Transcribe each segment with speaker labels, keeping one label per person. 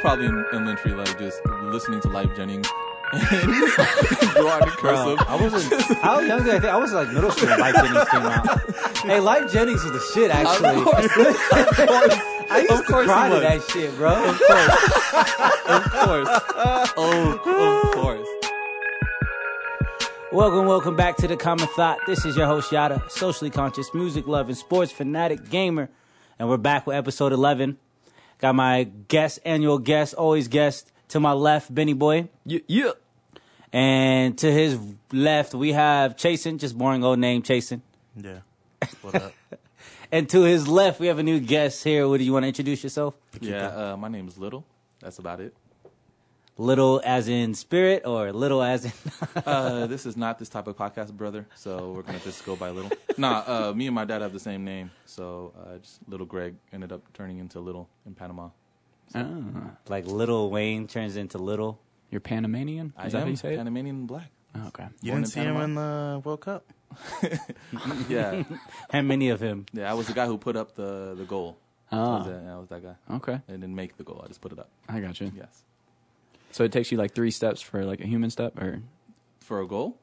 Speaker 1: probably in, in Lintry, like just listening to Life Jennings and drawing in
Speaker 2: Bro,
Speaker 1: cursive.
Speaker 2: I wasn't. I was younger. I think I was like middle school. when Life Jennings came out. Hey, Life Jennings was the shit. Actually,
Speaker 1: Of course, of course,
Speaker 2: I used
Speaker 1: of
Speaker 2: to
Speaker 1: course he
Speaker 2: cry to
Speaker 1: was.
Speaker 2: that shit, bro.
Speaker 1: of course, oh, of course.
Speaker 2: Welcome, welcome back to the Common Thought. This is your host Yada, socially conscious, music loving, sports fanatic, gamer, and we're back with episode eleven. Got my guest, annual guest, always guest to my left, Benny Boy,
Speaker 1: Yeah, yeah.
Speaker 2: and to his left we have Chasen, just boring old name Chasen,
Speaker 3: Yeah. What up?
Speaker 2: and to his left we have a new guest here. What do you want to introduce yourself?
Speaker 1: yeah uh, my name is Little. That's about it.
Speaker 2: Little as in spirit, or little as in
Speaker 1: Uh, this is not this type of podcast, brother. So we're gonna just go by Little. Nah, uh, me and my dad have the same name, so uh, just Little Greg ended up turning into Little in Panama.
Speaker 4: Ah,
Speaker 2: like little Wayne turns into little.
Speaker 4: you're Panamanian? Is
Speaker 1: I
Speaker 4: that how
Speaker 1: am
Speaker 4: you say it?
Speaker 1: Panamanian and black.
Speaker 4: Oh, okay.
Speaker 3: You
Speaker 1: Born in
Speaker 3: didn't see him
Speaker 1: Panama?
Speaker 3: in the World Cup?
Speaker 1: Yeah,
Speaker 2: How many of him?
Speaker 1: yeah. I was the guy who put up the the goal. I was
Speaker 4: Ah,
Speaker 1: that, I was that guy.
Speaker 4: okay.
Speaker 1: I didn't make the goal. I just put it up.
Speaker 4: I got you.
Speaker 1: Yes.
Speaker 4: So it takes you like three steps for like a human step, or
Speaker 1: For a goal?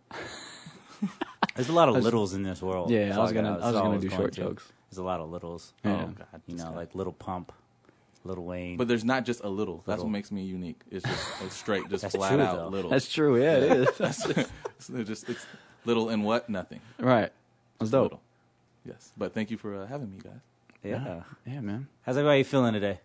Speaker 2: There's a lot of
Speaker 4: I was-
Speaker 2: littles in this world.
Speaker 4: Yeah,
Speaker 2: That's
Speaker 4: I was
Speaker 2: all got.
Speaker 4: gonna- I was
Speaker 2: That's all
Speaker 4: gonna do
Speaker 2: going
Speaker 4: short
Speaker 2: to.
Speaker 4: jokes.
Speaker 2: There's a lot of littles.
Speaker 4: Yeah.
Speaker 1: Oh God.
Speaker 2: You
Speaker 1: this
Speaker 2: know,
Speaker 1: guy.
Speaker 2: like Little Pump, Little Wayne.
Speaker 1: But there's not just a little. That's
Speaker 2: Little.
Speaker 1: what makes me unique. It's just a straight, just
Speaker 2: That's
Speaker 1: flat
Speaker 2: true,
Speaker 1: out
Speaker 2: though.
Speaker 1: little.
Speaker 4: that's true. Yeah, it is.
Speaker 1: It's just it's little and what? Nothing.
Speaker 4: right. That's dope.
Speaker 1: Little. Yes. But thank you for uh, having me, guys.
Speaker 2: yeah.
Speaker 4: Yeah, man.
Speaker 2: How's everybody feeling today?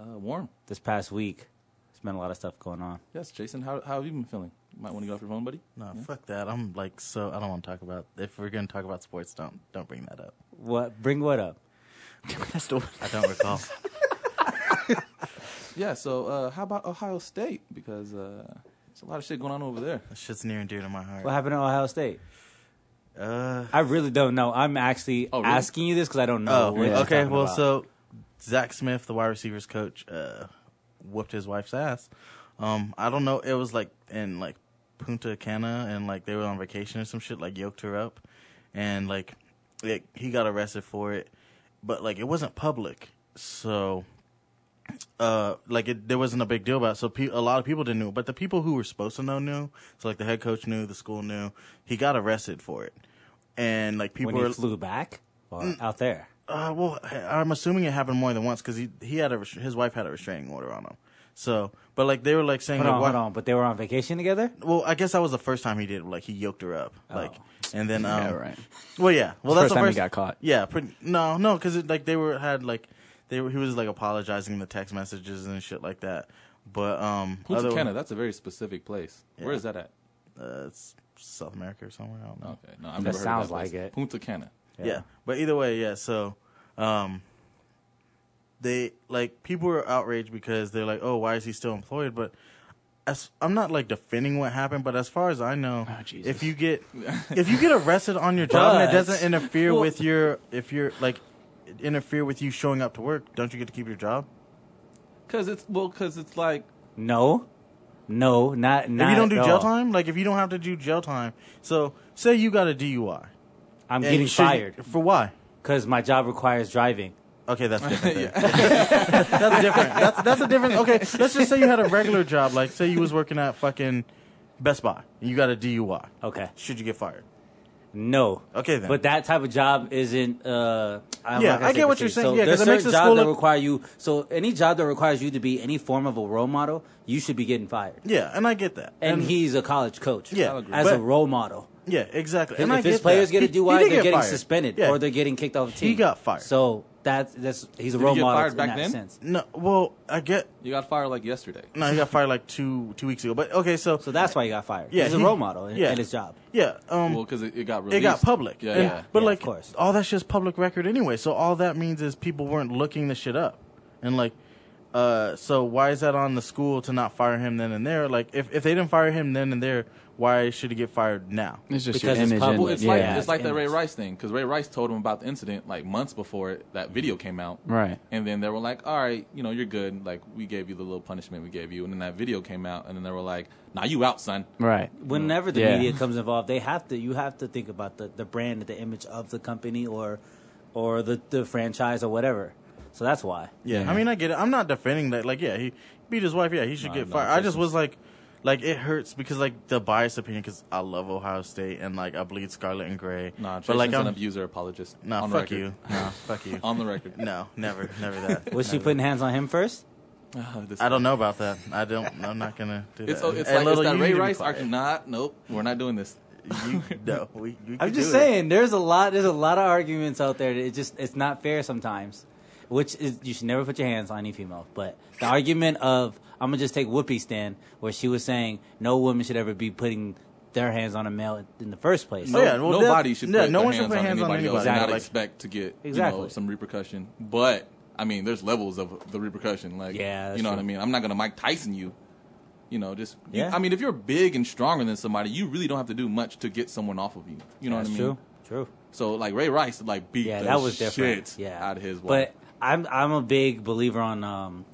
Speaker 1: Uh, warm.
Speaker 2: This past week, there's been a lot of stuff going on.
Speaker 1: Yes, Jason. How how have you been feeling? You might want to go off your phone, buddy.
Speaker 3: No, fuck that. I'm like so I don't want to talk about if we're gonna talk about sports, don't don't bring that up.
Speaker 2: What? Bring what up?
Speaker 4: that's the one.
Speaker 3: I don't recall.
Speaker 1: Yeah. So uh, how about Ohio State? Because uh, there's a lot of shit going on over there.
Speaker 3: That shit's near and dear to my heart.
Speaker 2: What happened at Ohio State?
Speaker 3: Uh
Speaker 2: I really don't know. I'm actually
Speaker 1: Oh, really?
Speaker 2: asking you this because I don't know.
Speaker 3: oh,
Speaker 2: what you're
Speaker 3: okay.
Speaker 2: talking
Speaker 3: Well,
Speaker 2: about.
Speaker 3: so Zach Smith, the wide receivers coach, uh, whooped his wife's ass. Um, I don't know. It was like in like Punta Cana, and like they were on vacation or some shit. Like yoked her up, and like it, he got arrested for it, but like it wasn't public, so. Uh, like it, there wasn't a big deal about it, so pe- a lot of people didn't know. But the people who were supposed to know knew. So like the head coach knew, the school knew. He got arrested for it, and like people
Speaker 2: when
Speaker 3: were
Speaker 2: he flew back or out there,
Speaker 3: uh, well, I'm assuming it happened more than once because he he had a res- his wife had a restraining order on him. So, but like they were like saying,
Speaker 2: hold
Speaker 3: like,
Speaker 2: on,
Speaker 3: why-
Speaker 2: hold on. But they were on vacation together.
Speaker 3: well, I guess that was the first time he did like he yoked her up, like, and then um,
Speaker 4: Oh. Yeah, right.
Speaker 3: well, yeah, well
Speaker 4: The
Speaker 3: that's the
Speaker 4: first time he
Speaker 3: first
Speaker 4: got caught.
Speaker 3: Yeah, pretty no, no, because like they were had like they were, he was like apologizing in the text messages and shit like that. But um,
Speaker 1: Punta
Speaker 3: other-
Speaker 1: Cana. That's a very specific place. Where
Speaker 3: Yeah.
Speaker 1: is that at?
Speaker 3: uh, it's South America or somewhere. I don't know.
Speaker 1: Okay. No, I've
Speaker 2: Mm. That
Speaker 1: never heard of
Speaker 2: sounds
Speaker 1: that place.
Speaker 2: like it.
Speaker 1: Punta Cana.
Speaker 3: Yeah. But either way, yeah. So, um, they like people were outraged because they're like, "Oh, why is he still employed?" But as I'm not like defending what happened, but as far as I know,
Speaker 4: Oh, Jesus.
Speaker 3: if you get if you get arrested on your job and
Speaker 2: But-
Speaker 3: it doesn't interfere
Speaker 2: Well-
Speaker 3: with your if you're like interfere with you showing up to work, don't you get to keep your job?
Speaker 1: Because it's well, because it's like
Speaker 2: No, no, not not.
Speaker 3: if you don't do
Speaker 2: at
Speaker 3: jail
Speaker 2: all.
Speaker 3: time, like if you don't have to do jail time, so say you got a DUI,
Speaker 2: I'm
Speaker 3: and
Speaker 2: getting
Speaker 3: should you-
Speaker 2: fired
Speaker 3: for why?
Speaker 2: because my job requires driving.
Speaker 3: Okay, that's different. then. that's different. That's that's a different. Okay, let's just say you had a regular job, like say you was working at fucking Best Buy. and You got a DUI.
Speaker 2: Okay.
Speaker 3: Should you get fired?
Speaker 2: No.
Speaker 3: Okay, then.
Speaker 2: But that type of job isn't. Uh, I'm
Speaker 3: Yeah,
Speaker 2: not gonna
Speaker 3: I
Speaker 2: say
Speaker 3: get what you're
Speaker 2: prestigious.
Speaker 3: saying.
Speaker 2: So
Speaker 3: Yeah, 'cause
Speaker 2: there's
Speaker 3: it makes
Speaker 2: certain
Speaker 3: the
Speaker 2: jobs
Speaker 3: school
Speaker 2: that
Speaker 3: look-
Speaker 2: require you. So any job that requires you to be any form of a role model, you should be getting fired.
Speaker 3: Yeah, and I get that.
Speaker 2: And he's a college coach.
Speaker 3: Yeah, I'll
Speaker 2: as
Speaker 3: agree.
Speaker 2: a
Speaker 3: but-
Speaker 2: role model.
Speaker 3: yeah, exactly. And I
Speaker 2: if his
Speaker 3: get
Speaker 2: players
Speaker 3: that.
Speaker 2: get a
Speaker 3: He- he
Speaker 2: DUI,
Speaker 3: did
Speaker 2: they're
Speaker 3: get
Speaker 2: getting
Speaker 3: fired.
Speaker 2: suspended
Speaker 3: Yeah.
Speaker 2: or they're getting kicked off the team.
Speaker 3: He got fired.
Speaker 2: So that that's he's a
Speaker 1: he
Speaker 2: role
Speaker 1: get
Speaker 2: model
Speaker 1: fired back
Speaker 2: in that
Speaker 1: then?
Speaker 2: sense.
Speaker 3: No, well, I get.
Speaker 1: you got fired like yesterday.
Speaker 3: No, he got fired like two two weeks ago. But okay, so
Speaker 2: So that's why he got fired.
Speaker 3: Yeah,
Speaker 2: he's a
Speaker 3: he-
Speaker 2: role model in,
Speaker 3: yeah.
Speaker 2: in his job.
Speaker 3: yeah, um,
Speaker 1: Well, because it, it got
Speaker 3: it
Speaker 1: released.
Speaker 3: got public.
Speaker 1: Yeah,
Speaker 3: And-
Speaker 1: yeah.
Speaker 3: But
Speaker 2: Yeah, of
Speaker 3: like,
Speaker 2: course.
Speaker 3: all that's just public record anyway. So all that means is people weren't looking the shit up, and like, uh, so why is that on the school to not fire him then and there? Like, if if they didn't fire him then and there, why should he get fired now?
Speaker 4: It's just
Speaker 2: Because
Speaker 4: your
Speaker 2: it's
Speaker 4: image.
Speaker 2: public.
Speaker 4: and-
Speaker 1: Uh, Well, it's
Speaker 4: yeah.
Speaker 1: like it's like that
Speaker 2: and
Speaker 1: Ray
Speaker 2: it's-
Speaker 1: Rice thing because Ray Rice told him about the incident like months before it, that video came out,
Speaker 4: Right.
Speaker 1: And then they were like, "All right, you know, you're good. Like we gave you the little punishment we gave you." And then that video came out, and then they were like, "Nah, you out, son."
Speaker 4: right.
Speaker 2: Whenever the
Speaker 4: Yeah.
Speaker 2: media comes involved, they have to you have to think about the, the brand, the image of the company or or the, the franchise or whatever. So that's why.
Speaker 3: Yeah, I mean, I get it. I'm not defending that. Like, yeah, he beat his wife. Yeah, he should
Speaker 1: No,
Speaker 3: get
Speaker 1: no,
Speaker 3: fired. I just
Speaker 1: Texas.
Speaker 3: was like, like it hurts because like the biased opinion because I love Ohio State and like I bleed scarlet and gray.
Speaker 1: Nah,
Speaker 3: but
Speaker 1: Tristan's
Speaker 3: like
Speaker 1: an
Speaker 3: I'm
Speaker 1: abuser apologist.
Speaker 3: nah,
Speaker 1: on the
Speaker 3: fuck
Speaker 1: record.
Speaker 3: you, nah, fuck you.
Speaker 1: On the record.
Speaker 3: No, never, never that.
Speaker 2: Was she
Speaker 3: Never.
Speaker 2: putting hands on him first?
Speaker 1: Ah, this-
Speaker 3: I don't know about that. I don't. I'm not gonna do
Speaker 1: It's,
Speaker 3: that.
Speaker 1: oh, it's
Speaker 3: Hey,
Speaker 1: like
Speaker 3: Lolo,
Speaker 1: it's that
Speaker 3: you
Speaker 1: Ray
Speaker 3: need to be
Speaker 1: Rice
Speaker 3: quiet.
Speaker 1: argument. Not, nope, we're not doing this.
Speaker 3: You, no, we. we
Speaker 2: I'm
Speaker 3: can
Speaker 2: just
Speaker 3: do it.
Speaker 2: saying, there's a lot, there's a lot of arguments out there. That it just, it's not fair sometimes, which is you should never put your hands on any female. But the argument of I'm gonna just take Whoopi's stand, where she was saying no woman should ever be putting their hands on a male in the first place.
Speaker 3: No. yeah, well,
Speaker 1: nobody
Speaker 3: that-
Speaker 1: should
Speaker 3: yeah,
Speaker 1: put
Speaker 3: no
Speaker 1: their
Speaker 3: one should
Speaker 1: hands
Speaker 3: put
Speaker 1: on
Speaker 3: hands on
Speaker 1: anybody else and
Speaker 3: anybody.
Speaker 1: not
Speaker 3: Like-
Speaker 1: expect to get you
Speaker 2: Exactly.
Speaker 1: know, some repercussion. But I mean, there's levels of the repercussion. Like,
Speaker 2: Yeah, that's
Speaker 1: you know what
Speaker 2: true.
Speaker 1: I mean. I'm not gonna Mike Tyson you. You know, just you-
Speaker 2: Yeah.
Speaker 1: I mean, if you're big and stronger than somebody, you really don't have to do much to get someone off of you. You know
Speaker 2: That's
Speaker 1: what I mean?
Speaker 2: true. True.
Speaker 1: So like Ray Rice, like beat
Speaker 2: Yeah,
Speaker 1: the
Speaker 2: that was different.
Speaker 1: shit
Speaker 2: Yeah,
Speaker 1: out of his. wife.
Speaker 2: But I'm I'm a big believer on um,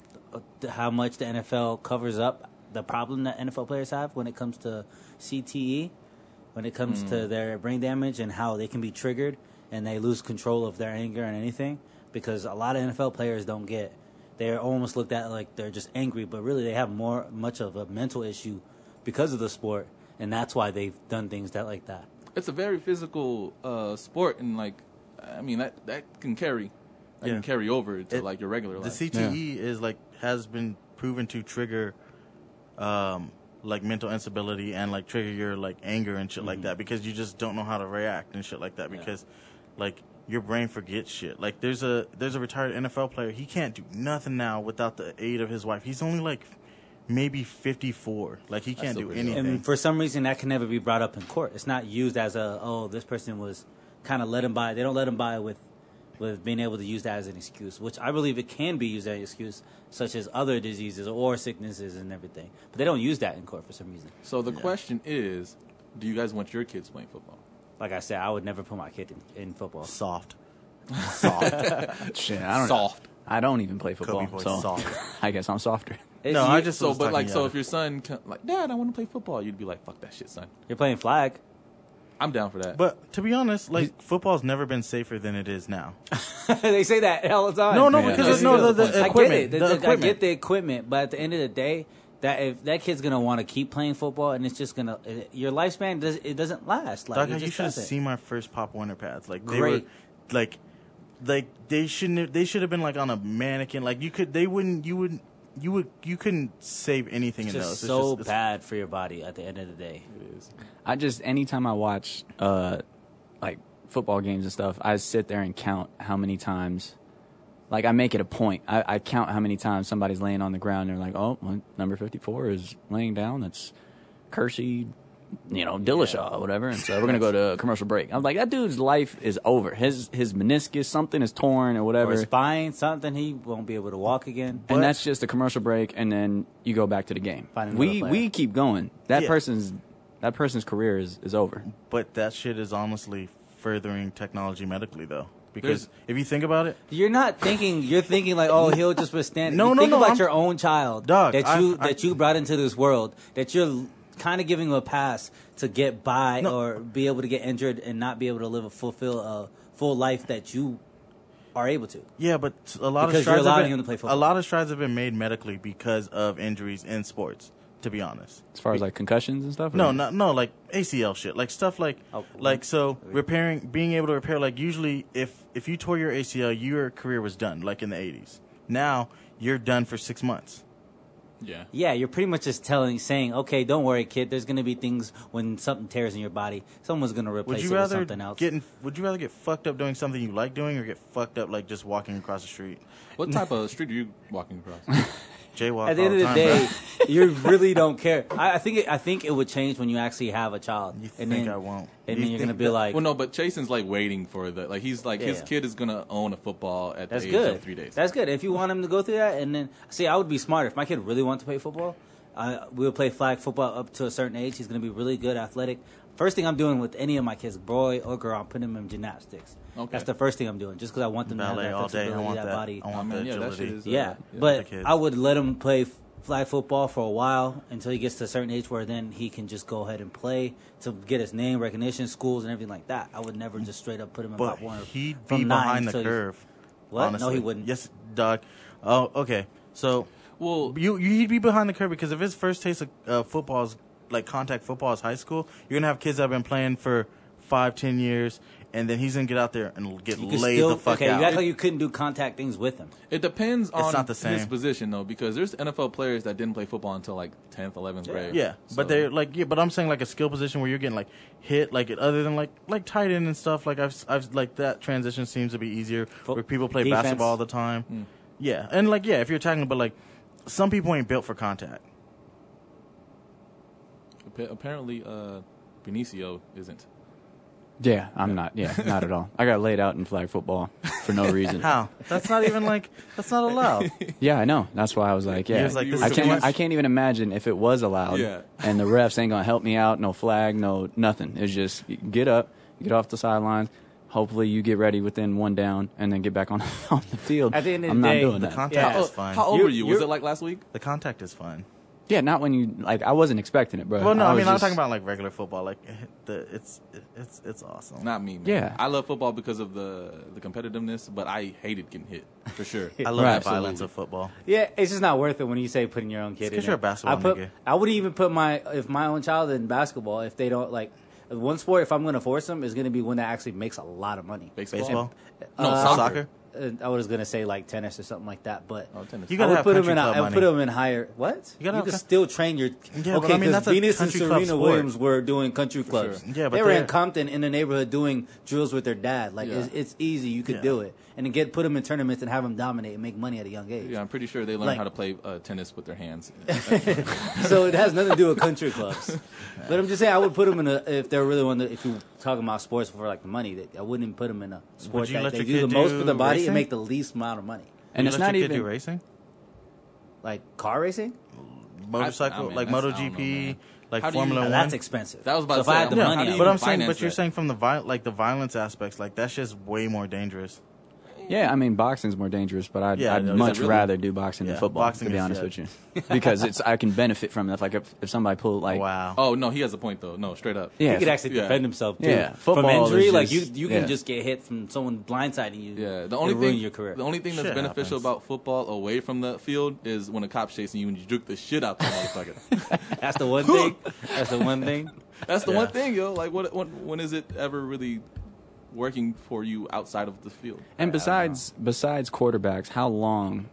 Speaker 2: th- how much the NFL covers up the problem that NFL players have when it comes to CTE, when it comes to
Speaker 1: Mm.
Speaker 2: their brain damage and how they can be triggered and they lose control of their anger and anything because a lot of NFL players don't get. They're almost looked at like they're just angry, but really they have more much of a mental issue because of the sport, and that's why they've done things that like that.
Speaker 1: it's a very physical uh, sport, and like, I mean that that can carry, that
Speaker 3: Yeah.
Speaker 1: can carry over to
Speaker 3: It-
Speaker 1: like your regular
Speaker 3: the
Speaker 1: life.
Speaker 3: CTE is like has been proven to trigger, um, like mental instability and like trigger your like anger and shit
Speaker 1: Mm-hmm.
Speaker 3: like that because you just don't know how to react and shit like that because, like your brain forgets shit. Like there's a there's a retired NFL player he can't do nothing now without the aid of his wife. He's only like maybe 54. Like he can't
Speaker 1: still
Speaker 3: do
Speaker 1: pretty young.
Speaker 3: anything.
Speaker 2: And for some reason, that can never be brought up in court. It's not used as a oh, this person was kind of let him by. They don't let him by with with being able to use that as an excuse, which I believe it can be used as an excuse, such as other diseases or sicknesses and everything. But they don't use that in court for some reason.
Speaker 1: So the question is, do you guys want your kids playing football?
Speaker 2: Like I said, I would never put my kid in, in football.
Speaker 3: soft.
Speaker 4: Soft. Shit, I don't
Speaker 1: Soft.
Speaker 4: I don't even play football,
Speaker 3: Kobe boy,
Speaker 4: so
Speaker 3: soft.
Speaker 4: I guess I'm softer.
Speaker 2: It's-
Speaker 3: No,
Speaker 2: you-
Speaker 3: I just
Speaker 1: So,
Speaker 3: was
Speaker 1: but
Speaker 3: talking
Speaker 1: like, so
Speaker 3: about
Speaker 1: if your son come, like, Dad, I want to play football, you'd be like, Fuck that shit, son.
Speaker 2: you're playing flag.
Speaker 1: I'm down for that.
Speaker 3: But to be honest, like football's never been safer than it is now.
Speaker 2: they say that all the time.
Speaker 3: No, no,
Speaker 1: Yeah.
Speaker 3: because
Speaker 1: Yeah.
Speaker 3: it's- no, the,
Speaker 1: I get
Speaker 3: the
Speaker 2: I
Speaker 1: it.
Speaker 2: get
Speaker 3: equipment.
Speaker 2: it. The-
Speaker 3: the
Speaker 2: the- I
Speaker 3: equipment.
Speaker 2: get the equipment, but at the end of the day, that if that kid's gonna want to keep playing football, and it's just gonna it- your lifespan does it doesn't last. Like
Speaker 3: Doc,
Speaker 2: it
Speaker 3: you
Speaker 2: just
Speaker 3: should have
Speaker 2: doesn't.
Speaker 3: seen my first Pop Warner pads. Like they
Speaker 2: Great.
Speaker 3: were, like, like they shouldn't. They should have been like on a mannequin. Like you could. They wouldn't. You wouldn't. You would. You couldn't save anything
Speaker 2: It's
Speaker 3: in
Speaker 2: just
Speaker 3: those.
Speaker 2: so
Speaker 3: it's just,
Speaker 2: bad for your body at the end of the day.
Speaker 1: It is.
Speaker 4: I just anytime I watch uh like football games and stuff, I sit there and count how many times like I make it a point. I, I count how many times somebody's laying on the ground and they're like, Oh, well, number fifty four is laying down, that's Kersey you know, Dillashaw, whatever. And so we're gonna go to a commercial break. I'm like, that dude's life is over. His his meniscus, something is torn or
Speaker 2: Or
Speaker 4: whatever.
Speaker 2: his spine, something he won't be able to walk again.
Speaker 4: and that's just a commercial break, and then you go back to the game.
Speaker 2: Find another
Speaker 4: We
Speaker 2: player.
Speaker 4: we keep going. That
Speaker 3: Yeah.
Speaker 4: person's that person's career is, is over.
Speaker 3: But that shit is honestly furthering technology medically though. Because
Speaker 1: There's-
Speaker 3: if you think about it,
Speaker 2: You're not thinking. You're thinking like, oh, he'll just withstand. it.
Speaker 3: No,
Speaker 2: you
Speaker 3: no,
Speaker 2: think
Speaker 3: no,
Speaker 2: about
Speaker 3: I'm-
Speaker 2: your own child
Speaker 3: Dog,
Speaker 2: that
Speaker 3: I-
Speaker 2: you
Speaker 3: I-
Speaker 2: that you brought into this world. That you're kind of giving him a pass to get by
Speaker 3: No.
Speaker 2: or be able to get injured and not be able to live a fulfill a full life that you are able to.
Speaker 3: yeah, but a lot
Speaker 2: Because you're
Speaker 3: of strides
Speaker 2: allowing
Speaker 3: have been,
Speaker 2: him to play football.
Speaker 3: a lot of strides have been made medically because of injuries in sports. To be honest,
Speaker 4: As far as like concussions and stuff?
Speaker 3: No,
Speaker 4: or-
Speaker 3: no, no, like ACL shit, like stuff like,
Speaker 2: Oh.
Speaker 3: like so repairing, being able to repair. Like usually, if if you tore your ACL, your career was done. Like in the eighties. Now you're done for six months.
Speaker 1: Yeah.
Speaker 2: Yeah, you're pretty much just telling, saying, okay, don't worry, kid. There's gonna be things when something tears in your body. Someone's gonna
Speaker 3: Would
Speaker 2: replace it
Speaker 3: you
Speaker 2: with
Speaker 3: rather
Speaker 2: something else.
Speaker 3: get? In, would you rather get fucked up doing something you like doing, or get fucked up like just walking across the street?
Speaker 1: What type of street are you walking across?
Speaker 3: Jaywalk.
Speaker 2: at the end of
Speaker 3: all
Speaker 2: the
Speaker 3: time,
Speaker 2: day,
Speaker 3: bro.
Speaker 2: you really don't care. I, I think it, I think it would change when you actually have a child.
Speaker 3: You
Speaker 2: and
Speaker 3: think
Speaker 2: then,
Speaker 3: I won't.
Speaker 2: And
Speaker 3: You
Speaker 2: then you're gonna
Speaker 3: think
Speaker 2: be
Speaker 3: that-
Speaker 2: like,
Speaker 1: well, no, but Jason's like waiting for the like he's like his
Speaker 2: Yeah.
Speaker 1: kid is gonna own a football at
Speaker 2: that's
Speaker 1: the age
Speaker 2: good.
Speaker 1: of three days.
Speaker 2: That's good. If you want him to go through that, and then see, I would be smarter if my kid really wanted to play football. I we would play flag football up to a certain age. He's gonna be really good, athletic. First thing I'm doing with any of my kids, boy or girl, I'm putting them in gymnastics.
Speaker 1: Okay.
Speaker 2: That's the first thing I'm doing, just because I want them to
Speaker 3: ballet
Speaker 2: have that
Speaker 3: all day. I
Speaker 2: flexibility,
Speaker 3: want
Speaker 2: that,
Speaker 3: that.
Speaker 2: body.
Speaker 3: I want
Speaker 1: I mean,
Speaker 3: the
Speaker 1: yeah, that
Speaker 3: agility.
Speaker 1: shit is-
Speaker 2: Yeah,
Speaker 1: Uh, yeah,
Speaker 2: but
Speaker 3: the kids.
Speaker 2: I would let him play f- flag football for a while until he gets to a certain age where then he can just go ahead and play to get his name recognition, schools, and everything like that. I would never just straight up put him in
Speaker 3: but
Speaker 2: Pop Warner.
Speaker 3: he'd
Speaker 2: from
Speaker 3: be
Speaker 2: nine
Speaker 3: behind the
Speaker 2: till he's-
Speaker 3: curve.
Speaker 2: What? No,
Speaker 3: Honestly.
Speaker 2: he wouldn't.
Speaker 3: Yes, dog. Oh, okay. So
Speaker 1: Well,
Speaker 3: you, you he'd be behind the curve because if his first taste of uh, football is like contact football is high school, you're gonna have kids that have been playing for five, ten years, and then he's gonna get out there and get
Speaker 2: You could
Speaker 3: laid
Speaker 2: still-
Speaker 3: the fuck
Speaker 2: okay,
Speaker 3: out.
Speaker 2: you act like you couldn't do contact things with him.
Speaker 1: it depends on
Speaker 3: not the
Speaker 1: his
Speaker 3: same.
Speaker 1: position though, because there's NFL players that didn't play football until like 10th, 11th grade.
Speaker 3: Yeah,
Speaker 1: So-
Speaker 3: but they're like, yeah, but I'm saying like a skill position where you're getting like hit, like it- other than like like tight end and stuff. Like I've I've like that transition seems to be easier where people play
Speaker 2: defense. Hmm.
Speaker 3: basketball all the time. Yeah, and like yeah, if you're tackling, but like some people ain't built for contact.
Speaker 1: Appa- apparently uh, Benicio isn't.
Speaker 4: Yeah, I'm not. Yeah, not at all. I got laid out in flag football for no reason.
Speaker 3: How? That's not even like that's not allowed.
Speaker 4: Yeah, I know. That's why I was like, yeah,
Speaker 3: was like,
Speaker 1: this
Speaker 4: I
Speaker 1: is
Speaker 4: can't.
Speaker 1: too much.
Speaker 4: I can't even imagine if it was allowed.
Speaker 1: Yeah.
Speaker 4: And the refs ain't gonna help me out. No flag. No nothing. It's just get up, get off the sidelines. Hopefully you get ready within one down, and then get back on on the field.
Speaker 2: At the end of
Speaker 4: I'm
Speaker 2: the
Speaker 4: not
Speaker 2: day,
Speaker 4: doing
Speaker 3: The
Speaker 4: that.
Speaker 3: contact
Speaker 2: Yeah.
Speaker 3: is
Speaker 1: Oh,
Speaker 3: fun.
Speaker 1: How old
Speaker 2: You're-
Speaker 1: were you? Was
Speaker 2: you're-
Speaker 1: it like last week?
Speaker 3: the contact is fun.
Speaker 4: yeah, not when you like. I wasn't expecting it, bro.
Speaker 3: Well, no, I, mean
Speaker 4: was
Speaker 3: I'm
Speaker 4: just-
Speaker 3: talking about like regular football. Like the it's it's it's awesome.
Speaker 1: Not me. Man.
Speaker 4: Yeah.
Speaker 1: I love football because of the the competitiveness, but I hated getting hit for sure.
Speaker 3: I love
Speaker 4: Right.
Speaker 3: the violence of football.
Speaker 2: Yeah, it's just not worth it when you say putting your own kid. in
Speaker 3: 'cause
Speaker 2: it.
Speaker 3: you're a basketball
Speaker 2: I put,
Speaker 3: nigga.
Speaker 2: I would even put my if my own child in basketball if they don't like one sport. If I'm going to force them, is going to be one that actually makes a lot of money.
Speaker 1: Baseball.
Speaker 3: Baseball,
Speaker 1: No,
Speaker 2: Uh,
Speaker 1: soccer.
Speaker 2: Uh, I was going to say like tennis or something like that, but
Speaker 1: Oh, tennis.
Speaker 2: I
Speaker 3: You gotta
Speaker 2: would
Speaker 3: have
Speaker 2: put them
Speaker 3: country
Speaker 2: in. a-
Speaker 3: club
Speaker 2: I would put
Speaker 3: money.
Speaker 2: them in higher. What? You,
Speaker 3: gotta have
Speaker 2: could
Speaker 3: co-
Speaker 2: still train your.
Speaker 3: but
Speaker 2: okay,
Speaker 3: I mean,
Speaker 2: 'cause
Speaker 3: that's a
Speaker 2: Venus and
Speaker 3: country club
Speaker 2: Serena
Speaker 3: sport.
Speaker 2: Williams were doing country clubs.
Speaker 1: sure.
Speaker 3: Yeah, but
Speaker 2: they were in
Speaker 3: they're-
Speaker 2: Compton in the neighborhood doing drills with their dad. Like
Speaker 1: Yeah.
Speaker 2: it's, it's easy. You could
Speaker 3: Yeah.
Speaker 2: do it, and then get put them in tournaments and have them dominate and make money at a young age.
Speaker 1: Yeah, I'm pretty sure they learned
Speaker 2: Like-
Speaker 1: how to play uh, tennis with their hands.
Speaker 2: so it has nothing to do with country clubs. But I'm just saying, I would put them in a if they're really on the if you're talking about sports for like the money. That I wouldn't put them in a sport
Speaker 3: you
Speaker 2: that
Speaker 3: let
Speaker 2: they
Speaker 3: your
Speaker 2: do the
Speaker 3: kid
Speaker 2: most for the
Speaker 3: do
Speaker 2: body and
Speaker 3: racing?
Speaker 2: make the least amount of money,
Speaker 4: and it's
Speaker 3: You let
Speaker 4: not
Speaker 3: your kid
Speaker 4: even
Speaker 3: do racing.
Speaker 2: like car racing.
Speaker 1: I- I
Speaker 3: motorcycle,
Speaker 1: mean,
Speaker 3: like
Speaker 1: that's- I don't know,
Speaker 3: MotoGP,
Speaker 1: man.
Speaker 3: like
Speaker 1: How do you-
Speaker 3: Formula
Speaker 1: Now,
Speaker 2: Now,
Speaker 3: One.
Speaker 2: that's expensive.
Speaker 1: That was about
Speaker 2: so
Speaker 1: to
Speaker 2: if
Speaker 1: say,
Speaker 2: I had the
Speaker 1: yeah,
Speaker 2: money,
Speaker 1: how do
Speaker 2: I
Speaker 1: you
Speaker 3: but
Speaker 2: would-
Speaker 3: I'm saying,
Speaker 1: finance
Speaker 3: but you're
Speaker 1: that?
Speaker 3: saying from the viol- like the violence aspects, like that's just way more dangerous.
Speaker 4: Yeah, I mean boxing's more dangerous, but I'd,
Speaker 3: Yeah,
Speaker 4: I'd
Speaker 3: no, is it
Speaker 4: much
Speaker 1: really?
Speaker 4: rather do boxing
Speaker 3: Yeah,
Speaker 4: than football.
Speaker 3: boxing
Speaker 4: to be
Speaker 3: is-
Speaker 4: honest
Speaker 3: yeah.
Speaker 4: with you, because it's I can benefit from it. If like if, if somebody pulled like
Speaker 3: Wow.
Speaker 1: oh no, he has a point though. No, straight up.
Speaker 4: Yeah,
Speaker 2: he could
Speaker 4: f-
Speaker 2: actually
Speaker 1: yeah.
Speaker 2: defend himself too.
Speaker 4: Yeah,
Speaker 2: from
Speaker 4: football
Speaker 2: injury,
Speaker 4: is
Speaker 2: like you,
Speaker 4: just-
Speaker 2: you can
Speaker 4: yeah.
Speaker 2: just get hit from someone blindsiding you.
Speaker 1: Yeah, the only
Speaker 2: It'll
Speaker 1: thing
Speaker 2: ruin your career.
Speaker 1: the only thing that's
Speaker 3: Shit
Speaker 1: beneficial
Speaker 3: happens.
Speaker 1: about football away from the field is when a cop's chasing you and you juke the shit out the motherfucker.
Speaker 2: That's the one thing. That's the one thing.
Speaker 1: That's the
Speaker 3: Yeah.
Speaker 1: one thing, yo. Like, what, what when is it ever really working for you outside of the field?
Speaker 4: And besides besides quarterbacks, how long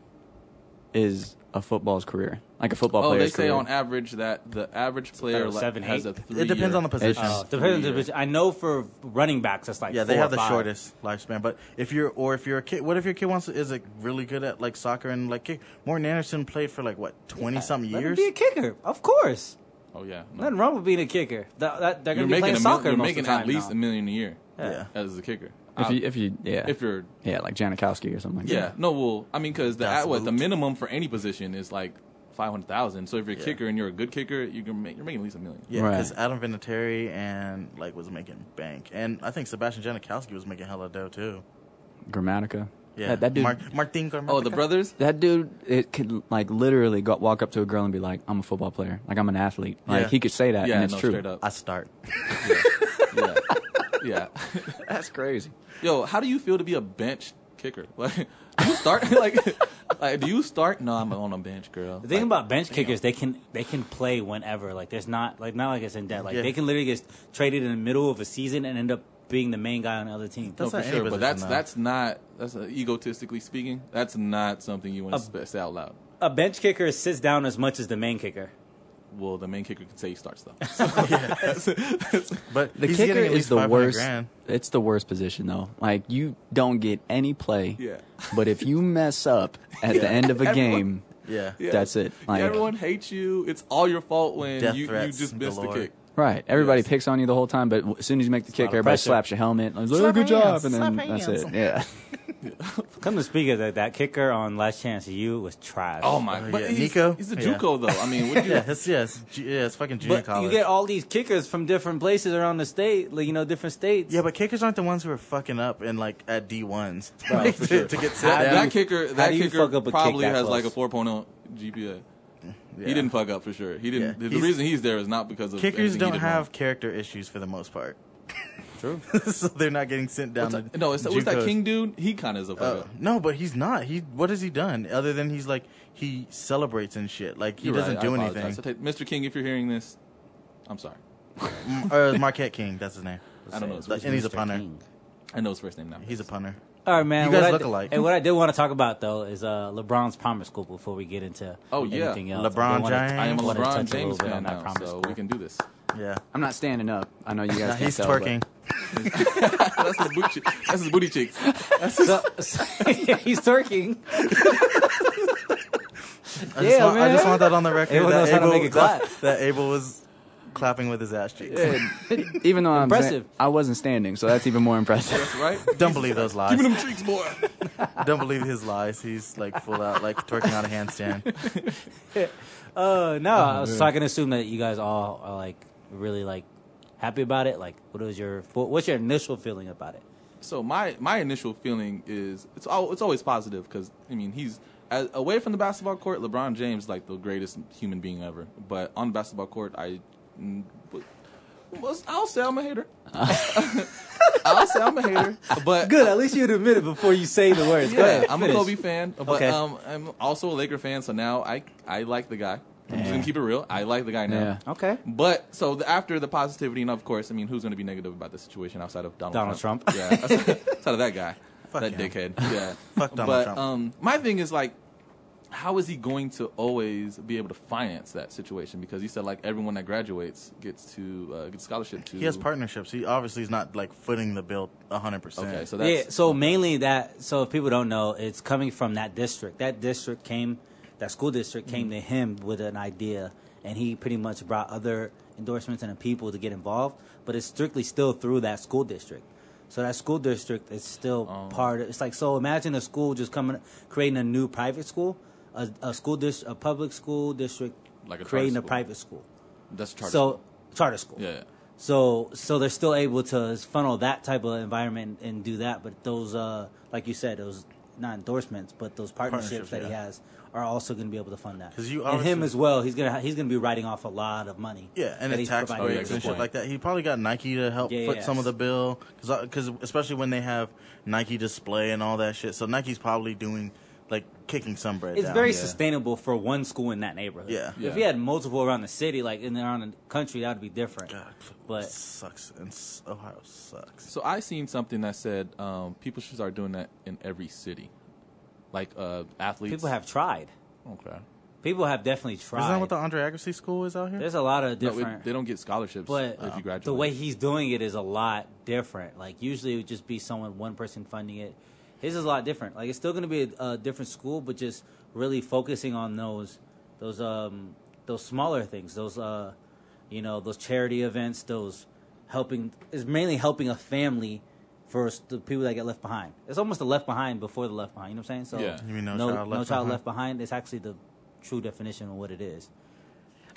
Speaker 4: is a football's career? Like a football
Speaker 1: Oh, they
Speaker 4: player's
Speaker 1: say
Speaker 4: career.
Speaker 1: on average that the average player
Speaker 2: about
Speaker 1: like,
Speaker 2: seven,
Speaker 1: has a
Speaker 2: eight?
Speaker 1: three.
Speaker 3: it depends on the position.
Speaker 2: Oh,
Speaker 4: It's
Speaker 2: depends.
Speaker 1: weird.
Speaker 2: which I know for running backs, that's like
Speaker 3: yeah, they
Speaker 2: four or
Speaker 3: have the
Speaker 2: five.
Speaker 3: shortest lifespan. But if you're or if you're a kid, what if your kid wants to, is like really good at like soccer and like kick? Morton Anderson played for like what twenty something
Speaker 2: Let him
Speaker 3: years.
Speaker 2: be a kicker, of course.
Speaker 1: Oh yeah, no.
Speaker 2: Nothing wrong with being a kicker. That, that, they're
Speaker 1: you're
Speaker 2: going to be
Speaker 1: making
Speaker 2: playing
Speaker 1: a mil-
Speaker 2: soccer
Speaker 1: you're
Speaker 2: most
Speaker 1: making
Speaker 2: of the time
Speaker 1: at least
Speaker 2: now.
Speaker 1: a million a year
Speaker 3: Yeah.
Speaker 1: as a kicker.
Speaker 4: if
Speaker 1: I-
Speaker 4: you if you yeah
Speaker 1: if you're
Speaker 4: yeah like Janikowski or something like
Speaker 1: Yeah,
Speaker 4: that.
Speaker 1: no, well, I mean, because the
Speaker 3: That's
Speaker 1: at, what the
Speaker 3: moot.
Speaker 1: minimum for any position is like five hundred thousand. So if you're a
Speaker 3: Yeah.
Speaker 1: kicker and you're a good kicker, you can make, you're making at least a million.
Speaker 3: Yeah,
Speaker 4: Right.
Speaker 3: because Adam Vinatieri and like was making bank, and I think Sebastian Janikowski was making hella dough too.
Speaker 4: Grammatica.
Speaker 3: Yeah,
Speaker 4: That, that dude
Speaker 3: Mar- Martin Garmatica.
Speaker 1: Oh, the brothers.
Speaker 4: that dude it could like literally go, walk up to a girl and be like, I'm a football player. Like I'm an athlete. Like
Speaker 3: Yeah.
Speaker 4: he could say that
Speaker 1: Yeah,
Speaker 4: and it's
Speaker 1: no,
Speaker 4: true.
Speaker 1: straight up.
Speaker 3: I start.
Speaker 1: yeah, yeah.
Speaker 4: That's crazy.
Speaker 1: Yo, how do you feel to be a bench kicker? Like, do you start like, like, do you start? No, I'm on a bench, girl.
Speaker 2: The thing about bench kickers, they can they can play whenever. Like there's not like not like it's in debt. Like
Speaker 3: Yeah.
Speaker 2: they can literally get traded in the middle of a season and end up being the main guy on the other team.
Speaker 1: no,
Speaker 3: That's
Speaker 1: for
Speaker 3: not any
Speaker 1: sure, but
Speaker 3: position,
Speaker 1: that's
Speaker 3: though.
Speaker 1: that's not that's uh, egotistically speaking. That's not something you want to say out loud.
Speaker 2: A bench kicker sits down as much as the main kicker.
Speaker 1: Well, the main kicker can say he starts though.
Speaker 3: But
Speaker 4: The
Speaker 3: he's
Speaker 4: kicker
Speaker 3: getting at
Speaker 4: is
Speaker 3: least
Speaker 4: the
Speaker 3: 500
Speaker 4: worst.
Speaker 3: Grand.
Speaker 4: It's the worst position though. Like you don't get any play.
Speaker 1: Yeah.
Speaker 4: But if you mess up at the end of a
Speaker 1: Everyone-
Speaker 4: game,
Speaker 3: Yeah.
Speaker 1: Yeah.
Speaker 4: that's it. Like
Speaker 1: yeah, everyone hates you. It's all your fault when
Speaker 3: Death
Speaker 1: you, you
Speaker 3: threats
Speaker 1: just missed the
Speaker 3: galore.
Speaker 1: kick.
Speaker 4: Right. Everybody
Speaker 1: Yes.
Speaker 4: picks on you the whole time, but w- as soon as you make the kick,
Speaker 2: lot of
Speaker 4: everybody
Speaker 2: pressure.
Speaker 4: slaps your helmet. and goes, "Oh,
Speaker 3: Slap
Speaker 4: good
Speaker 3: hands,
Speaker 4: job, and then
Speaker 3: slap
Speaker 4: that's
Speaker 3: hands.
Speaker 4: it. Yeah.
Speaker 2: Come to speak of that, that kicker on Last Chance U was trash.
Speaker 1: Oh my!
Speaker 3: Oh,
Speaker 1: but
Speaker 3: yeah.
Speaker 1: he's,
Speaker 3: Nico?
Speaker 1: he's a
Speaker 3: Yeah.
Speaker 1: JUCO though. I mean, what do you,
Speaker 3: Yeah, it's yeah, it's, ju- yeah, it's fucking junior
Speaker 2: But
Speaker 3: college.
Speaker 2: you get all these kickers from different places around the state, like you know, different states.
Speaker 3: Yeah, but kickers aren't the ones who are fucking up and like at D ones
Speaker 1: for
Speaker 3: to,
Speaker 1: sure.
Speaker 3: to get
Speaker 2: How
Speaker 3: set
Speaker 2: do
Speaker 3: down.
Speaker 1: that kicker,
Speaker 2: how
Speaker 1: that
Speaker 2: do you
Speaker 1: kicker
Speaker 2: fuck up a kick
Speaker 1: probably
Speaker 2: that
Speaker 1: has
Speaker 2: close?
Speaker 1: like a 4.0 GPA.
Speaker 3: Yeah.
Speaker 1: He didn't fuck up for sure. He didn't. The
Speaker 3: Yeah. He's-
Speaker 1: reason he's there is not because of
Speaker 3: Kickers
Speaker 1: anything he
Speaker 3: don't
Speaker 1: did
Speaker 3: have
Speaker 1: wrong.
Speaker 3: character issues for the most part.
Speaker 1: True.
Speaker 3: so they're not getting sent down.
Speaker 1: What's
Speaker 3: to
Speaker 1: that, no, it's, what's that
Speaker 3: JUCOs.
Speaker 1: King dude? He kind of is a
Speaker 3: Uh,
Speaker 1: fuck up.
Speaker 3: no, but he's not. He what has he done other than he's like he celebrates and shit. Like he
Speaker 1: You're
Speaker 3: doesn't
Speaker 1: right,
Speaker 3: do
Speaker 1: I
Speaker 3: anything.
Speaker 1: apologize. I take- Mr. King, if you're hearing this, I'm sorry.
Speaker 3: M- or Marquette King, that's his name.
Speaker 1: I don't know his
Speaker 3: Like, and he's a punter.
Speaker 1: I know his first name now.
Speaker 3: He's a punter.
Speaker 2: All right, man.
Speaker 3: You guys
Speaker 2: what I
Speaker 3: look
Speaker 2: di-
Speaker 3: alike.
Speaker 2: And what I did want to talk about though is uh, LeBron's Palmer School before we get into
Speaker 1: Oh, yeah.
Speaker 2: anything else.
Speaker 3: LeBron
Speaker 2: I did wanna-
Speaker 3: James.
Speaker 1: I am a
Speaker 2: wanna touch
Speaker 1: LeBron
Speaker 2: little
Speaker 1: James
Speaker 2: bit
Speaker 1: fan
Speaker 2: on that
Speaker 1: now,
Speaker 2: Promise
Speaker 1: so
Speaker 2: School.
Speaker 1: we can do this.
Speaker 3: Yeah.
Speaker 4: I'm not standing up. I know you guys.
Speaker 3: Nah,
Speaker 4: can't
Speaker 3: he's
Speaker 4: tell, but-
Speaker 3: twerking.
Speaker 1: That's his booty. That's his booty cheeks.
Speaker 2: So- he's twerking.
Speaker 3: I, just
Speaker 2: Yeah,
Speaker 3: want, I just
Speaker 2: man.
Speaker 3: want that on the record.
Speaker 2: Everyone knows
Speaker 3: that,
Speaker 2: how to
Speaker 3: Abel,
Speaker 2: make it
Speaker 3: that-
Speaker 2: clap.
Speaker 3: that Abel was clapping with his ass cheeks.
Speaker 4: Even though I'm
Speaker 2: Impressive.
Speaker 4: impressive, I wasn't standing, so that's even more impressive.
Speaker 1: That's right.
Speaker 3: Don't believe those lies.
Speaker 1: Give me them cheeks, boy.
Speaker 3: Don't believe his lies. He's like full out, like twerking out a handstand.
Speaker 2: Uh,
Speaker 3: Oh,
Speaker 2: no, I was, so I can assume that you guys all are like really like happy about it. Like, what was your what's your initial feeling about it?
Speaker 1: So my my initial feeling is it's all it's always positive because I mean he's as, away from the basketball court. LeBron James is like the greatest human being ever, but on the basketball court, I mm, w- was I'll say I'm a hater. I'll say I'm a hater, but
Speaker 2: Good. At least you'd admit it before you say the words. Go
Speaker 1: Yeah,
Speaker 2: ahead.
Speaker 1: I'm a
Speaker 2: finish.
Speaker 1: Kobe fan, but
Speaker 2: Okay.
Speaker 1: um, I'm also a Laker fan. So now I I like the guy. I'm just gonna keep it real. I like the guy now.
Speaker 4: Yeah.
Speaker 2: Okay.
Speaker 1: But so the, after the positivity, and of course, I mean, who's going to be negative about the situation outside of Donald,
Speaker 2: Donald Trump.
Speaker 1: Yeah, outside, outside of that guy,
Speaker 3: Fuck
Speaker 1: that
Speaker 3: him.
Speaker 1: dickhead. Yeah,
Speaker 3: Fuck Donald
Speaker 1: but,
Speaker 3: Trump.
Speaker 1: Um, my thing is like, how is he going to always be able to finance that situation? Because you said like everyone that graduates gets to uh, get scholarship to.
Speaker 3: He has partnerships. He obviously is not like footing the bill hundred percent.
Speaker 1: Okay, so
Speaker 2: yeah.
Speaker 1: that's
Speaker 2: So mainly that. So if people don't know, it's coming from that district. That district came, that school district came to
Speaker 1: Mm-hmm.
Speaker 2: him with an idea, and he pretty much brought other endorsements and people to get involved. But it's strictly still through that school district. So that school district is still
Speaker 1: Oh.
Speaker 2: part. Of, it's like so. Imagine a school just coming, creating a new private school, a, a school district, a public school district,
Speaker 1: Like a charter
Speaker 2: creating a
Speaker 1: school.
Speaker 2: private school.
Speaker 1: that's charter.
Speaker 2: So charter school.
Speaker 1: yeah.
Speaker 2: So so they're still able to funnel that type of environment and do that, but those uh like you said, those not endorsements, but those partnerships,
Speaker 3: Partnerships,
Speaker 2: that he
Speaker 3: yeah.
Speaker 2: has are also going to be able to fund that.
Speaker 3: 'Cause you
Speaker 2: and him
Speaker 3: obviously-
Speaker 2: as well, he's gonna ha- he's gonna be writing off a lot of money.
Speaker 3: Yeah, and
Speaker 2: that
Speaker 3: it's
Speaker 2: he's
Speaker 3: tax
Speaker 2: providing
Speaker 1: Oh, yeah,
Speaker 3: breaks
Speaker 1: good
Speaker 3: and shit
Speaker 1: point.
Speaker 3: like that. He probably got Nike to help
Speaker 2: Yeah,
Speaker 3: foot
Speaker 2: yeah,
Speaker 3: some of
Speaker 2: yes.
Speaker 3: the bill because especially when they have Nike display and all that shit. So Nike's probably doing like kicking some bread.
Speaker 2: It's
Speaker 3: down.
Speaker 2: very
Speaker 3: Yeah.
Speaker 2: sustainable for one school in that neighborhood.
Speaker 3: Yeah.
Speaker 1: Yeah.
Speaker 2: If we had multiple around the city, like in around the country, that would be different.
Speaker 3: God,
Speaker 2: But-
Speaker 3: sucks and s- Ohio sucks.
Speaker 1: So I seen something that said um, people should start doing that in every city, like uh, athletes.
Speaker 2: People have tried.
Speaker 1: okay.
Speaker 2: People have definitely tried.
Speaker 3: Isn't that what the Andre Agassi school is out here?
Speaker 2: There's a lot of
Speaker 1: No, it-
Speaker 2: different.
Speaker 1: they don't get scholarships
Speaker 2: But
Speaker 1: if you graduate.
Speaker 2: the way he's doing it is a lot different. Like usually it would just be someone one person funding it. His is a lot different. Like it's still going to be a, a different school, but just really focusing on those those um those smaller things, those uh you know those charity events, those helping is mainly helping a family for s- the people that get left behind. It's almost the left behind before the left behind. You know what I'm saying? So
Speaker 1: Yeah.
Speaker 3: You mean No
Speaker 2: no
Speaker 3: Child Left
Speaker 2: Child
Speaker 3: Behind?
Speaker 2: left behind is actually the true definition of what it is.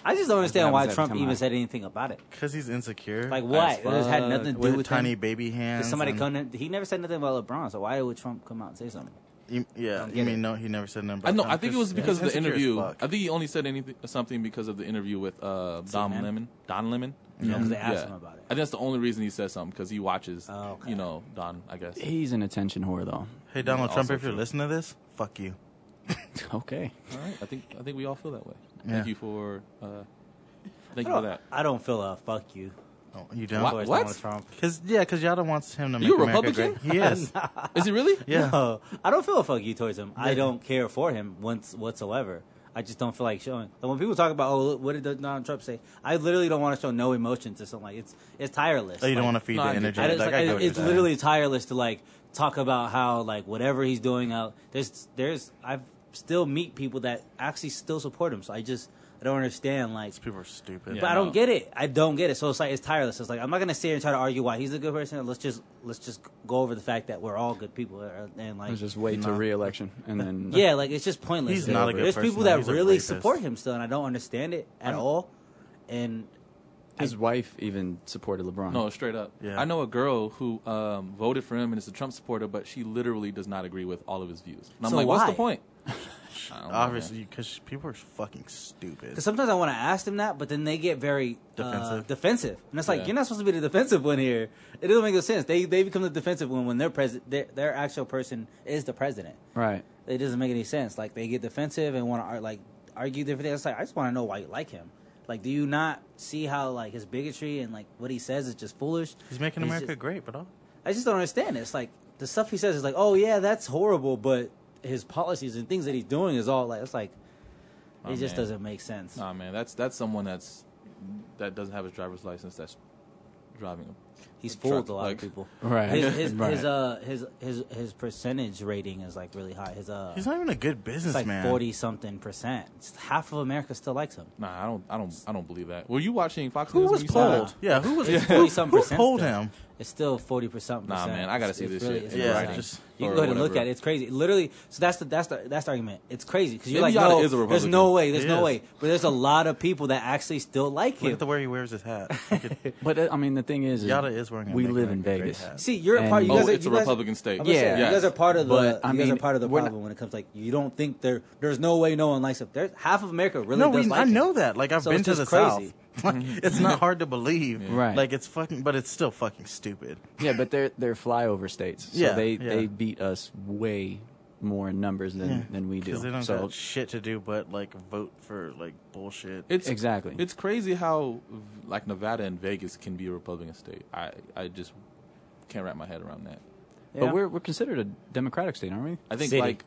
Speaker 2: I just don't understand
Speaker 4: happens
Speaker 2: why
Speaker 4: every
Speaker 2: Trump
Speaker 4: time
Speaker 2: even
Speaker 4: I-
Speaker 2: said anything about it.
Speaker 3: Because he's insecure.
Speaker 2: Like what?
Speaker 1: As
Speaker 2: It has had nothing to do
Speaker 3: with,
Speaker 2: with
Speaker 3: tiny
Speaker 2: him.
Speaker 3: baby
Speaker 2: Did
Speaker 3: hands.
Speaker 2: somebody
Speaker 3: and-
Speaker 2: come in? He never said nothing about LeBron, so why would Trump come out and say something?
Speaker 3: You, yeah,
Speaker 2: Don't
Speaker 3: you
Speaker 2: get
Speaker 3: mean
Speaker 2: it.
Speaker 3: no? He never said nothing.
Speaker 1: I
Speaker 3: about
Speaker 1: know.
Speaker 3: Tom
Speaker 1: I think it was
Speaker 3: yeah,
Speaker 1: because of
Speaker 3: he's
Speaker 1: the
Speaker 3: insecure as
Speaker 1: interview. I
Speaker 3: fuck.
Speaker 1: think he only said anything something because of the interview with uh, Don
Speaker 2: CNN?
Speaker 1: Lemon. Don Lemon.
Speaker 2: No, 'cause they
Speaker 1: Yeah.
Speaker 3: Mm-hmm.
Speaker 2: asked him about
Speaker 1: I
Speaker 2: it.
Speaker 1: think that's the only reason he says something because he watches.
Speaker 2: Oh, okay.
Speaker 1: You know, Don. I guess.
Speaker 4: He's an attention whore, though.
Speaker 3: Hey Donald
Speaker 1: Yeah,
Speaker 3: Trump,
Speaker 1: also
Speaker 3: if you're
Speaker 1: true.
Speaker 3: listening to this, fuck you.
Speaker 4: Okay.
Speaker 1: All right. I think. I think we all feel that way.
Speaker 3: Yeah.
Speaker 1: Thank you for. Uh, thank
Speaker 2: I
Speaker 1: you for
Speaker 2: don't,
Speaker 1: that.
Speaker 2: I don't feel a fuck you.
Speaker 3: Oh, you don't.
Speaker 1: What?
Speaker 2: towards
Speaker 1: What?
Speaker 2: Donald Trump.
Speaker 3: Because yeah, because Yada wants him to make
Speaker 1: You a
Speaker 3: America
Speaker 1: Republican?
Speaker 3: great. He is.
Speaker 1: Is it really?
Speaker 3: Yeah.
Speaker 2: No, I don't feel a fuck you towards him. I don't care for him once whatsoever. I just don't feel like showing. And when people talk about, oh, what did Donald Trump say? I literally don't want to show no emotion to something like it's it's tireless.
Speaker 3: Oh, you don't
Speaker 2: Like,
Speaker 3: want to feed
Speaker 1: no, I
Speaker 3: the
Speaker 1: get
Speaker 3: energy.
Speaker 1: that.
Speaker 2: I just,
Speaker 3: Like,
Speaker 2: like,
Speaker 3: I
Speaker 2: it-
Speaker 3: get what you're
Speaker 2: it's
Speaker 3: saying.
Speaker 2: literally tireless to like talk about how like whatever he's doing out there's there's I've still meet people that actually still support him. So I just I don't understand like
Speaker 3: These people are stupid.
Speaker 1: Yeah.
Speaker 2: but I
Speaker 1: no.
Speaker 2: don't get it. I don't get it. So it's like it's tireless. It's like I'm not gonna sit here and try to argue why he's a good person. Let's just let's just go over the fact that we're all good people uh, and like
Speaker 4: Let's just wait till
Speaker 3: Nah.
Speaker 4: re-election and then.
Speaker 2: yeah, like it's just pointless.
Speaker 3: He's not a good
Speaker 2: There's
Speaker 3: person,
Speaker 2: people
Speaker 3: though.
Speaker 2: that
Speaker 3: He's a
Speaker 2: really
Speaker 3: rapist.
Speaker 2: support him still, and I don't understand it at all. And
Speaker 4: His wife even supported LeBron.
Speaker 1: No, straight up.
Speaker 3: Yeah.
Speaker 1: I know a girl who um, voted for him and is a Trump supporter, but she literally does not agree with all of his views. And I'm
Speaker 2: So
Speaker 1: like, what's
Speaker 2: why?
Speaker 1: the point?
Speaker 3: she,
Speaker 1: I don't know,
Speaker 3: obviously because people are fucking stupid.
Speaker 2: Because sometimes I want to ask them that, but then they get very uh,
Speaker 3: Defensive.
Speaker 2: defensive, and it's like
Speaker 1: Yeah.
Speaker 2: you're not supposed to be the defensive one here. It doesn't make no sense. They they become the defensive one when their president, their, their actual person is the president.
Speaker 4: Right.
Speaker 2: It doesn't make any sense. Like they get defensive and want to like argue different things. It's like I just want to know why you like him. Like, do you not see how like his bigotry and like what he says is just foolish?
Speaker 3: He's making
Speaker 2: He's
Speaker 3: America
Speaker 2: just- uh,
Speaker 3: great, but all.
Speaker 2: I just don't understand. It's like the stuff he says is like, oh yeah, that's horrible, but his policies and things that he's doing is all like it's like it
Speaker 1: Oh,
Speaker 2: just
Speaker 1: man.
Speaker 2: doesn't make sense.
Speaker 1: Nah, man, that's that's someone that's that doesn't have his driver's license. That's driving.
Speaker 2: He's
Speaker 1: Truck,
Speaker 2: fooled a lot
Speaker 1: like-
Speaker 2: of people.
Speaker 4: Right.
Speaker 2: His his,
Speaker 4: Right.
Speaker 2: his uh his his his percentage rating is like really high. His uh
Speaker 3: He's not even a good
Speaker 2: it's like
Speaker 3: businessman.
Speaker 2: forty something percent. It's- half of America still likes him.
Speaker 1: Nah, I don't, I don't, I don't believe that. Were you watching Fox
Speaker 2: Who
Speaker 1: News?
Speaker 2: was
Speaker 1: when you saw that?
Speaker 2: polled?
Speaker 3: Yeah, who was
Speaker 2: It's
Speaker 3: who,
Speaker 2: forty some
Speaker 3: who
Speaker 2: percent.
Speaker 3: polled
Speaker 2: still.
Speaker 3: him?
Speaker 2: It's still forty percent.
Speaker 1: Nah, man, I gotta see this shit. in
Speaker 3: Yeah,
Speaker 1: writing.
Speaker 3: just-
Speaker 2: You
Speaker 1: Or
Speaker 2: can go ahead and look
Speaker 1: whatever.
Speaker 2: at it. It's crazy. Literally, so that's the that's the that's the argument. It's crazy because you're
Speaker 1: Maybe
Speaker 2: like,
Speaker 1: Yada
Speaker 2: no,
Speaker 1: is a
Speaker 2: there's
Speaker 1: Republican.
Speaker 2: no way, there's
Speaker 3: He
Speaker 2: no
Speaker 3: is.
Speaker 2: way. But there's a lot of people that actually still like
Speaker 3: Look
Speaker 2: him.
Speaker 3: at the way he wears his hat. Fucking-
Speaker 4: But uh, I mean, the thing is, is
Speaker 3: Yada is wearing. A
Speaker 4: We
Speaker 3: Make
Speaker 4: live in
Speaker 3: America Great
Speaker 4: Vegas.
Speaker 3: hat.
Speaker 2: See, you're a
Speaker 4: And-
Speaker 2: part. You
Speaker 1: Oh,
Speaker 2: guys are,
Speaker 1: it's
Speaker 2: you
Speaker 1: a
Speaker 2: guys-
Speaker 1: Republican state.
Speaker 2: I'm gonna say,
Speaker 4: Yeah.
Speaker 2: you guys are part of the.
Speaker 4: But, I
Speaker 2: you guys
Speaker 4: mean,
Speaker 2: are part of the
Speaker 4: we're not-
Speaker 2: problem when it comes like you don't think there. There's no way no one likes it. There's half of America really.
Speaker 3: no,
Speaker 2: does
Speaker 3: we,
Speaker 2: like
Speaker 3: I
Speaker 2: him.
Speaker 3: know that. Like I've
Speaker 2: So
Speaker 3: been
Speaker 2: it's
Speaker 3: to the
Speaker 2: just crazy. Mm-hmm.
Speaker 3: South. Like, it's not hard to believe.
Speaker 4: Right.
Speaker 3: Like it's fucking, but it's still fucking stupid.
Speaker 4: yeah, but they're they're flyover states, so
Speaker 3: Yeah,
Speaker 4: they
Speaker 3: yeah.
Speaker 4: they beat us way more in numbers than than we do.
Speaker 3: Because they don't
Speaker 4: so
Speaker 3: got shit to do but like vote for like bullshit.
Speaker 1: It's
Speaker 4: Exactly.
Speaker 1: It's crazy how like Nevada and Vegas can be a Republican state. I I just can't wrap my head around that.
Speaker 2: Yeah.
Speaker 4: But we're we're considered a democratic state, aren't we?
Speaker 1: I think
Speaker 2: City.
Speaker 1: like,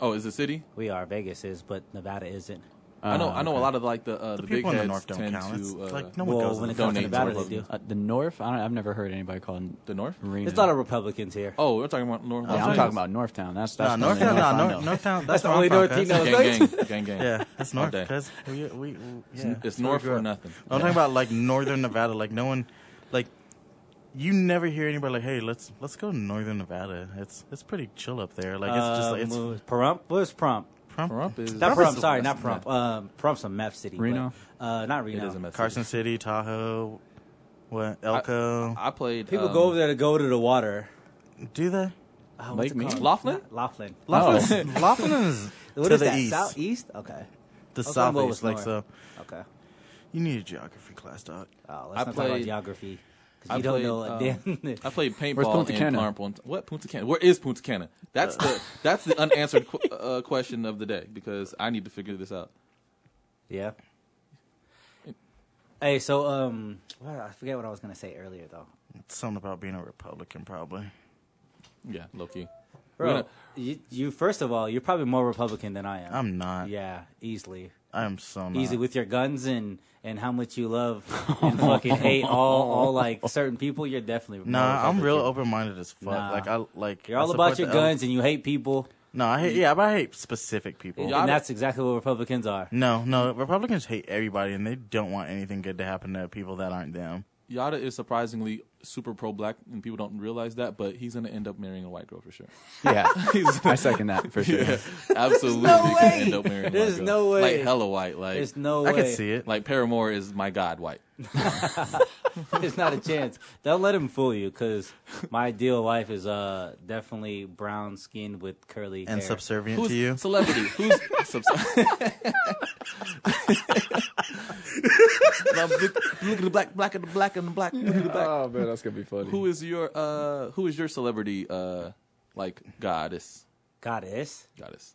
Speaker 1: oh, is it city?
Speaker 2: We are Vegas is, but Nevada isn't.
Speaker 1: I know
Speaker 2: Ah,
Speaker 4: Uh,
Speaker 1: I know a
Speaker 4: okay.
Speaker 1: lot of like the uh, the,
Speaker 3: the,
Speaker 1: big
Speaker 3: people in
Speaker 1: heads
Speaker 3: the north don't
Speaker 1: tend
Speaker 3: count. It's
Speaker 1: to uh,
Speaker 3: like no one
Speaker 2: Well,
Speaker 3: goes.
Speaker 2: when
Speaker 3: to
Speaker 2: it
Speaker 3: the
Speaker 2: comes to
Speaker 1: donate
Speaker 3: North.
Speaker 1: to
Speaker 2: Nevada, they
Speaker 1: Republicans.
Speaker 2: do.
Speaker 4: Uh, the North. I don't, I've never heard anybody call it
Speaker 1: the north.
Speaker 4: Reno.
Speaker 2: There's a lot of Republicans here.
Speaker 1: Oh, we're talking about north.
Speaker 4: Yeah, I'm talking about Northtown. That's
Speaker 3: Nah,
Speaker 4: that's the only
Speaker 3: Northtown,
Speaker 4: North
Speaker 3: nah,
Speaker 4: I
Speaker 3: North-
Speaker 4: know.
Speaker 2: That's
Speaker 3: Northtown. That's
Speaker 2: the
Speaker 3: where I'm
Speaker 2: only
Speaker 3: from,
Speaker 2: North
Speaker 3: cuz.
Speaker 2: he knows.
Speaker 1: gang gang gang gang.
Speaker 3: Yeah, that's
Speaker 1: All
Speaker 3: North
Speaker 1: day.
Speaker 3: because we we yeah.
Speaker 1: It's
Speaker 3: that's where
Speaker 1: north
Speaker 3: we grew
Speaker 1: or
Speaker 3: up.
Speaker 1: nothing.
Speaker 3: I'm talking about like northern Nevada. Like no one, like you never hear anybody like, hey, let's let's go to northern Nevada. It's it's pretty chill up there. Like it's just like it's
Speaker 2: Um, Pahrump? Where's Pahrump?
Speaker 3: Trump,
Speaker 1: Trump is
Speaker 2: Not
Speaker 3: Pahrump
Speaker 2: Pahrump,
Speaker 3: is-
Speaker 2: sorry, not Pahrump. Um, Pahrump, some meth city. but,
Speaker 4: Reno?
Speaker 2: uh, not
Speaker 1: It
Speaker 2: Reno.
Speaker 1: is a mess.
Speaker 3: Carson City, Tahoe, what Elko?
Speaker 1: I played.
Speaker 2: People
Speaker 1: um,
Speaker 2: go over there to go to the water.
Speaker 3: Do they?
Speaker 2: Oh,
Speaker 4: Lake Mead?
Speaker 1: Laughlin?
Speaker 2: Not Laughlin.
Speaker 3: Laughlin, Oh. Laughlin is
Speaker 2: What
Speaker 3: to
Speaker 2: is
Speaker 3: the
Speaker 2: that?
Speaker 3: east.
Speaker 2: Southeast? Okay.
Speaker 3: The
Speaker 2: I was gonna go
Speaker 3: southeast,
Speaker 2: with
Speaker 3: like so.
Speaker 2: north. Okay.
Speaker 3: You need a geography class, doc.
Speaker 2: Oh, let's not
Speaker 1: I
Speaker 2: talk about
Speaker 1: played-
Speaker 2: geography. 'cause
Speaker 1: I
Speaker 2: you don't
Speaker 1: played,
Speaker 2: know a
Speaker 1: um,
Speaker 2: damn.
Speaker 1: I played
Speaker 4: Where's
Speaker 1: paintball
Speaker 4: Punta
Speaker 1: in
Speaker 4: Cana?
Speaker 1: Claremont. What Punta Cana? Where is Punta Cana? That's the that's the unanswered qu- uh, question of the day because I need to figure this out.
Speaker 2: yeah. Hey, so um, well, I forget what I was gonna say earlier though.
Speaker 3: It's something about being a Republican, probably.
Speaker 1: Yeah, low key.
Speaker 2: Bro,
Speaker 1: We're gonna-
Speaker 2: you, you first of all, you're probably more Republican than I am.
Speaker 3: I'm not.
Speaker 2: yeah, easily,
Speaker 3: I'm so not.
Speaker 2: easy with your guns and and how much you love and fucking hate all all like certain people. You're definitely more
Speaker 3: Nah, I'm real
Speaker 2: Republican.
Speaker 3: open minded as fuck.
Speaker 2: Nah.
Speaker 3: Like I like
Speaker 2: You're
Speaker 3: I
Speaker 2: all
Speaker 3: support
Speaker 2: about your
Speaker 3: the L-
Speaker 2: guns and you hate people,
Speaker 3: No, I hate yeah, but I hate specific people.
Speaker 1: Yeah, I
Speaker 2: and
Speaker 1: don't-
Speaker 2: that's exactly what Republicans are.
Speaker 3: No, no, Republicans hate everybody and they don't want anything good to happen to people that aren't them.
Speaker 1: Yada is surprisingly super pro black, and people don't realize that, but he's gonna end up marrying a white girl for sure.
Speaker 4: Yeah, I second that for sure.
Speaker 1: Yeah, absolutely.
Speaker 2: no
Speaker 1: gonna
Speaker 2: way.
Speaker 1: End up marrying a
Speaker 2: There's
Speaker 1: white girl.
Speaker 2: no way.
Speaker 1: Like hella white. Like
Speaker 2: There's no
Speaker 3: I
Speaker 2: way.
Speaker 3: could see it.
Speaker 1: Like Paramore is my god white.
Speaker 2: There's not a chance. Don't let him fool you, because my ideal wife is uh definitely brown skinned with curly
Speaker 3: and
Speaker 2: hair.
Speaker 3: subservient
Speaker 1: Who's
Speaker 3: to you.
Speaker 1: celebrity? Who's subs- Now, look, look at the black, black at the black and the black. Look at the black.
Speaker 4: Oh man, that's gonna be funny.
Speaker 1: Who is your uh who is your celebrity uh like goddess
Speaker 2: goddess.
Speaker 1: goddess? 'Cause,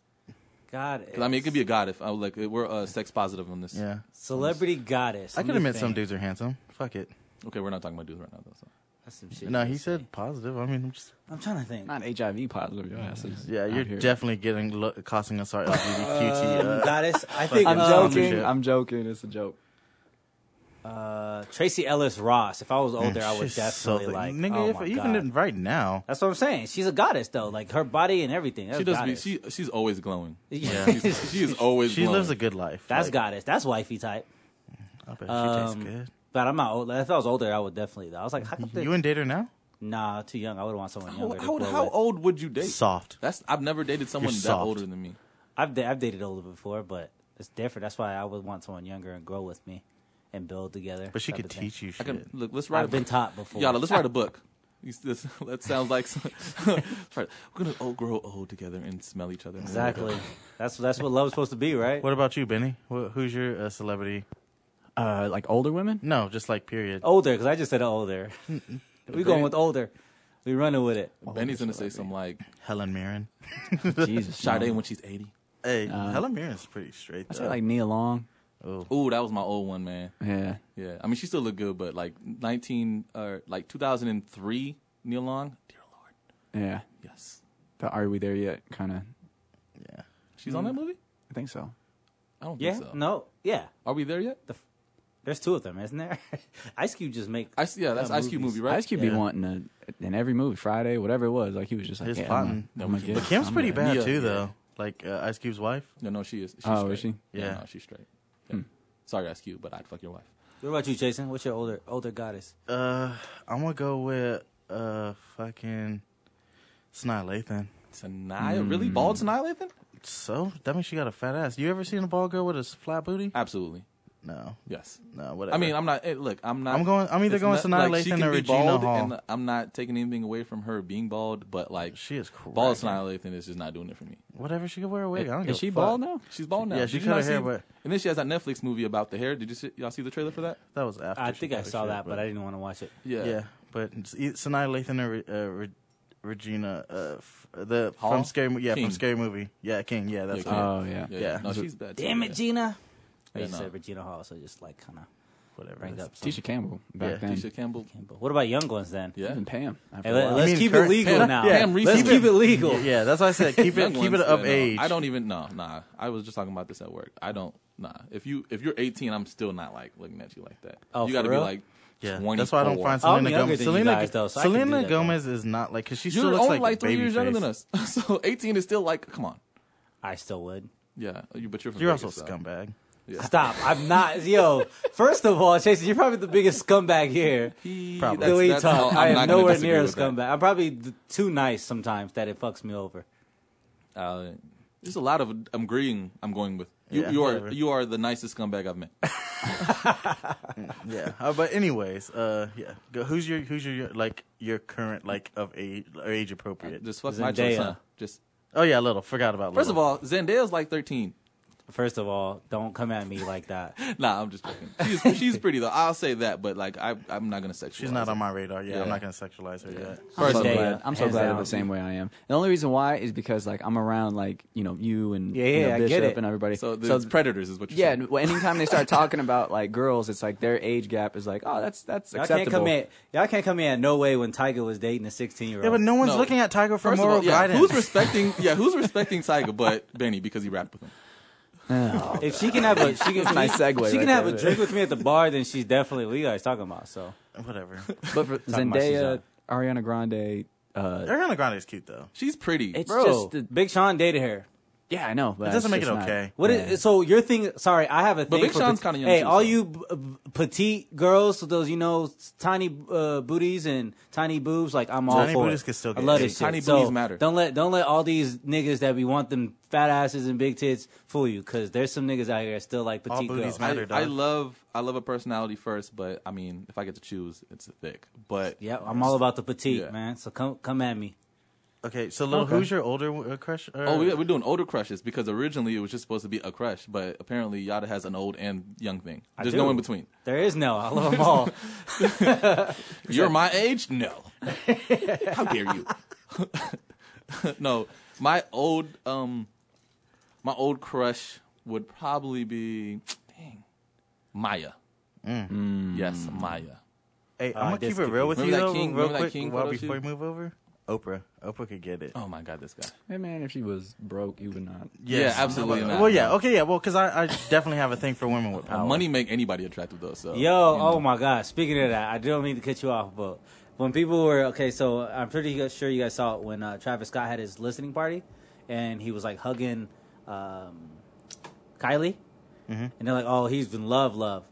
Speaker 2: Goddess.
Speaker 1: I mean it could be a god if I would like we're uh, sex positive on this.
Speaker 3: Yeah.
Speaker 2: celebrity goddess.
Speaker 3: I
Speaker 2: Let
Speaker 3: could
Speaker 2: me
Speaker 3: admit some
Speaker 2: think.
Speaker 3: dudes are handsome. Fuck it.
Speaker 1: Okay, we're not talking about dudes right now though. So.
Speaker 2: That's some shit.
Speaker 3: No,
Speaker 2: you
Speaker 3: he
Speaker 2: say.
Speaker 3: said positive. I mean, I'm just
Speaker 2: I'm trying to think.
Speaker 4: not HIV positive? Your asses.
Speaker 3: yeah,
Speaker 4: out
Speaker 3: you're
Speaker 4: here.
Speaker 3: definitely getting lo- costing us
Speaker 2: Uh,
Speaker 3: our LGBTQ.
Speaker 2: Um,
Speaker 3: uh,
Speaker 2: goddess. I think um,
Speaker 3: fucking
Speaker 4: I'm
Speaker 3: dumb.
Speaker 4: joking. I'm joking. It's a joke.
Speaker 2: uh, Tracy Ellis Ross. If I was older, I would
Speaker 3: Mm, she's so
Speaker 2: definitely
Speaker 3: thick.
Speaker 2: like.
Speaker 3: Nigga,
Speaker 2: oh
Speaker 3: if,
Speaker 2: my
Speaker 3: even
Speaker 2: God.
Speaker 3: if right now.
Speaker 2: That's what I'm saying. She's a goddess though, like her body and everything. That's
Speaker 1: She does be
Speaker 2: goddess.
Speaker 1: she she's always glowing.
Speaker 2: Yeah.
Speaker 1: She's- she is always
Speaker 3: She
Speaker 1: glowing.
Speaker 3: lives a good life.
Speaker 2: That's
Speaker 3: like,
Speaker 2: goddess. That's wifey type.
Speaker 3: I bet she
Speaker 2: Um,
Speaker 3: tastes
Speaker 2: But I'm not old. If I was older, I would definitely. Though. I was like, how come
Speaker 3: good.
Speaker 2: they-
Speaker 3: You and date her now?
Speaker 2: Nah, too young. I would want someone
Speaker 1: how,
Speaker 2: younger. to
Speaker 1: how,
Speaker 2: grow
Speaker 1: how
Speaker 2: with.
Speaker 1: old would you date?
Speaker 3: Soft.
Speaker 1: That's I've never dated someone that
Speaker 3: soft.
Speaker 1: older than me.
Speaker 2: I've da- I've dated older before, but it's different. That's why I would want someone younger and grow with me and build together.
Speaker 3: But she
Speaker 2: type
Speaker 3: could
Speaker 2: of thing.
Speaker 3: teach you
Speaker 1: I
Speaker 3: shit.
Speaker 1: can look. Let's write.
Speaker 2: I've
Speaker 1: a
Speaker 2: been
Speaker 1: book.
Speaker 2: taught before.
Speaker 1: Yada, let's write a book. He's this- that sounds like some- Right. we're gonna all grow old together and smell each other.
Speaker 2: Exactly. That's that's what love's supposed to be, right?
Speaker 3: What about you, Benny? Wh- Who's your uh, celebrity?
Speaker 4: Uh, like older women?
Speaker 3: No, just like period.
Speaker 2: Older, because I just said older. we going with older. We running with it.
Speaker 1: Benny's gonna say some like
Speaker 3: Helen Mirren.
Speaker 4: Jesus.
Speaker 1: Sade
Speaker 4: no.
Speaker 1: when she's eighty.
Speaker 3: Hey,
Speaker 1: Uh,
Speaker 3: Helen Mirren's pretty straight.
Speaker 4: I
Speaker 3: Though.
Speaker 4: say like Nia Long.
Speaker 3: Oh,
Speaker 1: Ooh, that was my old one, man.
Speaker 4: Yeah.
Speaker 1: Yeah, I mean she still looked good, but like nineteen or like two thousand and three, Neil Long. Dear Lord,
Speaker 4: Yeah.
Speaker 1: yes,
Speaker 4: The Are We There Yet kind of.
Speaker 3: yeah.
Speaker 1: she's on that movie.
Speaker 4: I think so.
Speaker 1: I don't
Speaker 2: Yeah.
Speaker 1: think so.
Speaker 2: No. Yeah.
Speaker 1: Are we there yet?
Speaker 2: There's two of them, isn't there? Ice Cube just make.
Speaker 1: I yeah, that's Ice Cube movie, right?
Speaker 4: Ice Cube be
Speaker 3: Yeah.
Speaker 4: wanting to, in every movie, Friday, whatever it was, like he was just like,
Speaker 3: He's
Speaker 4: yeah,
Speaker 3: plotting.
Speaker 4: I'm
Speaker 1: No,
Speaker 4: gonna- I'm
Speaker 1: we
Speaker 4: gonna
Speaker 1: can-
Speaker 4: get
Speaker 3: But
Speaker 4: it.
Speaker 3: Kim's
Speaker 4: I'm
Speaker 3: pretty
Speaker 4: gonna-
Speaker 3: bad
Speaker 1: Yeah,
Speaker 3: too,
Speaker 1: yeah.
Speaker 3: though. Like uh, Ice Cube's wife.
Speaker 1: No, no, she Hmm. is. She's
Speaker 4: Oh, is
Speaker 1: straight.
Speaker 3: she? Yeah.
Speaker 1: no, she's straight. Yeah. Sorry, Ice Cube, but I'd fuck your wife.
Speaker 2: What about you, Jason? What's your older older goddess?
Speaker 3: Uh, I'm gonna go with uh fucking Snot Lathan.
Speaker 1: Tonight, really bald tonight, Lathan?
Speaker 3: So that means she got a fat ass. You ever seen a ball girl with a s- flat booty?
Speaker 1: Absolutely,
Speaker 3: No,
Speaker 1: yes.
Speaker 3: no, whatever.
Speaker 1: I mean, I'm not. eh, Look, I'm not.
Speaker 3: I'm going- I'm either
Speaker 1: it's
Speaker 3: going
Speaker 1: not-
Speaker 3: Sanaa
Speaker 1: like, she
Speaker 3: Lathan
Speaker 1: can
Speaker 3: or
Speaker 1: be
Speaker 3: Regina
Speaker 1: bald
Speaker 3: Hall.
Speaker 1: And uh, I'm not taking anything away from her being bald, but like
Speaker 3: she is crazy.
Speaker 1: bald Sanaa Lathan is just not doing it for me.
Speaker 3: Whatever, she could wear a wig. I don't give
Speaker 4: Is she
Speaker 3: a fuck.
Speaker 4: bald now?
Speaker 1: She's bald now.
Speaker 3: Yeah, she
Speaker 1: Did you
Speaker 3: cut
Speaker 1: not
Speaker 3: her hair,
Speaker 1: see-
Speaker 3: but-
Speaker 1: and then she has that Netflix movie about the hair. Did you see, y'all see the trailer for that?
Speaker 3: That was after.
Speaker 2: I
Speaker 3: she
Speaker 2: think
Speaker 3: got
Speaker 2: I
Speaker 3: her
Speaker 2: saw
Speaker 3: shit,
Speaker 2: that, but I didn't want to watch it.
Speaker 1: Yeah,
Speaker 3: yeah, but it's e- Sanaa Lathan or Re- uh, Re- Regina, uh, f- the
Speaker 1: Hall?
Speaker 3: from scary, Mo- yeah,
Speaker 1: King.
Speaker 3: from scary movie, yeah, King, yeah, that's
Speaker 1: Yeah,
Speaker 3: it.
Speaker 1: King.
Speaker 4: Oh, yeah.
Speaker 1: yeah.
Speaker 3: Yeah.
Speaker 1: No, she's bad. too,
Speaker 2: Damn it,
Speaker 1: yeah.
Speaker 2: Gina. I
Speaker 1: Yeah,
Speaker 2: just
Speaker 1: no.
Speaker 2: said Regina Hall, so just like kind of
Speaker 3: whatever.
Speaker 2: bring
Speaker 3: it is.
Speaker 2: up. Some.
Speaker 4: Tisha Campbell back
Speaker 3: Yeah,
Speaker 4: then.
Speaker 1: Tisha Campbell.
Speaker 2: But what about young ones then?
Speaker 1: Yeah.
Speaker 4: Even Pam. after
Speaker 2: Hey,
Speaker 4: a
Speaker 2: let,
Speaker 4: while.
Speaker 2: let's
Speaker 3: mean,
Speaker 2: keep it
Speaker 3: current-
Speaker 2: legal
Speaker 3: Pam-
Speaker 2: now.
Speaker 1: Pam
Speaker 2: let's
Speaker 1: Reese-
Speaker 2: keep it legal.
Speaker 3: Yeah, that's why I said keep it
Speaker 1: Young
Speaker 3: keep it
Speaker 1: ones,
Speaker 3: up
Speaker 1: yeah, no.
Speaker 3: age.
Speaker 1: I don't even no, nah. I was just talking about this at work. I don't nah. If you if you're 18, I'm still not like looking at you like that.
Speaker 2: Oh, for
Speaker 1: you gotta
Speaker 2: real?
Speaker 1: be like
Speaker 3: Yeah,
Speaker 1: 24.
Speaker 3: that's why I don't find
Speaker 2: I'm
Speaker 3: Selena
Speaker 2: younger
Speaker 3: Gomez.
Speaker 2: than you
Speaker 3: Selena,
Speaker 2: guys, though, so I can do
Speaker 3: Selena
Speaker 2: that, though.
Speaker 3: Gomez is not like because she still
Speaker 1: You're
Speaker 3: looks
Speaker 1: only
Speaker 3: like,
Speaker 1: like three
Speaker 3: baby
Speaker 1: years younger
Speaker 3: face.
Speaker 1: than us, so 18 is still like come on.
Speaker 2: I still would.
Speaker 1: Yeah, you but you're from
Speaker 3: You're
Speaker 1: Vegas,
Speaker 3: also
Speaker 1: so.
Speaker 3: a scumbag.
Speaker 2: Stop. I'm not. Yo, first of all, Jason, you're probably the biggest scumbag here.
Speaker 1: He,
Speaker 3: Probably.
Speaker 2: the way you
Speaker 1: that's how-
Speaker 2: talk,
Speaker 1: I'm
Speaker 2: I
Speaker 1: not
Speaker 2: am
Speaker 1: gonna
Speaker 2: nowhere
Speaker 1: disagree
Speaker 2: near a
Speaker 1: with that.
Speaker 2: scumbag. I'm probably th- too nice sometimes that it fucks me over.
Speaker 1: Uh, there's a lot of I'm agreeing. I'm going with you.
Speaker 3: Yeah,
Speaker 1: you are
Speaker 3: whatever.
Speaker 1: you are the nicest scumbag I've met.
Speaker 3: Yeah, uh, but anyways, uh, yeah. Go, who's your who's your like your current like of age or age appropriate?
Speaker 1: Just fuck my choice,
Speaker 2: Zendaya.
Speaker 1: huh? Just
Speaker 3: oh yeah, little forgot about. Little.
Speaker 1: first of all, Zendaya's like 13.
Speaker 2: First of all, don't come at me like that.
Speaker 1: Nah, I'm just joking. She's she's pretty though. I'll say that, but like I I'm not gonna sexualize.
Speaker 3: she's not
Speaker 1: her.
Speaker 3: on my radar. Yeah,
Speaker 1: Yeah.
Speaker 3: I'm not gonna sexualize her yet.
Speaker 4: I'm
Speaker 1: First
Speaker 4: so
Speaker 1: of all,
Speaker 4: glad. I'm so
Speaker 2: hands
Speaker 4: glad
Speaker 2: down.
Speaker 4: of the same way I am. The only reason why is because like I'm around like you know you and
Speaker 2: Yeah,
Speaker 4: you
Speaker 2: yeah,
Speaker 4: know,
Speaker 2: I get
Speaker 4: Bishop
Speaker 2: it.
Speaker 4: and everybody.
Speaker 1: So there's predators is what you're
Speaker 4: yeah,
Speaker 1: saying.
Speaker 4: and well, anytime they start talking about like girls, it's like their age gap is like oh that's that's
Speaker 2: Y'all can't
Speaker 4: acceptable.
Speaker 2: come in. Y'all can't come in. No way. When Tiger was dating a 16 year old.
Speaker 3: Yeah, but no one's
Speaker 1: No.
Speaker 3: looking at Tiger for
Speaker 1: First of
Speaker 3: moral
Speaker 1: all, yeah,
Speaker 3: guidance.
Speaker 1: who's respecting? Yeah, who's respecting Tyga but Benny because he rapped with him.
Speaker 2: If she can have a she can
Speaker 4: a nice segue
Speaker 2: She
Speaker 4: right
Speaker 2: can have
Speaker 4: there.
Speaker 2: a drink with me at the bar, then she's definitely what you guys talking about. So
Speaker 3: Whatever.
Speaker 4: But for
Speaker 2: about
Speaker 4: Zendaya,
Speaker 2: Suzanne.
Speaker 4: Ariana Grande, uh,
Speaker 3: Ariana Grande is cute though.
Speaker 1: She's pretty.
Speaker 4: It's-
Speaker 2: bro,
Speaker 4: just the-
Speaker 2: Big Sean dated her.
Speaker 4: yeah, I know. But
Speaker 3: It doesn't
Speaker 4: it's
Speaker 3: make it
Speaker 4: just not-
Speaker 3: okay.
Speaker 2: What is so your thing? Sorry, I have a thing.
Speaker 1: Big
Speaker 2: for
Speaker 1: Sean's
Speaker 2: pet-
Speaker 1: kinda young
Speaker 2: Hey,
Speaker 1: too,
Speaker 2: all
Speaker 1: so.
Speaker 2: you b- b- petite girls, so those you know, s- tiny uh, booties and tiny boobs, like I'm all
Speaker 3: Tiny
Speaker 2: for
Speaker 3: booties
Speaker 2: it.
Speaker 3: can still
Speaker 2: I
Speaker 3: get
Speaker 2: love
Speaker 3: big.
Speaker 2: this shit.
Speaker 1: Tiny
Speaker 2: So
Speaker 1: booties matter.
Speaker 2: Don't let don't let all these niggas that we want them fat asses and big tits fool you, because there's some niggas out here that still like
Speaker 3: All
Speaker 2: petite
Speaker 3: booties
Speaker 2: girls.
Speaker 3: matter.
Speaker 1: I,
Speaker 3: dog.
Speaker 1: I love I love a personality first, but I mean, if I get to choose, it's thick. But
Speaker 2: Yep, I'm all about the petite
Speaker 1: Yeah.
Speaker 2: man. So come come at me.
Speaker 3: Okay, so little, who's your older uh, crush? Or,
Speaker 1: oh, we, we're doing older crushes because originally it was just supposed to be a crush, but apparently Yada has an old and young thing. There's no
Speaker 2: do.
Speaker 1: in between.
Speaker 2: There is no. I love them all.
Speaker 1: You're my age? No. How dare you? no, my old um, my old crush would probably be dang Maya.
Speaker 2: Mm.
Speaker 1: Mm. Yes, Maya.
Speaker 3: Hey, I'm
Speaker 2: Uh,
Speaker 3: gonna
Speaker 2: this
Speaker 3: keep it
Speaker 2: could
Speaker 3: real
Speaker 2: be-
Speaker 3: with you
Speaker 1: Remember that
Speaker 3: though,
Speaker 1: King-
Speaker 3: real
Speaker 1: remember that
Speaker 3: quick,
Speaker 1: King
Speaker 3: while
Speaker 1: photo
Speaker 3: before you
Speaker 1: shoot?
Speaker 3: move over. Oprah, Oprah could get it.
Speaker 1: Oh my god, this guy.
Speaker 4: Hey man, if she was broke, you would not.
Speaker 3: Yes.
Speaker 1: Yeah, absolutely not.
Speaker 3: Well, yeah, okay, yeah, well, because I, I definitely have a thing for women with power.
Speaker 1: Money make anybody attractive though. So
Speaker 2: Yo, oh my God. Speaking of that, I don't mean to cut you off, but when people were okay, so I'm pretty gu- sure you guys saw it when uh, Travis Scott had his listening party, and he was like hugging
Speaker 1: Mm-hmm.
Speaker 2: um, Kylie, and they're like, "Oh, he's in love, love."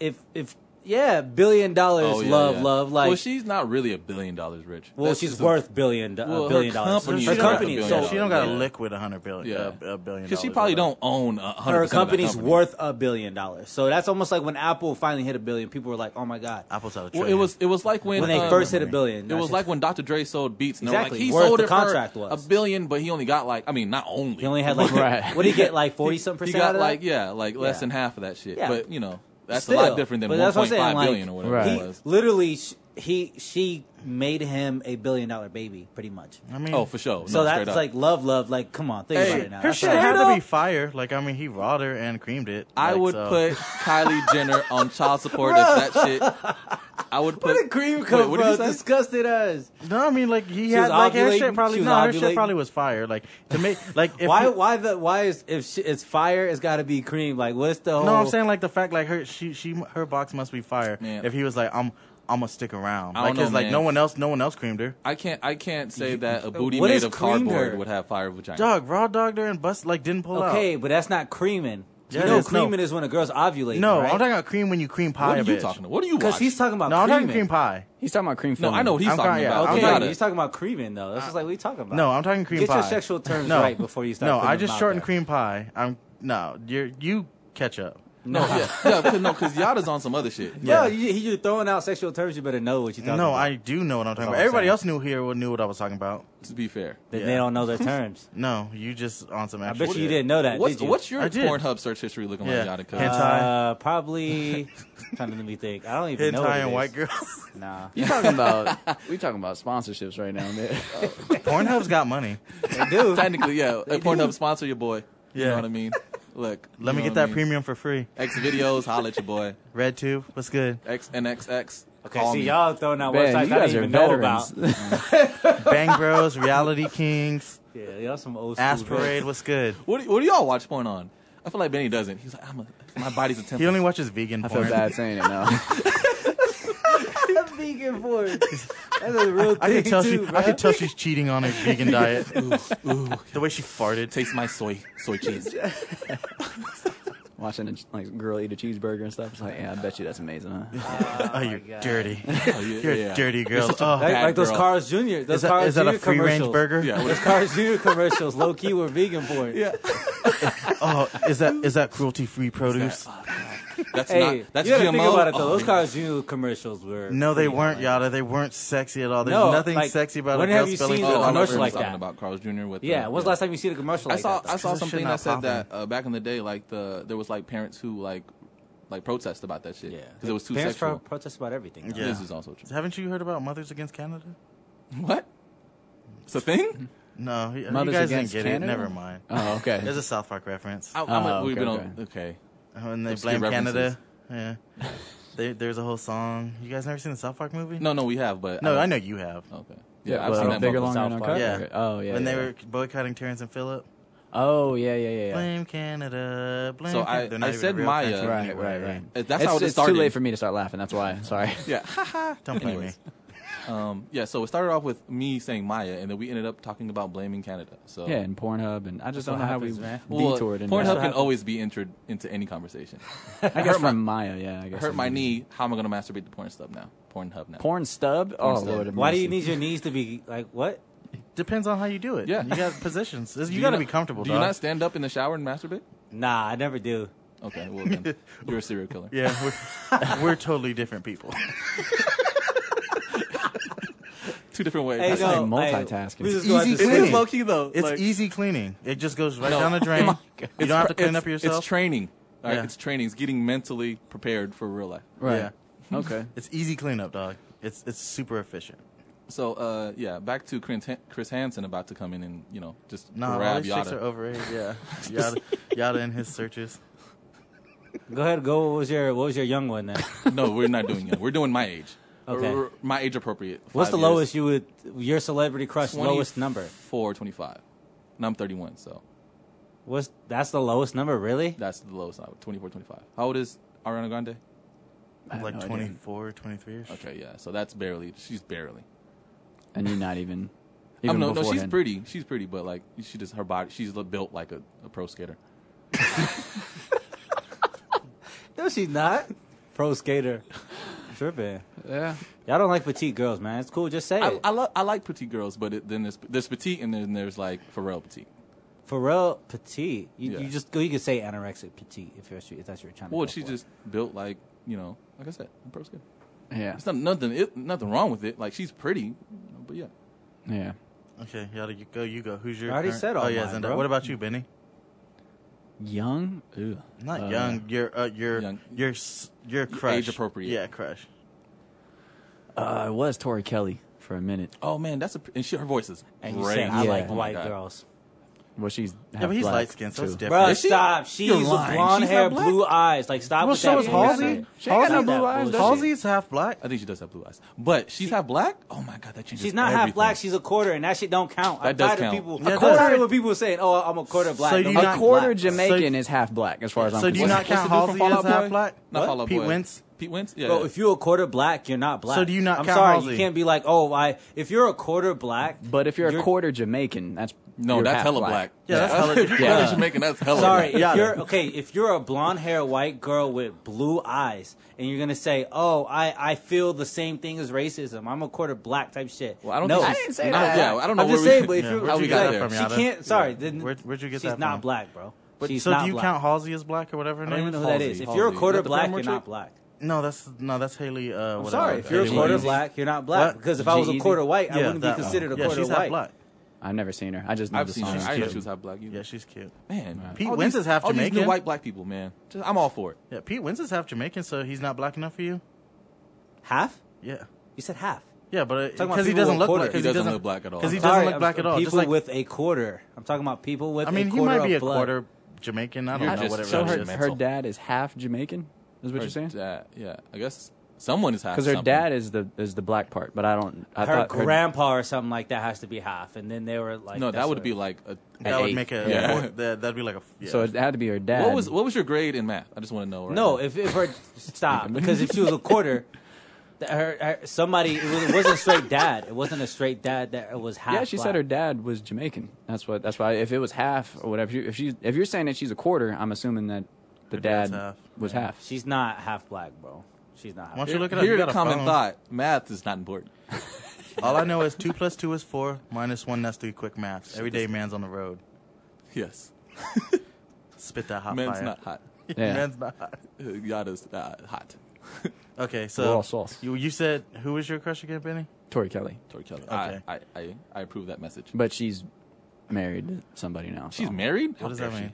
Speaker 2: If if yeah, billion dollars,
Speaker 1: Oh, yeah,
Speaker 2: love,
Speaker 1: yeah.
Speaker 2: love. Like,
Speaker 1: well, she's not really a billion dollars rich.
Speaker 2: well,
Speaker 1: That's
Speaker 2: she's
Speaker 1: just a-
Speaker 2: worth billion, do-
Speaker 1: Well,
Speaker 2: uh,
Speaker 1: her
Speaker 2: billion dollars.
Speaker 1: company
Speaker 2: her
Speaker 1: is worth a
Speaker 2: company,
Speaker 1: billion
Speaker 2: so
Speaker 1: dollars.
Speaker 3: she don't got a
Speaker 1: yeah.
Speaker 3: liquid a hundred billion.
Speaker 1: Yeah,
Speaker 3: a, a billion.
Speaker 1: Because she
Speaker 3: dollars
Speaker 1: probably
Speaker 3: or whatever.
Speaker 1: don't own a hundred.
Speaker 2: her
Speaker 1: percent of the
Speaker 2: company's
Speaker 1: company.
Speaker 2: worth a billion dollars. So that's almost like when Apple finally hit a billion. People were like, "Oh my god!"
Speaker 3: Apple's out of
Speaker 1: Well, it
Speaker 3: trillion.
Speaker 1: was it was like when
Speaker 2: When they
Speaker 1: um,
Speaker 2: first hit a billion,
Speaker 1: It was like when Dr. Dre sold Beats. And they were
Speaker 2: Exactly,
Speaker 1: Like, he
Speaker 2: worth
Speaker 1: sold
Speaker 2: the
Speaker 1: it
Speaker 2: contract
Speaker 1: for
Speaker 2: was.
Speaker 1: a billion, but he only got like I mean, not only
Speaker 2: he only had like
Speaker 4: Right.
Speaker 2: what did he get like forty something
Speaker 1: he
Speaker 2: percent? out
Speaker 1: got
Speaker 2: of that?
Speaker 1: like yeah, like less
Speaker 2: Yeah.
Speaker 1: than half of that shit.
Speaker 2: Yeah.
Speaker 1: But you know, that's a
Speaker 2: Still,
Speaker 1: lot different than
Speaker 2: but
Speaker 1: one
Speaker 2: that's what I'm
Speaker 1: point five
Speaker 2: saying,
Speaker 1: billion or whatever
Speaker 4: Right.
Speaker 1: it was.
Speaker 2: Literally, sh- he she made him a billion dollar baby, pretty much.
Speaker 3: I mean,
Speaker 1: Oh, for sure. No,
Speaker 2: So
Speaker 1: straight
Speaker 2: that's
Speaker 1: up.
Speaker 2: like love, love. Like, come on, think
Speaker 1: Hey,
Speaker 2: about it now.
Speaker 3: her
Speaker 2: That's
Speaker 3: shit
Speaker 2: all.
Speaker 3: had to
Speaker 1: Straight
Speaker 3: be
Speaker 1: up.
Speaker 3: fire. Like I mean, he rawed her and creamed it.
Speaker 1: I
Speaker 3: Like,
Speaker 1: would
Speaker 3: so-
Speaker 1: put Kylie Jenner on child support if that shit. I would put
Speaker 2: Where did cream
Speaker 1: Wait,
Speaker 2: come
Speaker 1: what
Speaker 2: from?
Speaker 1: Did you say?
Speaker 2: Disgusted us.
Speaker 3: No, I mean like he
Speaker 2: She
Speaker 3: had
Speaker 2: was
Speaker 3: like her
Speaker 2: ovulating?
Speaker 3: shit probably
Speaker 2: She was
Speaker 3: no her
Speaker 2: ovulating?
Speaker 3: shit probably was fire. Like to make like if
Speaker 2: why?
Speaker 3: you-
Speaker 2: why the? Why is if she, it's fire? It's got to be cream. Like, what's the whole?
Speaker 3: no, I'm saying like the fact like her she she her box must be fire.
Speaker 1: Man.
Speaker 3: If he was like I'm I'm gonna stick around.
Speaker 1: I
Speaker 3: Like
Speaker 1: don't know,
Speaker 3: it's like
Speaker 1: man.
Speaker 3: no one else no one else creamed her.
Speaker 1: I can't. I can't say that a booty
Speaker 2: uh, What
Speaker 1: made
Speaker 2: is
Speaker 1: of
Speaker 2: creamed
Speaker 1: cardboard
Speaker 2: her?
Speaker 1: would have fire vagina.
Speaker 3: Dog raw dogged her and bust like didn't pull out.
Speaker 2: okay, but that's not creaming.
Speaker 3: Yeah,
Speaker 2: you know,
Speaker 3: it is. No.
Speaker 2: creaming is when a girl's ovulating.
Speaker 3: No,
Speaker 2: right?
Speaker 3: I'm talking about cream when you cream pie.
Speaker 1: What are
Speaker 3: a
Speaker 1: you
Speaker 3: bitch.
Speaker 1: talking? About? What do you?
Speaker 2: because
Speaker 1: Watch?
Speaker 2: he's talking about
Speaker 3: No, I'm
Speaker 2: creaming.
Speaker 3: taling cream pie.
Speaker 4: He's talking about cream
Speaker 1: No,
Speaker 4: filling.
Speaker 1: I know what he's
Speaker 3: I'm
Speaker 1: talking
Speaker 3: crying, yeah,
Speaker 1: about.
Speaker 3: I'm
Speaker 1: You
Speaker 2: Okay,
Speaker 1: gotta-
Speaker 2: he's talking about creaming though. This is like what are you talking about?
Speaker 3: No, I'm talking cream
Speaker 2: Get
Speaker 3: pie.
Speaker 2: your sexual terms
Speaker 3: No.
Speaker 2: right before you start.
Speaker 3: No,
Speaker 2: putting
Speaker 3: I
Speaker 2: them
Speaker 3: just
Speaker 2: out
Speaker 3: shortened
Speaker 2: there.
Speaker 3: cream pie. I'm no, you you catch up.
Speaker 1: No, yeah, yeah, cause, no, because Yada's on some other shit.
Speaker 2: Yeah, you, you're throwing out sexual terms. You better know what you're talking
Speaker 3: No,
Speaker 2: about.
Speaker 3: I do know what I'm talking
Speaker 2: all
Speaker 3: about.
Speaker 2: I'm
Speaker 3: Everybody
Speaker 2: saying.
Speaker 3: else knew here would- knew what I was talking about.
Speaker 1: To be fair,
Speaker 2: Then
Speaker 3: yeah.
Speaker 2: they don't know their terms.
Speaker 3: No, you just on some.
Speaker 2: I
Speaker 3: Actual
Speaker 2: bet you
Speaker 3: shit.
Speaker 2: didn't know that.
Speaker 1: what's,
Speaker 2: did you?
Speaker 1: what's your
Speaker 3: I did.
Speaker 1: Pornhub search history looking
Speaker 3: Yeah.
Speaker 1: like? Yada, cause
Speaker 3: Hentai.
Speaker 2: uh, probably? kind of let me think. I don't even know. what
Speaker 3: Hentai
Speaker 2: it
Speaker 3: and
Speaker 2: is.
Speaker 3: white girls.
Speaker 2: Nah.
Speaker 4: You talking about we talking about sponsorships right now, man.
Speaker 3: Pornhub's got money.
Speaker 2: They do.
Speaker 1: technically, yeah, hey, Pornhub sponsor your boy. You know
Speaker 3: Yeah.
Speaker 1: what I mean? Look,
Speaker 3: Let me
Speaker 1: you
Speaker 3: get
Speaker 1: know
Speaker 3: that
Speaker 1: what I mean?
Speaker 3: premium for free.
Speaker 1: X videos, holla at your boy.
Speaker 3: RedTube, what's good?
Speaker 1: X and XX.
Speaker 2: Okay,
Speaker 1: call
Speaker 2: see
Speaker 1: me.
Speaker 2: y'all throwing out
Speaker 4: Man,
Speaker 2: websites
Speaker 4: you
Speaker 2: I
Speaker 4: guys
Speaker 2: didn't
Speaker 4: are
Speaker 2: even know about.
Speaker 4: veterans.
Speaker 3: Bang Bros, Reality Kings,
Speaker 2: Yeah, y'all some old school.
Speaker 3: Ass
Speaker 2: people.
Speaker 3: Parade, what's good?
Speaker 1: What do, what do y'all watch porn on? I feel like Benny doesn't. He's like, I'm a, my body's a
Speaker 3: He
Speaker 1: temple.
Speaker 3: only watches vegan
Speaker 4: I
Speaker 3: porn.
Speaker 4: feel bad saying it now.
Speaker 2: vegan porn. That's a real thing
Speaker 3: I can tell
Speaker 2: too,
Speaker 3: she, I
Speaker 2: bruh.
Speaker 3: can tell she's cheating on her vegan diet. The way she farted.
Speaker 1: Taste my soy soy cheese.
Speaker 4: Watching a ch- like girl eat a cheeseburger and stuff. It's like, yeah, I bet you that's amazing, huh?
Speaker 3: Oh, you're
Speaker 2: God.
Speaker 3: dirty.
Speaker 1: Oh, yeah,
Speaker 3: You're
Speaker 1: yeah.
Speaker 3: a dirty girl. Oh,
Speaker 2: Like,
Speaker 1: bad
Speaker 2: like those
Speaker 1: girl.
Speaker 2: Cars Jr. Those
Speaker 3: is that,
Speaker 2: Cars
Speaker 3: is that
Speaker 2: Jr.
Speaker 3: a free range
Speaker 2: commercials.
Speaker 3: burger?
Speaker 1: Yeah,
Speaker 2: Those
Speaker 1: what-
Speaker 2: Cars Jr. commercials, low key, were vegan porn.
Speaker 1: yeah.
Speaker 3: Oh, is that is that cruelty free produce?
Speaker 1: That's
Speaker 2: Hey,
Speaker 1: not. That's
Speaker 2: you gotta
Speaker 1: GMO.
Speaker 2: think about it though.
Speaker 1: Oh,
Speaker 2: those
Speaker 1: yeah.
Speaker 2: Cars Jr. commercials were.
Speaker 3: No, they
Speaker 2: vegan,
Speaker 3: weren't,
Speaker 2: like-
Speaker 3: Yada. They weren't sexy at all. There's
Speaker 2: No,
Speaker 3: nothing
Speaker 2: like,
Speaker 3: sexy about a
Speaker 2: when
Speaker 3: girl
Speaker 2: have you
Speaker 3: spelling
Speaker 2: seen
Speaker 1: Oh,
Speaker 2: the
Speaker 1: I
Speaker 3: Cruelty
Speaker 1: know what
Speaker 2: commercial
Speaker 1: you're
Speaker 3: Free.
Speaker 2: like
Speaker 1: talking
Speaker 2: that.
Speaker 1: about Carl's Jr. with the-
Speaker 2: Yeah, when's the last time you seen a commercial
Speaker 1: I
Speaker 2: like
Speaker 1: saw
Speaker 2: that? though?
Speaker 1: I saw
Speaker 3: This shit
Speaker 1: something
Speaker 3: not
Speaker 1: that said
Speaker 3: popping.
Speaker 1: that uh, back in the day, like the there was like parents who like like protest about that shit.
Speaker 2: yeah,
Speaker 1: because it was too
Speaker 2: Parents
Speaker 1: sexual.
Speaker 2: pro- protest about everything. though.
Speaker 3: Yeah.
Speaker 1: This is also true.
Speaker 3: Haven't you heard about Mothers Against Canada?
Speaker 1: What? It's a thing?
Speaker 3: No, he, you
Speaker 4: Mothers
Speaker 3: guys didn't
Speaker 4: Against
Speaker 3: get
Speaker 4: Canada?
Speaker 3: it. Never mind.
Speaker 4: Oh, okay.
Speaker 3: There's a South Park reference.
Speaker 1: I, I'm,
Speaker 4: Oh,
Speaker 1: we've
Speaker 4: okay,
Speaker 1: been
Speaker 4: okay.
Speaker 1: on. Okay.
Speaker 3: When they
Speaker 1: Obscure
Speaker 3: blame
Speaker 1: references.
Speaker 3: Canada. Yeah. they, there's a whole song. You guys never seen the South Park movie?
Speaker 1: No, no, we have, but
Speaker 3: No,
Speaker 1: don't-
Speaker 3: I know you have.
Speaker 1: Okay. Yeah, I've
Speaker 4: but
Speaker 1: seen that.
Speaker 4: bigger,
Speaker 1: multiple-
Speaker 4: longer,
Speaker 2: South
Speaker 4: and
Speaker 2: Park.
Speaker 4: uncut? Oh yeah.
Speaker 3: when
Speaker 4: yeah,
Speaker 3: they
Speaker 4: yeah.
Speaker 3: were boycotting Terrence and Philip.
Speaker 4: Oh yeah, yeah, yeah. yeah.
Speaker 3: Blame Canada. Blame
Speaker 1: So
Speaker 3: Canada.
Speaker 1: I-
Speaker 3: They're not
Speaker 1: I
Speaker 3: even a
Speaker 1: said
Speaker 3: real
Speaker 1: Maya.
Speaker 3: country
Speaker 4: Right,
Speaker 3: anyway.
Speaker 4: right, right.
Speaker 1: Uh, That's
Speaker 4: it's,
Speaker 1: how it
Speaker 4: it's
Speaker 1: started.
Speaker 4: too late for me to start laughing. That's why. Sorry.
Speaker 1: Yeah.
Speaker 3: Don't blame me.
Speaker 1: Anyways. Um, yeah, so it started off with me saying Maya, and then we ended up talking about blaming Canada. So
Speaker 4: Yeah, and Pornhub, and I
Speaker 2: That's
Speaker 4: just don't
Speaker 2: what
Speaker 4: know how
Speaker 2: happens,
Speaker 4: we
Speaker 2: man.
Speaker 1: well,
Speaker 4: detoured. into
Speaker 1: Pornhub
Speaker 4: that.
Speaker 1: can always be entered into any conversation.
Speaker 4: I guess from Maya. Yeah, I
Speaker 1: I
Speaker 4: guess
Speaker 1: hurt
Speaker 4: it
Speaker 1: my
Speaker 4: is.
Speaker 1: knee. How am I going to masturbate the porn stuff now? Pornhub now.
Speaker 4: Porn stub. Oh
Speaker 1: stub.
Speaker 4: lord. have
Speaker 2: Why do you
Speaker 4: mercy.
Speaker 2: need your knees to be like what?
Speaker 3: Depends on how you do it.
Speaker 1: Yeah.
Speaker 3: You got positions. You,
Speaker 1: Do
Speaker 3: got to
Speaker 1: not-
Speaker 3: be comfortable,
Speaker 1: Do
Speaker 3: dog.
Speaker 1: you not stand up in the shower and masturbate?
Speaker 2: Nah, I never do.
Speaker 1: Okay, well then, you're a serial killer.
Speaker 3: yeah, we're, we're totally different people.
Speaker 1: Two different ways.
Speaker 2: Hey,
Speaker 4: That's
Speaker 2: no,
Speaker 4: like
Speaker 2: hey,
Speaker 4: multitasking.
Speaker 2: we just go out to
Speaker 1: Easy, it
Speaker 2: sleep.
Speaker 1: is
Speaker 3: cleaning.
Speaker 1: low key though.
Speaker 3: It's
Speaker 1: Like,
Speaker 3: easy cleaning. It just goes right
Speaker 1: No. Oh
Speaker 3: down the drain.
Speaker 1: My
Speaker 3: you
Speaker 1: it's
Speaker 3: don't have
Speaker 1: pr-
Speaker 3: to clean
Speaker 1: it's-
Speaker 3: up yourself.
Speaker 1: It's training. All right,
Speaker 3: Yeah.
Speaker 1: it's training. It's getting mentally prepared for real life.
Speaker 4: Right. Okay.
Speaker 3: It's easy cleanup, dog. It's it's super efficient.
Speaker 1: So uh, yeah, back to Chris, Han- Chris Hansen about to come in and you know just
Speaker 3: Nah, all
Speaker 1: grab
Speaker 3: these chicks are
Speaker 1: Yada.
Speaker 3: overrated. Yeah, Yada, Yada and his searches.
Speaker 2: Go ahead, go. What was your what was your young one then?
Speaker 1: no, we're not doing young. We're doing my age.
Speaker 2: Okay.
Speaker 1: Or- or my age appropriate.
Speaker 2: What's the
Speaker 1: Five
Speaker 2: lowest
Speaker 1: years.
Speaker 2: you would your celebrity crush
Speaker 1: 20
Speaker 2: lowest number?
Speaker 1: Four twenty-five, and I'm thirty-one, so
Speaker 2: What's that's the lowest number really?
Speaker 1: that's the lowest. I would- 24, 25. How old is Ariana Grande?
Speaker 4: I have
Speaker 3: Like
Speaker 4: no idea.
Speaker 3: 24, 23 ish.
Speaker 1: Okay, yeah. So that's barely. She's barely.
Speaker 4: And you're not even.
Speaker 1: Um,
Speaker 4: even
Speaker 1: no, no, she's
Speaker 4: beforehand.
Speaker 1: pretty. She's pretty, but like she just her body. She's li- built like a, a pro skater.
Speaker 2: No, she's not. Pro skater. tripping.
Speaker 4: Yeah.
Speaker 2: Y'all don't like petite girls, man. It's cool. Just say
Speaker 1: I,
Speaker 2: it.
Speaker 1: I, lo- I like petite girls, but it, then there's, there's petite and then there's like Pharrell petite.
Speaker 2: Pharrell petite. You,
Speaker 1: Yeah.
Speaker 2: you just you could say anorexic petite if you're if that's your trying to.
Speaker 1: Well,
Speaker 2: go
Speaker 1: she's
Speaker 2: for.
Speaker 1: just built like you know, like I said, a pro skin.
Speaker 4: Yeah.
Speaker 1: It's not, nothing it, nothing wrong with it. Like she's pretty, you know, but yeah,
Speaker 4: Yeah.
Speaker 3: Okay, Yada, you go. You go. Who's your?
Speaker 2: I already
Speaker 3: current-
Speaker 2: said
Speaker 3: Oh
Speaker 2: all
Speaker 3: yeah,
Speaker 2: mine,
Speaker 3: Zendaya.
Speaker 2: bro.
Speaker 3: What about you, Benny?
Speaker 4: Young. Ew.
Speaker 3: Not
Speaker 4: Uh,
Speaker 3: young. Your uh, your
Speaker 1: young.
Speaker 3: your s- your crush.
Speaker 1: appropriate.
Speaker 3: Yeah, crush.
Speaker 4: Uh, it was Tori Kelly for a minute.
Speaker 1: Oh man, that's a pr- and she, her voice is
Speaker 2: and you
Speaker 1: great.
Speaker 2: said I
Speaker 4: Yeah.
Speaker 2: like
Speaker 4: Oh my
Speaker 2: white
Speaker 1: God.
Speaker 2: girls.
Speaker 4: Well, she's
Speaker 3: Yeah, but he's light skinned, so it's different.
Speaker 2: Bro,
Speaker 1: Is she?
Speaker 2: stop. She's
Speaker 1: You're
Speaker 2: with
Speaker 1: lying.
Speaker 2: blonde
Speaker 1: She's not
Speaker 2: hair,
Speaker 1: black?
Speaker 2: blue eyes. Like stop.
Speaker 3: Well,
Speaker 2: with
Speaker 3: so
Speaker 2: that
Speaker 3: is
Speaker 2: bullshit.
Speaker 3: Halsey.
Speaker 4: She ain't got no
Speaker 2: Halsey-
Speaker 4: blue eyes, does she?
Speaker 3: Halsey's half black.
Speaker 1: I think she does have blue eyes, but she's half black. Oh my god, that changes.
Speaker 2: She's not
Speaker 1: everything.
Speaker 2: half black. She's a quarter, and that shit don't count. I'm
Speaker 1: That does
Speaker 2: tired
Speaker 1: count.
Speaker 2: Of people,
Speaker 3: Yeah, it
Speaker 2: I'm
Speaker 3: does.
Speaker 2: tired of what people saying. Oh, I'm a quarter black.
Speaker 3: So
Speaker 2: I'm
Speaker 3: do you
Speaker 2: not
Speaker 4: A
Speaker 3: not
Speaker 4: quarter
Speaker 2: black.
Speaker 4: Jamaican
Speaker 3: So-
Speaker 4: is half black, as far as I'm
Speaker 3: so do you
Speaker 4: concerned.
Speaker 3: not
Speaker 1: What's the
Speaker 3: count
Speaker 1: dude from
Speaker 3: Halsey
Speaker 1: Fall Out
Speaker 3: as half
Speaker 1: Boy?
Speaker 3: black?
Speaker 1: Not
Speaker 3: What?
Speaker 1: Fall Out
Speaker 3: Pete
Speaker 1: Boy.
Speaker 3: Wentz?
Speaker 1: Pete Wentz. Yeah.
Speaker 2: Bro, if you're a quarter black, you're not black.
Speaker 3: So do you not
Speaker 2: I'm
Speaker 3: count
Speaker 2: sorry,
Speaker 3: Halsey?
Speaker 2: you can't be like, oh, I. If you're a quarter black,
Speaker 4: But if you're,
Speaker 2: You're-
Speaker 4: a quarter Jamaican, that's
Speaker 1: no,
Speaker 4: you're
Speaker 1: that's
Speaker 4: half
Speaker 1: hella black.
Speaker 3: Yeah, that's hella-
Speaker 1: if you're
Speaker 4: yeah.
Speaker 1: yeah. Jamaican, that's hella.
Speaker 2: Sorry,
Speaker 1: black.
Speaker 2: if
Speaker 3: Yeah.
Speaker 2: you're okay, if you're a blonde hair white girl with blue eyes and you're gonna say, "Oh, I, I feel the same thing as racism. I'm a quarter black type shit."
Speaker 1: Well, I don't.
Speaker 2: no,
Speaker 1: think
Speaker 4: I
Speaker 1: she's-
Speaker 4: didn't say
Speaker 1: not-
Speaker 4: that.
Speaker 1: Yeah, I don't know.
Speaker 2: I'm
Speaker 1: where
Speaker 2: just
Speaker 1: we-
Speaker 2: saying, but if
Speaker 3: Yeah,
Speaker 2: you're
Speaker 1: how
Speaker 3: where'd
Speaker 1: we
Speaker 3: you
Speaker 1: got
Speaker 3: get
Speaker 1: there.
Speaker 3: that from,
Speaker 2: she
Speaker 3: Yada?
Speaker 2: can't. Sorry, then
Speaker 3: Where'd- where'd you get
Speaker 2: she's
Speaker 3: that
Speaker 2: not
Speaker 3: from?
Speaker 2: black, bro. she's
Speaker 3: so
Speaker 2: not
Speaker 3: do you
Speaker 2: black.
Speaker 3: count Halsey as black or whatever her
Speaker 2: I don't
Speaker 3: name
Speaker 2: even
Speaker 3: is?
Speaker 2: know who that is.
Speaker 1: Halsey.
Speaker 2: If you're a
Speaker 1: Halsey.
Speaker 2: quarter
Speaker 1: Is that the
Speaker 2: black,
Speaker 1: promo
Speaker 2: you're
Speaker 1: chick?
Speaker 2: not black.
Speaker 3: No, that's no, that's Haley. Uh,
Speaker 2: I'm
Speaker 3: whatever.
Speaker 2: sorry, if you're a
Speaker 3: Haley
Speaker 2: quarter
Speaker 3: Williams.
Speaker 2: black, you're not black.
Speaker 3: What?
Speaker 2: Because if I was a
Speaker 4: G-Eazy?
Speaker 2: quarter white, I
Speaker 3: Yeah,
Speaker 2: wouldn't be
Speaker 3: that one.
Speaker 2: considered a
Speaker 3: yeah,
Speaker 2: quarter
Speaker 3: she's
Speaker 2: white.
Speaker 3: Half black.
Speaker 4: I've never seen her. I just know
Speaker 1: I've
Speaker 4: the
Speaker 1: seen.
Speaker 4: song.
Speaker 1: Her. I didn't know
Speaker 3: cute.
Speaker 1: she was half black. either.
Speaker 3: Yeah, she's cute.
Speaker 1: Man,
Speaker 3: Pete
Speaker 1: all
Speaker 3: Wentz
Speaker 1: these-
Speaker 3: is half
Speaker 1: all these new
Speaker 3: Jamaican.
Speaker 1: white black people, man. Just, I'm all for it.
Speaker 3: Yeah, Pete Wentz is half Jamaican, so he's not black enough for you.
Speaker 2: Half?
Speaker 3: Yeah,
Speaker 2: You said half.
Speaker 3: yeah, but
Speaker 2: Talking about
Speaker 3: because he
Speaker 2: people
Speaker 3: doesn't
Speaker 2: with
Speaker 3: look
Speaker 2: quarter.
Speaker 3: black. 'cause
Speaker 1: He doesn't look black at all.
Speaker 3: Because he
Speaker 1: It
Speaker 3: doesn't
Speaker 2: Sorry,
Speaker 3: look black
Speaker 2: I'm-
Speaker 3: at all.
Speaker 2: People
Speaker 3: Just like
Speaker 2: with a quarter. I'm talking about people with.
Speaker 3: I mean,
Speaker 2: a
Speaker 3: he
Speaker 2: quarter
Speaker 3: might be
Speaker 2: of
Speaker 3: a
Speaker 2: blood.
Speaker 3: quarter Jamaican. I don't
Speaker 1: You're
Speaker 3: know
Speaker 1: just-
Speaker 3: whatever.
Speaker 4: So
Speaker 3: that
Speaker 4: her,
Speaker 3: is.
Speaker 1: Mental.
Speaker 4: her dad is half Jamaican. Is what
Speaker 1: Or
Speaker 4: you're saying?
Speaker 1: dad- yeah, I guess someone is half.
Speaker 4: Because her
Speaker 1: something.
Speaker 4: dad is the is the black part, but I don't.
Speaker 2: her
Speaker 4: I thought her-
Speaker 2: grandpa or something like that has to be half, and then they were like,
Speaker 1: No,
Speaker 2: that's
Speaker 1: that would
Speaker 2: what-
Speaker 1: be like a.
Speaker 3: That
Speaker 4: At
Speaker 3: would
Speaker 4: eight.
Speaker 3: make a.
Speaker 1: Yeah.
Speaker 3: Yeah. That, that'd be like a. Yeah.
Speaker 4: So it had to be her dad.
Speaker 1: What was what was your grade in math? I just want to know. Right
Speaker 2: no.
Speaker 1: now.
Speaker 2: If if her stop because if she was a quarter, th- her, her somebody it, was, it wasn't a straight dad. It wasn't a straight dad that was half.
Speaker 4: Yeah, she
Speaker 2: black.
Speaker 4: said her dad was Jamaican. That's what. That's why. If it was half or whatever, if she if you're saying that she's a quarter, I'm assuming that the
Speaker 3: dad's
Speaker 4: dad
Speaker 3: half.
Speaker 4: was half.
Speaker 2: She's not half black, bro. She's not.
Speaker 3: Why
Speaker 2: Half
Speaker 3: don't you look it up?
Speaker 1: Here
Speaker 3: You
Speaker 1: to
Speaker 3: got a
Speaker 1: common
Speaker 3: phone.
Speaker 1: thought. Math is not important.
Speaker 3: All I know is two plus two is four, minus one that's three. Quick maths. Every day, man's on the road.
Speaker 1: Yes,
Speaker 3: Spit that hot
Speaker 1: man's
Speaker 3: fire.
Speaker 1: not hot.
Speaker 4: Yeah.
Speaker 3: man's not hot.
Speaker 1: Uh, Yada's uh, hot.
Speaker 3: Okay,
Speaker 4: We're
Speaker 3: so
Speaker 4: all sauce.
Speaker 3: you you said who was your crush again, Benny?
Speaker 4: Tori Kelly,
Speaker 1: Tori Kelly.
Speaker 3: Okay.
Speaker 1: I, I, I, I approve that message.
Speaker 4: but she's married to somebody now. so-
Speaker 1: She's married. How
Speaker 3: What does
Speaker 1: dare
Speaker 3: that
Speaker 1: she?
Speaker 3: mean?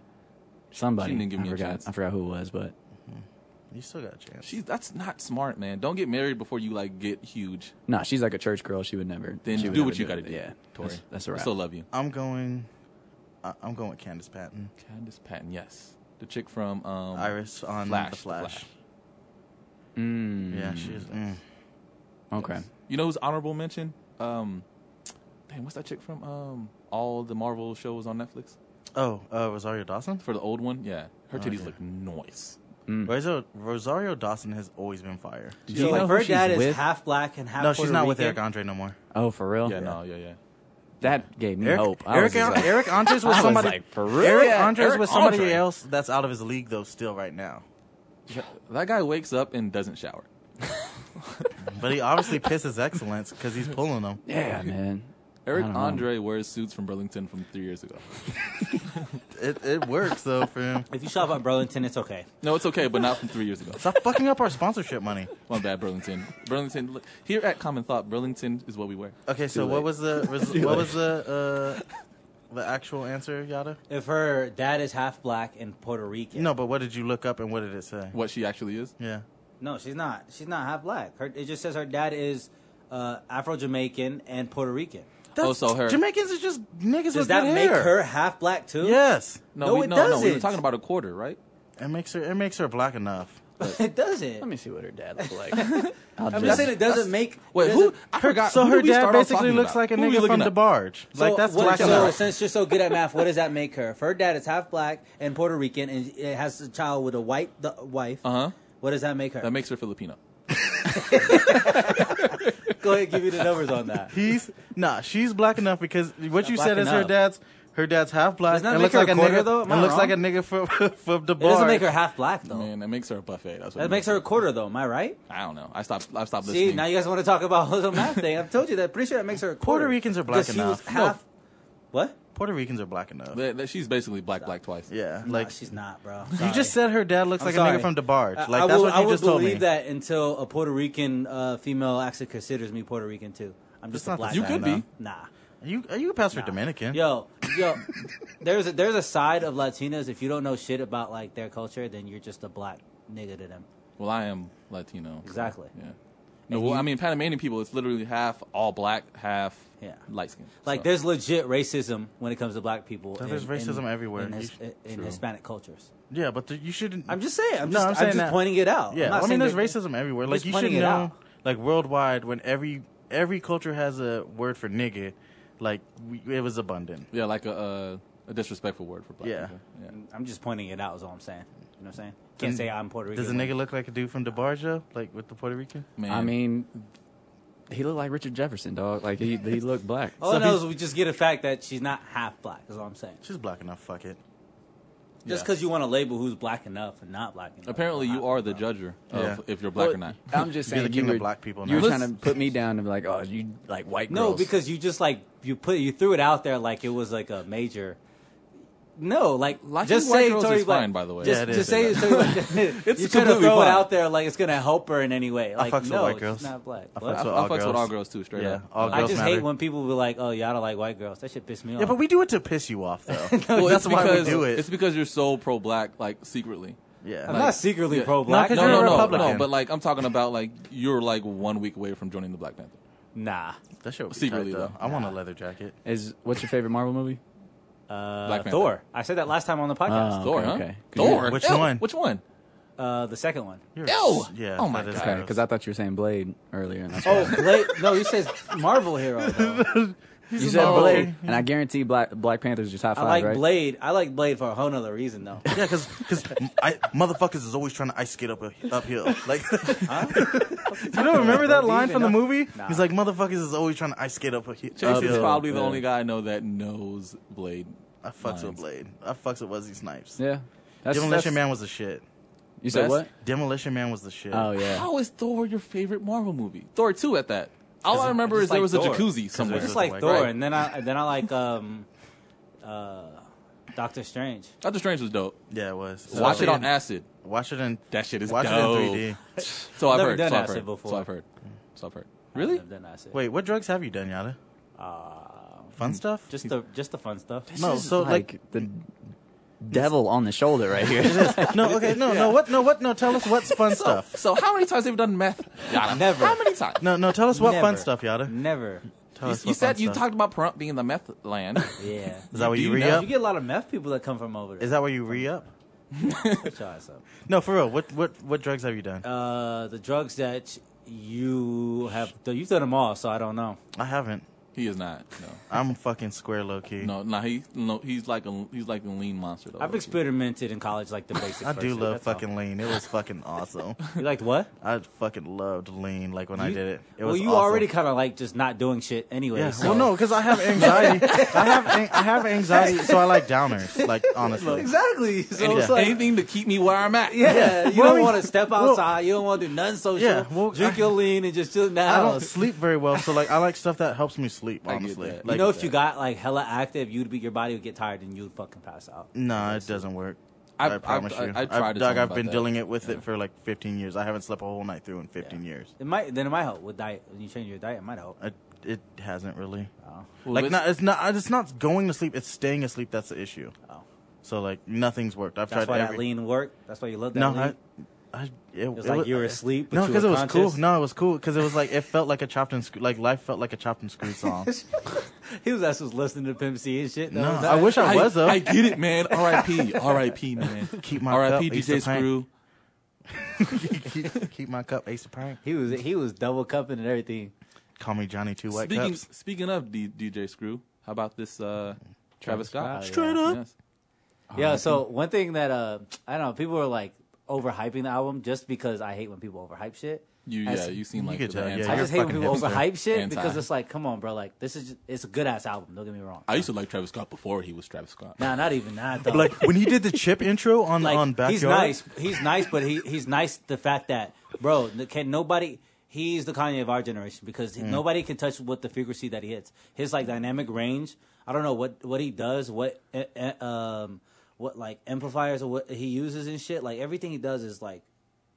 Speaker 4: Somebody.
Speaker 1: She didn't give me
Speaker 4: I
Speaker 1: a
Speaker 4: forgot.
Speaker 1: chance.
Speaker 4: I forgot who it was, but
Speaker 3: You still got a chance.
Speaker 1: She's that's not smart, man. Don't get married before you like get huge.
Speaker 4: no, she's like a church girl. She would never.
Speaker 1: Then
Speaker 4: she would
Speaker 1: do
Speaker 4: never
Speaker 1: what you got to
Speaker 4: it.
Speaker 1: do.
Speaker 4: Yeah,
Speaker 1: Tori.
Speaker 4: That's, that's a
Speaker 1: I
Speaker 4: wrap.
Speaker 1: still love you.
Speaker 3: I'm going. I, I'm going with Candace Patton,
Speaker 1: Candace Patton. Yes, the chick from um,
Speaker 3: Iris on
Speaker 1: Flash,
Speaker 3: the Flash.
Speaker 1: Flash.
Speaker 4: Mm,
Speaker 3: Yeah, she's. Mm.
Speaker 4: okay.
Speaker 1: You know who's honorable mention? Um, damn, what's that chick from um all the Marvel shows on Netflix
Speaker 3: Oh, uh, Rosario Dawson.
Speaker 1: for the old one? Yeah,
Speaker 4: Oh,
Speaker 1: her titties
Speaker 3: yeah.
Speaker 1: look nice.
Speaker 3: Rosario, Rosario Dawson has always been fire.
Speaker 4: Do
Speaker 2: so
Speaker 4: you know
Speaker 2: if
Speaker 4: who
Speaker 2: her
Speaker 4: she's
Speaker 2: dad is
Speaker 4: with?
Speaker 2: half black and half.
Speaker 3: No, she's
Speaker 2: Puerto
Speaker 3: not with Eric
Speaker 2: Rican,
Speaker 3: Andre no more.
Speaker 4: Oh, for real?
Speaker 1: Yeah, no, yeah, yeah.
Speaker 4: That gave me
Speaker 3: Eric,
Speaker 4: hope. I
Speaker 3: Eric,
Speaker 4: was just like-
Speaker 3: Eric Andre's
Speaker 4: I
Speaker 3: with
Speaker 4: was
Speaker 3: somebody.
Speaker 4: like, for real?
Speaker 3: Eric
Speaker 1: Yeah,
Speaker 3: Andre's
Speaker 1: Eric
Speaker 3: with somebody
Speaker 1: Andre.
Speaker 3: else that's out of his league though, still right now.
Speaker 1: That guy wakes up and doesn't shower.
Speaker 3: But he obviously pisses excellence because he's pulling them.
Speaker 4: yeah, man.
Speaker 1: Eric
Speaker 4: I don't know.
Speaker 1: Andre wears suits from Burlington from three years ago.
Speaker 3: It, it works though for him.
Speaker 2: If you shop at Burlington, it's okay.
Speaker 1: No, it's okay, but not from three years ago.
Speaker 3: Stop fucking up our sponsorship money.
Speaker 1: My bad, Burlington. Burlington. look, Here at Common Thought, Burlington is what we wear.
Speaker 3: Okay, so
Speaker 1: Too
Speaker 3: what
Speaker 1: late.
Speaker 3: was the res- what was the uh, the actual answer, Yada?
Speaker 2: If her dad is half black and Puerto Rican,
Speaker 3: No, but what did you look up and what did it say?
Speaker 1: what she actually is?
Speaker 3: Yeah.
Speaker 2: No, she's not. She's not half black. Her, it just says her dad is uh, Afro Jamaican and Puerto Rican.
Speaker 1: Oh, so her-
Speaker 3: Jamaicans is just niggas
Speaker 2: Does
Speaker 3: with
Speaker 2: that
Speaker 3: good
Speaker 2: make
Speaker 3: hair.
Speaker 2: her half black too?
Speaker 3: Yes.
Speaker 2: No,
Speaker 1: we,
Speaker 2: it
Speaker 1: no, no. We were
Speaker 2: doesn't.
Speaker 1: talking about a quarter, right?
Speaker 3: It makes her it makes her black enough.
Speaker 2: it doesn't.
Speaker 4: Let me see what her dad looked like. I'll
Speaker 2: I'm
Speaker 4: just-
Speaker 2: just saying it doesn't make.
Speaker 1: Wait,
Speaker 2: it
Speaker 1: who?
Speaker 2: doesn't-
Speaker 1: I forgot.
Speaker 3: So
Speaker 1: who
Speaker 3: her
Speaker 1: did we
Speaker 3: dad
Speaker 1: start off
Speaker 3: basically
Speaker 1: talking
Speaker 3: looks
Speaker 1: about?
Speaker 3: like a
Speaker 1: Who we
Speaker 3: nigga
Speaker 1: looking
Speaker 3: from
Speaker 1: up?
Speaker 3: DeBarge.
Speaker 2: So
Speaker 3: like that's
Speaker 2: what-
Speaker 3: black
Speaker 2: so
Speaker 3: enough.
Speaker 2: since you're so good at math, what does that make her? If her dad is half black and Puerto Rican and it has a child with a white the wife,
Speaker 1: Uh-huh.
Speaker 2: what does that make her?
Speaker 1: That makes her Filipino.
Speaker 2: Go ahead, give you the numbers on that.
Speaker 3: He's nah. She's black enough because what you
Speaker 2: black
Speaker 3: said is her
Speaker 2: enough.
Speaker 3: dad's. Her dad's half black.
Speaker 2: Doesn't that
Speaker 3: and
Speaker 2: make
Speaker 3: looks
Speaker 2: her
Speaker 3: like
Speaker 2: a
Speaker 3: a
Speaker 2: quarter,
Speaker 3: nigga
Speaker 2: though? Am
Speaker 3: And
Speaker 2: I
Speaker 3: looks
Speaker 2: wrong?
Speaker 3: like a nigga from from the
Speaker 2: It
Speaker 3: bar.
Speaker 2: doesn't make her half black though.
Speaker 1: Man, it makes her a buffet. That's what
Speaker 2: That makes her a quarter though. Am I right?
Speaker 1: I don't know. I stopped. I stopped
Speaker 2: See,
Speaker 1: listening.
Speaker 2: now you guys want to talk about the math thing. I've told you that. Pretty sure that makes her a quarter.
Speaker 3: Ricans are black
Speaker 2: Because she was
Speaker 3: enough. No.
Speaker 2: half. What?
Speaker 3: Puerto Ricans are black enough.
Speaker 1: That- that- she's basically black, black twice.
Speaker 3: Yeah,
Speaker 2: Like
Speaker 3: like
Speaker 2: she's not, bro.
Speaker 3: you
Speaker 2: Sorry.
Speaker 3: just said, her dad looks
Speaker 2: I'm
Speaker 3: like a
Speaker 2: sorry.
Speaker 3: nigga from the bar.
Speaker 2: I-
Speaker 3: Like
Speaker 2: I
Speaker 3: that's
Speaker 2: will,
Speaker 3: what
Speaker 2: I
Speaker 3: you
Speaker 2: will
Speaker 3: just told
Speaker 2: believe
Speaker 3: me.
Speaker 2: that until a Puerto Rican uh, female actually considers me Puerto Rican too. I'm just
Speaker 3: That's
Speaker 2: a
Speaker 3: not
Speaker 2: black.
Speaker 3: the
Speaker 1: You
Speaker 2: guy.
Speaker 1: could
Speaker 3: Nah.
Speaker 1: be.
Speaker 2: Nah.
Speaker 3: You you pass for Dominican.
Speaker 2: Yo, yo, there's a, there's a side of Latinas. If you don't know shit about like their culture, then you're just a black nigga to them.
Speaker 1: Well, I am Latino. so,
Speaker 2: Exactly.
Speaker 1: yeah. No, well,
Speaker 2: you-
Speaker 1: I mean Panamanian people. It's literally half all black, half
Speaker 2: Yeah.
Speaker 1: light skin.
Speaker 2: Like
Speaker 1: so.
Speaker 2: there's legit racism when it comes to black people.
Speaker 3: there's racism everywhere.
Speaker 2: in,
Speaker 3: You
Speaker 2: his,
Speaker 3: sh-
Speaker 2: in- in Hispanic cultures.
Speaker 3: Yeah, but th- you shouldn't.
Speaker 2: I'm just saying. I'm
Speaker 3: No,
Speaker 2: just,
Speaker 3: I'm
Speaker 2: I'm
Speaker 3: saying
Speaker 2: just
Speaker 3: that-
Speaker 2: pointing it out. I'm
Speaker 3: Yeah,
Speaker 2: not
Speaker 3: I mean,
Speaker 2: saying
Speaker 3: there's
Speaker 2: that-
Speaker 3: racism everywhere. Like
Speaker 2: just
Speaker 3: you should
Speaker 2: pointing it
Speaker 3: know,
Speaker 2: out.
Speaker 3: like worldwide, when every every culture has a word for nigga, like we, it was abundant.
Speaker 1: yeah, like a, uh, a disrespectful word for black.
Speaker 3: Yeah.
Speaker 1: people. yeah.
Speaker 2: I'm just pointing it out. Is all I'm saying. You know what I'm saying? Can't say I'm Puerto Rican.
Speaker 3: Does a nigga look like a dude from DeBarja, like with the Puerto Rican?
Speaker 1: Man,
Speaker 4: I mean, he looked like Richard Jefferson, dog. Like he he looked black.
Speaker 2: All I
Speaker 3: So
Speaker 2: know
Speaker 3: he's-
Speaker 2: is we just get a fact that she's not half black. Is all I'm saying.
Speaker 3: She's black enough. Fuck it.
Speaker 2: Just
Speaker 1: Yeah.
Speaker 2: because you want to label who's black enough and not black enough.
Speaker 1: apparently you are the judger of
Speaker 3: Yeah.
Speaker 1: if you're black or
Speaker 4: Well,
Speaker 1: not.
Speaker 4: I'm just
Speaker 3: You're
Speaker 4: saying
Speaker 3: the
Speaker 4: you
Speaker 3: king
Speaker 4: were
Speaker 3: of black people.
Speaker 4: You
Speaker 3: Now.
Speaker 4: were trying to put me down and be like, oh, you like white
Speaker 2: No,
Speaker 4: girls.
Speaker 2: because you just like you put you threw it out there like it was like a major. No, like
Speaker 1: Liking
Speaker 2: just
Speaker 1: white
Speaker 2: say
Speaker 1: girls
Speaker 2: Tory
Speaker 1: is
Speaker 2: Black-
Speaker 1: fine, by the way.
Speaker 2: Just,
Speaker 3: Yeah, it
Speaker 2: just
Speaker 3: is.
Speaker 2: say it's
Speaker 1: It's
Speaker 2: you trying to
Speaker 1: completely
Speaker 2: throw it
Speaker 1: fine.
Speaker 2: out there like it's gonna help her in any way. Like
Speaker 3: fucks with
Speaker 2: no,
Speaker 3: white
Speaker 2: she's
Speaker 3: girls.
Speaker 2: not black.
Speaker 3: I
Speaker 2: What?
Speaker 3: fucks
Speaker 1: I,
Speaker 3: So
Speaker 1: I
Speaker 3: all
Speaker 1: fucks with all
Speaker 3: girls.
Speaker 1: girls too, straight
Speaker 3: Yeah,
Speaker 1: up.
Speaker 3: all
Speaker 2: I
Speaker 3: girls
Speaker 2: just
Speaker 3: matter.
Speaker 2: hate when people be like, "Oh, y'all don't like white girls." That shit pissed me off.
Speaker 3: Yeah, but we do it to piss you off, though.
Speaker 1: Well,
Speaker 3: That's
Speaker 1: it's
Speaker 3: why we
Speaker 1: because-
Speaker 3: do it.
Speaker 1: It's because you're so pro-black, like secretly.
Speaker 3: yeah,
Speaker 2: I'm
Speaker 1: like-
Speaker 2: not secretly
Speaker 1: yeah.
Speaker 2: pro
Speaker 3: No,
Speaker 2: black.
Speaker 3: 'cause
Speaker 1: No,
Speaker 3: you're
Speaker 1: no,
Speaker 3: a
Speaker 1: no,
Speaker 3: Republican.
Speaker 1: no. But like, I'm talking about like you're like one week away from joining the Black Panther.
Speaker 2: nah.
Speaker 3: that shit would be
Speaker 1: Secretly,
Speaker 3: tight, though.
Speaker 1: though.
Speaker 3: I want a leather jacket.
Speaker 4: is what's your favorite Marvel movie?
Speaker 2: Uh,
Speaker 1: Black Panther.
Speaker 2: Thor. I said that last time on the podcast.
Speaker 4: Oh.
Speaker 1: Thor,
Speaker 4: Okay,
Speaker 1: huh?
Speaker 4: okay.
Speaker 1: Thor.
Speaker 3: Yeah. Which
Speaker 1: Ew,
Speaker 3: one?
Speaker 1: Which one?
Speaker 2: Uh, the second one.
Speaker 3: You're-
Speaker 1: Ew.
Speaker 3: Yeah.
Speaker 1: Oh my
Speaker 3: that is
Speaker 1: God.
Speaker 4: Okay,
Speaker 3: gross.
Speaker 4: because I thought you were saying Blade earlier. And that's why.
Speaker 2: Oh, Blade. no, he says Marvel hero. though.
Speaker 4: you said
Speaker 3: no.
Speaker 4: Blade, and I guarantee Black Black Panther's your top
Speaker 2: I
Speaker 4: five,
Speaker 2: like
Speaker 4: right?
Speaker 2: Blade. I like Blade for a whole nother reason though.
Speaker 3: Yeah, because because motherfuckers is always trying to ice skate up a, uphill. Like, you don't remember that line from the movie?
Speaker 2: Nah.
Speaker 3: He's like, motherfuckers is always trying to ice skate up a hi- uphill.
Speaker 1: Jason's probably the
Speaker 3: Yeah.
Speaker 1: only guy I know that knows Blade.
Speaker 3: I fucks with
Speaker 1: lines.
Speaker 3: Blade. I fucks with Wesley Snipes.
Speaker 4: Yeah, that's,
Speaker 3: Demolition
Speaker 4: that's-
Speaker 3: Man was the shit.
Speaker 4: You said
Speaker 1: Best?
Speaker 4: what?
Speaker 3: Demolition Man was the shit.
Speaker 4: Oh yeah.
Speaker 1: How is Thor your favorite Marvel movie? Thor two at that. All I remember
Speaker 2: just
Speaker 1: is there
Speaker 2: like
Speaker 1: was
Speaker 2: Thor.
Speaker 1: a jacuzzi somewhere.
Speaker 2: It's
Speaker 3: Just
Speaker 2: just like
Speaker 3: like
Speaker 2: Thor,
Speaker 1: right.
Speaker 2: and then I and then I like um, uh, Doctor Strange.
Speaker 1: Doctor Strange was dope.
Speaker 3: Yeah, it was.
Speaker 1: Watch it on
Speaker 3: in,
Speaker 1: acid.
Speaker 3: watch it in
Speaker 1: That shit is
Speaker 3: watch
Speaker 1: dope.
Speaker 3: it in 3D.
Speaker 1: So I've
Speaker 2: Never
Speaker 1: heard.
Speaker 2: done
Speaker 1: So I've
Speaker 2: acid
Speaker 1: heard.
Speaker 2: before.
Speaker 1: So I've heard. So I've heard. Really?
Speaker 2: Then I said,
Speaker 3: Wait, what drugs have you done, Yada? Fun stuff?
Speaker 2: just the just the fun stuff.
Speaker 3: no.
Speaker 4: This is
Speaker 3: So like,
Speaker 4: the devil on the shoulder right here.
Speaker 3: no. Okay, no, no. What? No, what? No. Tell us what's fun stuff.
Speaker 1: Oh, So how many times have you done meth? Yada.
Speaker 2: Never.
Speaker 1: How many times?
Speaker 3: No, no. Tell us what fun
Speaker 2: Never.
Speaker 3: stuff, Yada.
Speaker 2: Never.
Speaker 3: Tell us
Speaker 1: You
Speaker 3: what fun
Speaker 1: said you
Speaker 3: stuff.
Speaker 1: talked about Pahrump being the meth land.
Speaker 2: Yeah.
Speaker 3: Is that where
Speaker 1: Do
Speaker 3: you
Speaker 1: you
Speaker 3: re
Speaker 1: know-
Speaker 2: You
Speaker 3: up?
Speaker 2: get a lot of meth people that come from over there.
Speaker 3: Is that where you re up?
Speaker 2: Shut your ass up.
Speaker 3: No, for real. What what what drugs have you done?
Speaker 2: Uh, the drugs that you have, you've done them all, so I don't know.
Speaker 3: I haven't.
Speaker 1: he is not. No.
Speaker 3: I'm fucking square low key.
Speaker 1: No, nah, he no, he's like a he's like a lean monster though.
Speaker 2: I've experimented in college like the basic.
Speaker 3: I do
Speaker 2: person,
Speaker 3: love
Speaker 2: that's all.
Speaker 3: fucking lean. It was fucking awesome.
Speaker 2: You liked what?
Speaker 3: I fucking loved lean. Like when I
Speaker 2: You-
Speaker 3: did it, it
Speaker 2: well,
Speaker 3: was
Speaker 2: you
Speaker 3: awesome.
Speaker 2: already kind of like just not doing shit anyway.
Speaker 3: Yeah.
Speaker 2: so-
Speaker 3: Well, no, because I have anxiety. I have an- I have anxiety, so I like downers. Like honestly,
Speaker 2: Exactly. So
Speaker 1: Any-
Speaker 2: it's like,
Speaker 1: anything to keep me where I'm at.
Speaker 2: Yeah, you
Speaker 3: Well, I
Speaker 2: don't
Speaker 3: mean-
Speaker 2: want to step
Speaker 3: well-
Speaker 2: outside. you don't want to do nothing social.
Speaker 3: Yeah, well,
Speaker 2: Drink
Speaker 3: I-
Speaker 2: your lean and just chill in the
Speaker 3: I don't
Speaker 2: house.
Speaker 3: sleep very well. So like, I like stuff that helps me sleep.
Speaker 1: I get
Speaker 3: Honestly,
Speaker 1: that.
Speaker 3: like
Speaker 2: you know, if you got like hella active, you'd be your body would get tired and you'd fucking pass out.
Speaker 3: nah, it doesn't work.
Speaker 1: I've-
Speaker 3: I, promise
Speaker 1: I've-
Speaker 3: you.
Speaker 1: I- I tried to tell
Speaker 3: Doug,
Speaker 1: him
Speaker 3: I've
Speaker 1: about
Speaker 3: been
Speaker 1: that.
Speaker 3: dealing it with
Speaker 1: Yeah.
Speaker 3: it for like 15 years. I haven't slept a whole night through in 15 years.
Speaker 2: It might then it might help with diet when you change your diet. It might help.
Speaker 3: I, it hasn't really.
Speaker 1: Well,
Speaker 3: like
Speaker 1: let's-
Speaker 3: not, it's not it's not going to sleep it's staying asleep that's the issue
Speaker 2: Oh.
Speaker 3: so like nothing's worked i've
Speaker 2: That's
Speaker 3: tried
Speaker 2: why
Speaker 3: every
Speaker 2: that lean worked. That's why you love that
Speaker 3: no
Speaker 2: lean.
Speaker 3: i I, it, it
Speaker 2: was like you were asleep, but
Speaker 3: No,
Speaker 2: you
Speaker 3: because it
Speaker 2: were
Speaker 3: was cool.
Speaker 2: conscious?
Speaker 3: No, it was cool because it was like it felt like a chopped and screw, like life felt like a chopped and screwed song.
Speaker 2: he was actually listening to Pimp C and shit.
Speaker 3: no,
Speaker 2: No,
Speaker 3: I wish I,
Speaker 1: I,
Speaker 3: was though.
Speaker 1: I get it, man. R.I.P. R.I.P. Man.
Speaker 3: Keep my
Speaker 1: R.I.P.
Speaker 3: cup, Ace
Speaker 1: DJ
Speaker 3: of Pain.
Speaker 1: Screw.
Speaker 3: keep, keep my cup, Ace of Pine.
Speaker 2: he was he was double cupping and everything.
Speaker 3: Call me Johnny Two White
Speaker 1: Speaking
Speaker 3: Cups.
Speaker 1: speaking of D- DJ Screw, how about this uh, Travis
Speaker 2: Scott,
Speaker 1: Scott?
Speaker 2: yeah. Straight
Speaker 1: up. Yes.
Speaker 3: Oh,
Speaker 2: Yeah. So one thing that uh I don't know, people were like overhyping the album just because I hate when people overhype shit.
Speaker 1: You
Speaker 2: I
Speaker 1: yeah,
Speaker 2: see.
Speaker 1: you seem
Speaker 3: You
Speaker 1: like
Speaker 3: could
Speaker 1: the
Speaker 3: tell,
Speaker 1: anti-
Speaker 3: yeah,
Speaker 2: I
Speaker 3: you're
Speaker 2: just hate when
Speaker 3: fucking
Speaker 2: people
Speaker 3: hipster.
Speaker 2: overhype shit
Speaker 1: Anti.
Speaker 2: because it's like, come on, bro. Like this is it's a good ass album. Don't get me wrong.
Speaker 1: I used to like Travis Scott before he was Travis Scott.
Speaker 2: nah, not even that though.
Speaker 3: like when he did the chip intro on
Speaker 2: like
Speaker 3: on backyard.
Speaker 2: he's nice. He's nice, but he he's nice. The fact that bro, n- can nobody. He's the Kanye of our generation because
Speaker 1: Mm.
Speaker 2: he- nobody can touch what the frequency that he hits. His like dynamic range. I don't know what what he does. What eh, eh, um what like amplifiers or what he uses and shit. Like everything he does is like.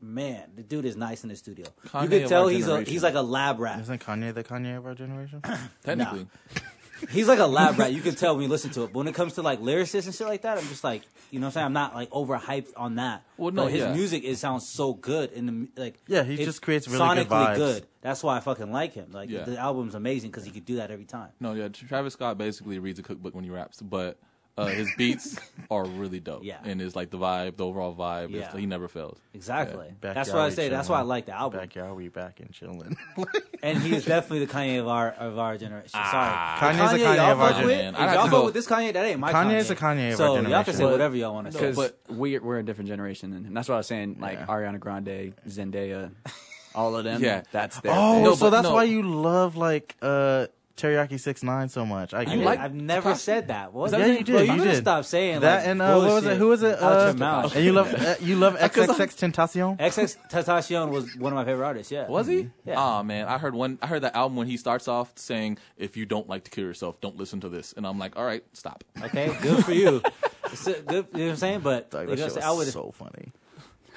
Speaker 2: Man, the dude is nice in the studio. you
Speaker 1: Kanye
Speaker 2: could
Speaker 1: of
Speaker 2: tell
Speaker 1: our
Speaker 2: he's a
Speaker 1: generation.
Speaker 2: he's like a lab rat.
Speaker 3: Isn't Kanye the Kanye of our generation?
Speaker 1: Technically,
Speaker 2: He's like a lab rat. You can tell when you listen to it. But when it comes to like lyricists and shit like that, I'm just like, you know what I'm saying? I'm not like overhyped on that.
Speaker 1: Well, no,
Speaker 2: but his
Speaker 1: yeah.
Speaker 2: music it sounds so good in the mu- like.
Speaker 3: Yeah, he
Speaker 2: it's
Speaker 3: just creates really
Speaker 2: sonically
Speaker 3: good vibes.
Speaker 2: That's why I fucking like him. Like
Speaker 1: Yeah.
Speaker 2: the album's amazing because he could do that every time.
Speaker 1: no, yeah. Travis Scott basically reads a cookbook when he raps, but uh, his beats are really dope.
Speaker 2: Yeah.
Speaker 1: and it's like the vibe, the overall vibe. is
Speaker 2: Yeah.
Speaker 1: he never fails.
Speaker 2: Exactly.
Speaker 3: Backyard
Speaker 2: that's why I
Speaker 3: we
Speaker 2: say. That's why I
Speaker 3: chillin'.
Speaker 2: like the album.
Speaker 3: Backyard, we back and chilling.
Speaker 2: And he is definitely the Kanye of our of our generation.
Speaker 1: Ah.
Speaker 2: Sorry,
Speaker 3: Kanye's the Kanye
Speaker 2: y'all
Speaker 3: of our
Speaker 2: fuck with? If
Speaker 1: generation. I'd have
Speaker 2: y'all
Speaker 1: to
Speaker 2: fuck
Speaker 1: go-
Speaker 2: with this Kanye, that ain't my
Speaker 3: Kanye's
Speaker 2: Kanye.
Speaker 3: the Kanye of
Speaker 2: so y'all
Speaker 3: our
Speaker 2: can say
Speaker 3: generation.
Speaker 2: whatever y'all want to say.
Speaker 4: Because
Speaker 1: but-
Speaker 4: we we're a different generation than him. That's what I was saying. Like
Speaker 3: Yeah.
Speaker 4: Ariana Grande, Zendaya, all of them.
Speaker 1: Yeah.
Speaker 4: that's their.
Speaker 3: oh,
Speaker 4: thing.
Speaker 1: No,
Speaker 3: so
Speaker 1: but
Speaker 3: that's
Speaker 1: no.
Speaker 3: why you love like uh teriyaki six nine so much. I get
Speaker 2: You
Speaker 3: it.
Speaker 1: like-
Speaker 2: I've never said that. What?
Speaker 3: yeah, you did.
Speaker 2: Bro,
Speaker 3: you
Speaker 2: gotta
Speaker 3: did.
Speaker 2: Stop saying
Speaker 3: that.
Speaker 2: like,
Speaker 3: and uh, what was it?
Speaker 2: bullshit
Speaker 3: Who was it?
Speaker 2: Out your
Speaker 3: Uh,
Speaker 2: mouth.
Speaker 3: And you love uh, you love XXX Tentacion.
Speaker 2: XX Tentacion was one of my favorite artists. Yeah.
Speaker 1: Was he?
Speaker 2: Mm-hmm. Yeah.
Speaker 1: Oh man, I heard one. I heard that album when he starts off saying, "If you don't like to kill yourself, don't listen to this." And I'm like, "All right, stop."
Speaker 2: Mm-hmm. Okay. Good for you. It's a good. You know what I'm saying? But
Speaker 3: Dog,
Speaker 2: you
Speaker 3: that
Speaker 2: know,
Speaker 3: shit
Speaker 2: I would.
Speaker 3: was so funny.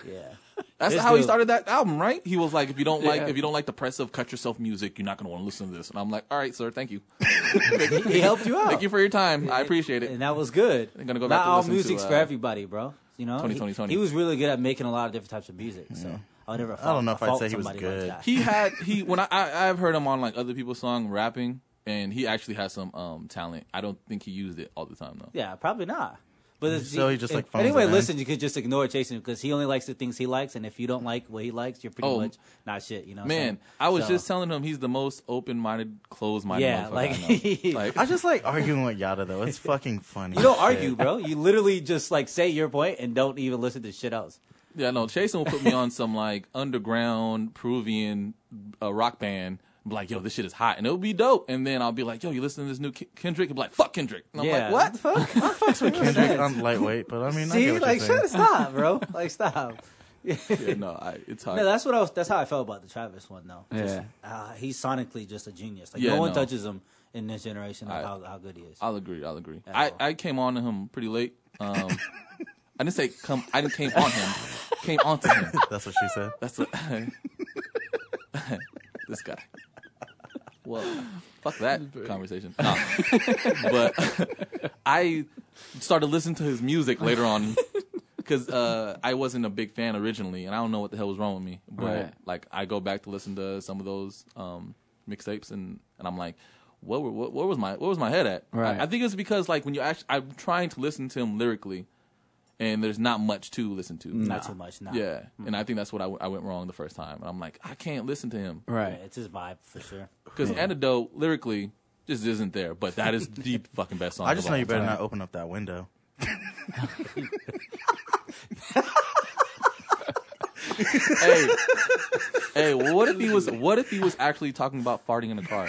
Speaker 2: yeah.
Speaker 1: That's
Speaker 2: This
Speaker 1: how he
Speaker 2: dude-
Speaker 1: started that album, right? He was like, "If you don't like,
Speaker 4: Yeah.
Speaker 1: if you don't like the press of cut yourself music, you're not gonna want to listen to this." And I'm like, "All right, sir, thank you,
Speaker 2: Oh. He helped you out.
Speaker 1: thank you for your time. I appreciate it."
Speaker 2: And that was good.
Speaker 1: I'm gonna go
Speaker 2: Not
Speaker 1: back to
Speaker 2: all
Speaker 1: listen to,
Speaker 2: music's
Speaker 1: uh,
Speaker 2: for everybody, bro. You know,
Speaker 1: 20,
Speaker 2: He-
Speaker 1: 20, 20.
Speaker 2: He, was really good at making a lot of different types of music. So I'll never. Fault,
Speaker 3: know if I'd
Speaker 2: fault
Speaker 3: say he was
Speaker 2: somebody
Speaker 3: good.
Speaker 2: Like that.
Speaker 1: He had he when I, I I've heard him on like other people's song rapping, and he actually has some um talent. I don't think he used it all the time though.
Speaker 2: Yeah, probably not. But it's,
Speaker 3: So he just, like,
Speaker 2: if-
Speaker 3: phones
Speaker 2: anyway.
Speaker 3: it in.
Speaker 2: Listen, you could just ignore Jason because he only likes the things he likes, and if you don't like what he likes, you're pretty
Speaker 1: Oh,
Speaker 2: much not shit. You know, what I'm
Speaker 1: Man,
Speaker 2: saying?
Speaker 1: I was
Speaker 2: So-
Speaker 1: just telling him he's the most open-minded, closed-minded.
Speaker 2: Yeah,
Speaker 1: motherfucker
Speaker 2: like-
Speaker 1: I know. like
Speaker 3: I just like arguing with Yada though. It's fucking funny.
Speaker 2: You don't argue, bro. You literally just like say your point and don't even listen to shit else.
Speaker 1: Yeah, no, Jason will put me on some like underground Peruvian uh, rock band. Be like, yo, this shit is hot, and it'll be dope. And then I'll be like, yo, you listen to this new K- Kendrick? And be like, fuck Kendrick. And I'm
Speaker 2: yeah.
Speaker 1: like, what?
Speaker 2: the fuck?
Speaker 3: Kendrick, I'm lightweight, but I mean, I
Speaker 2: See,
Speaker 3: get what
Speaker 2: like
Speaker 3: you're
Speaker 2: shut
Speaker 3: saying.
Speaker 2: up, stop, bro. Like stop.
Speaker 1: yeah, no, I, it's hard.
Speaker 2: No, that's what I was. That's how I felt about the Travis one, though. Just,
Speaker 4: Yeah.
Speaker 2: uh, he's sonically just a genius. Like
Speaker 1: Yeah,
Speaker 2: no one
Speaker 1: no.
Speaker 2: touches him in this generation. Like,
Speaker 1: I-
Speaker 2: how, how good he is.
Speaker 1: I'll agree. I'll agree.
Speaker 2: At
Speaker 1: I,
Speaker 2: all.
Speaker 1: I came on to him pretty late. Um, I didn't say come. I didn't came on him. Came on to him.
Speaker 3: That's what she said.
Speaker 1: That's what, this guy. Well, fuck that conversation. Nah. but I started listening to his music later on because uh, I wasn't a big fan originally, and I don't know what the hell was wrong with me. But
Speaker 4: Right.
Speaker 1: like, I go back to listen to some of those um, mixtapes, and, and I'm like, what, were- what what was my where was my head at?
Speaker 4: Right.
Speaker 1: I, I think it's because like when you actually, I'm trying to listen to him lyrically, and there's not much to listen to.
Speaker 2: Not too much. Nah.
Speaker 1: Yeah,
Speaker 3: Mm-hmm.
Speaker 1: and I think that's what I, w- I went wrong the first time. And I'm like, I can't listen to him
Speaker 2: Yeah,
Speaker 4: right.
Speaker 2: it's his vibe for sure.
Speaker 1: because Antidote lyrically just isn't there. But that is the fucking best song.
Speaker 3: I just
Speaker 1: of
Speaker 3: know
Speaker 1: all
Speaker 3: you better
Speaker 1: time.
Speaker 3: not open up that window.
Speaker 1: Hey, hey, what if he was? What if he was actually talking about farting in the car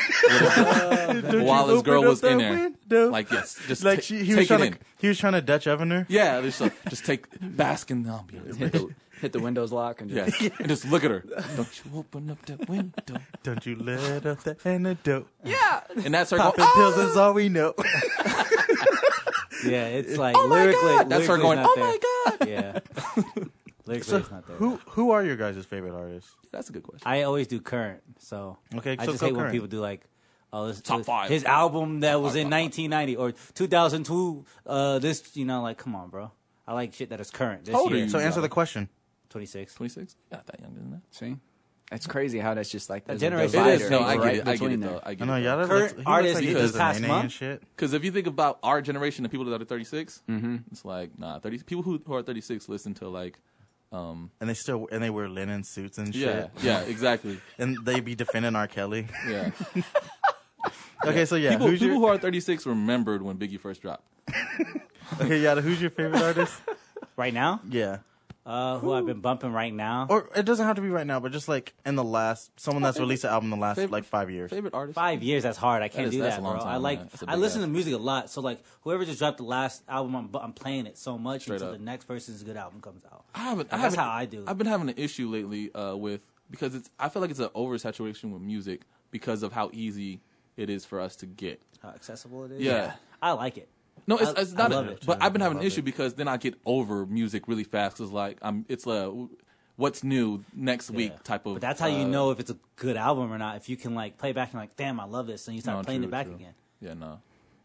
Speaker 1: while his girl was in there? Like yes, just
Speaker 3: like
Speaker 1: ta-
Speaker 3: she, he
Speaker 1: take
Speaker 3: was
Speaker 1: it
Speaker 3: trying
Speaker 1: in.
Speaker 3: to, he was trying to Dutch oven her.
Speaker 1: Yeah, just like, just take bask in the ambiance.
Speaker 4: Hit the, hit the windows lock and
Speaker 1: Yes,
Speaker 4: just.
Speaker 1: and just look at her. Don't you open up that window?
Speaker 3: Don't you let up the antidote?
Speaker 1: And that's her. Going,
Speaker 3: Popping pills is all we know.
Speaker 2: Yeah, it's like
Speaker 1: oh my
Speaker 2: lyrically.
Speaker 1: god, that's her
Speaker 2: lyrically
Speaker 1: going.
Speaker 2: it's
Speaker 1: Oh
Speaker 2: not
Speaker 1: my
Speaker 2: there.
Speaker 1: god,
Speaker 2: Yeah. lyrically, it's not there.
Speaker 3: who who are your guys' favorite artists?
Speaker 1: that's a good question.
Speaker 2: I always do current, so
Speaker 3: Okay,
Speaker 2: I
Speaker 3: so
Speaker 2: just
Speaker 3: go
Speaker 2: hate when
Speaker 3: current.
Speaker 2: people do like, oh, this,
Speaker 1: Top
Speaker 2: this-
Speaker 1: five.
Speaker 2: His album that was
Speaker 1: five,
Speaker 2: in
Speaker 1: top five.
Speaker 2: 1990 or 2002. Uh, this, you know, like, come on, bro. I like shit that is current. This
Speaker 1: How old are
Speaker 2: year,
Speaker 1: you?
Speaker 3: So answer the question.
Speaker 2: 26.
Speaker 1: 26. You're not that young, isn't that?
Speaker 4: See, it's crazy how that's just like there's
Speaker 2: generation-
Speaker 4: A
Speaker 2: It
Speaker 1: It
Speaker 4: divider
Speaker 1: is. No, I get
Speaker 4: right
Speaker 1: it. I get
Speaker 4: between
Speaker 1: it.
Speaker 4: there.
Speaker 1: Though. I get
Speaker 3: I know
Speaker 1: it.
Speaker 3: Yada
Speaker 2: Current
Speaker 3: looks, he looks
Speaker 2: artists
Speaker 3: like he
Speaker 1: that
Speaker 3: does
Speaker 1: just
Speaker 2: passed
Speaker 3: Nene
Speaker 2: month?
Speaker 3: and shit.
Speaker 1: Because if you think about our generation of people that are 36, it's like nah, 30 people who, who are 36 listen to like
Speaker 3: And they still and they wear linen suits and shit.
Speaker 1: yeah, yeah, exactly,
Speaker 3: And they be defending R. Kelly.
Speaker 1: yeah.
Speaker 3: Okay, so yeah,
Speaker 1: people
Speaker 3: who's
Speaker 1: people
Speaker 3: your,
Speaker 1: who are 36 remembered when Biggie first dropped.
Speaker 3: okay, Yada, who's your favorite artist?
Speaker 2: Right now,
Speaker 3: Yeah,
Speaker 2: uh, who I've been bumping right now.
Speaker 3: Or it doesn't have to be right now, but just like in the last someone that's released an album in the last
Speaker 1: Favorite-
Speaker 3: like five years.
Speaker 1: Favorite artist?
Speaker 2: Five years, that's hard. I can't
Speaker 1: is-
Speaker 2: do
Speaker 1: that's
Speaker 2: that,
Speaker 1: a long
Speaker 2: bro. I
Speaker 1: time,
Speaker 2: like
Speaker 1: man. That's a
Speaker 2: I
Speaker 1: big
Speaker 2: listen
Speaker 1: ass.
Speaker 2: to music a lot, so like whoever just dropped the last album, I'm, bu- I'm playing it so much
Speaker 1: Straight
Speaker 2: until
Speaker 1: up.
Speaker 2: the next person's good album comes out.
Speaker 1: I haven't. I
Speaker 2: That's
Speaker 1: haven't-
Speaker 2: how I do.
Speaker 1: I've been having an issue lately uh, with because it's. I feel like it's an oversaturation with music because of how easy it is for us to get.
Speaker 2: How uh, accessible it is.
Speaker 1: Yeah.
Speaker 2: I like it.
Speaker 1: No, it's,
Speaker 2: I-
Speaker 1: it's not.
Speaker 2: I
Speaker 1: a-
Speaker 2: love it.
Speaker 1: But I've been having an
Speaker 3: love
Speaker 1: issue
Speaker 3: it.
Speaker 1: because then I get over music really fast. Cause like I'm, it's like what's new next
Speaker 2: Yeah.
Speaker 1: week type of.
Speaker 2: But that's how you
Speaker 1: uh,
Speaker 2: know if it's a good album or not. If you can like play back and like, damn, I love this, and you start
Speaker 1: no,
Speaker 2: playing
Speaker 1: true,
Speaker 2: it back
Speaker 1: true.
Speaker 2: again.
Speaker 1: Yeah, no,